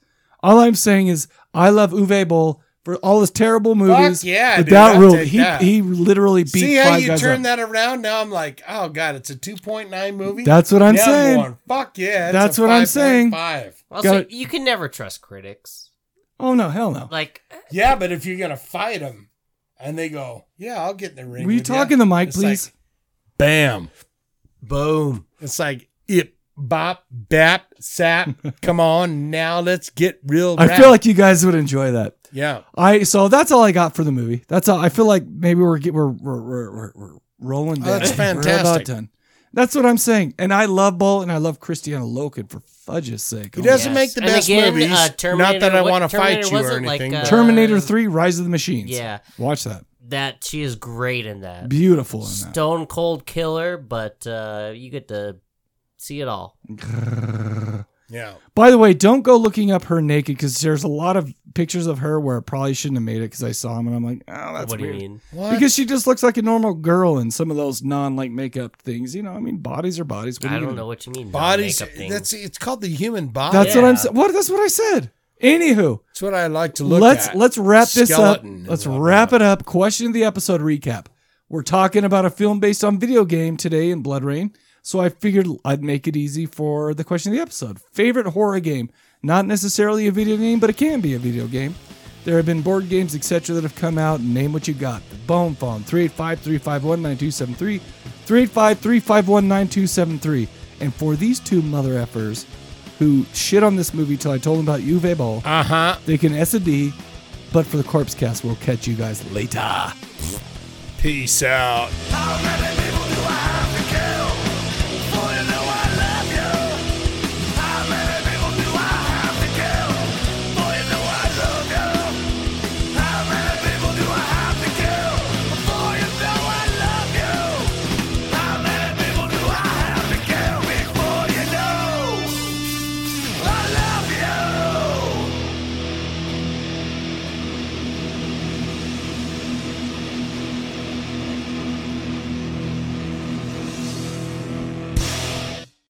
All I'm saying is I love Uwe Boll for all his terrible movies.
yeah,
but
dude,
that
I'll
ruled.
take
He
that.
he literally beat
See
five
how you
guys
turn
up.
that around? Now I'm like, oh god, it's a 2.9 movie.
That's what I'm
Now
saying.
going, Fuck yeah, it's
That's
a
what I'm
5.5.
saying.
Also,
Got it.
you can never trust critics.
Oh no, hell no.
Like,
Yeah, but if you're gonna fight them, and they go, yeah, I'll get in the ring.
Will you
with
talk in the mic,
It's like,
please?
bam.
boom.
It's like ip bop bap sap. Come on, now let's get real.
I
rap.
feel like you guys would enjoy that.
yeah.
I so that's all I got for the movie. That's all. I feel like maybe we're get, we're, we're we're we're we're rolling. Down.
Oh,
that's
We're about
fantastic.
done. That's what I'm saying. And I love Bull and I love Christiana Loken for fudge's sake.
He
Oh,
doesn't
yeah.
make the
And
best
again,
movies.
uh,
Not that
Terminator-
I
what-
want to fight
Terminator
you or
wasn't like,
anything.
uh,
but
Terminator Three: Rise of the Machines.
Yeah.
watch that.
That she is great in that.
Beautiful in that.
Stone cold killer, but uh, you get to see it all.
yeah,
By the way, don't go looking up her naked because there's a lot of pictures of her where I probably shouldn't have made it because I saw them and I'm like, oh, that's
what
weird.
do you mean?
what?
Because she just looks like a normal girl in some of those non like makeup things. You know, I mean, bodies are bodies. What are
I
you
don't
gonna-
know what you mean.
bodies.
Makeup thing.
That's it's called the human body.
That's what I'm.
Yeah.
sa- What? That's what I said. Anywho,
That's what I like to look
let's
at.
let's wrap this
Skeleton and
up. Let's
whatnot.
wrap it up. Question of the episode recap. We're talking about a film based on video game today in Blood Rain, so I figured I'd make it easy for the question of the episode. Favorite horror game, not necessarily a video game, but it can be a video game. There have been board games, etc., that have come out. Name what you got. The Bone Phone, 385 351 9273, 385 351 9273. And for these two mother effers who shit on this movie till I told them about Uwe Boll,
Uh huh.
they can S a D, but for the corpse cast, we'll catch you guys later.
Peace out.
How many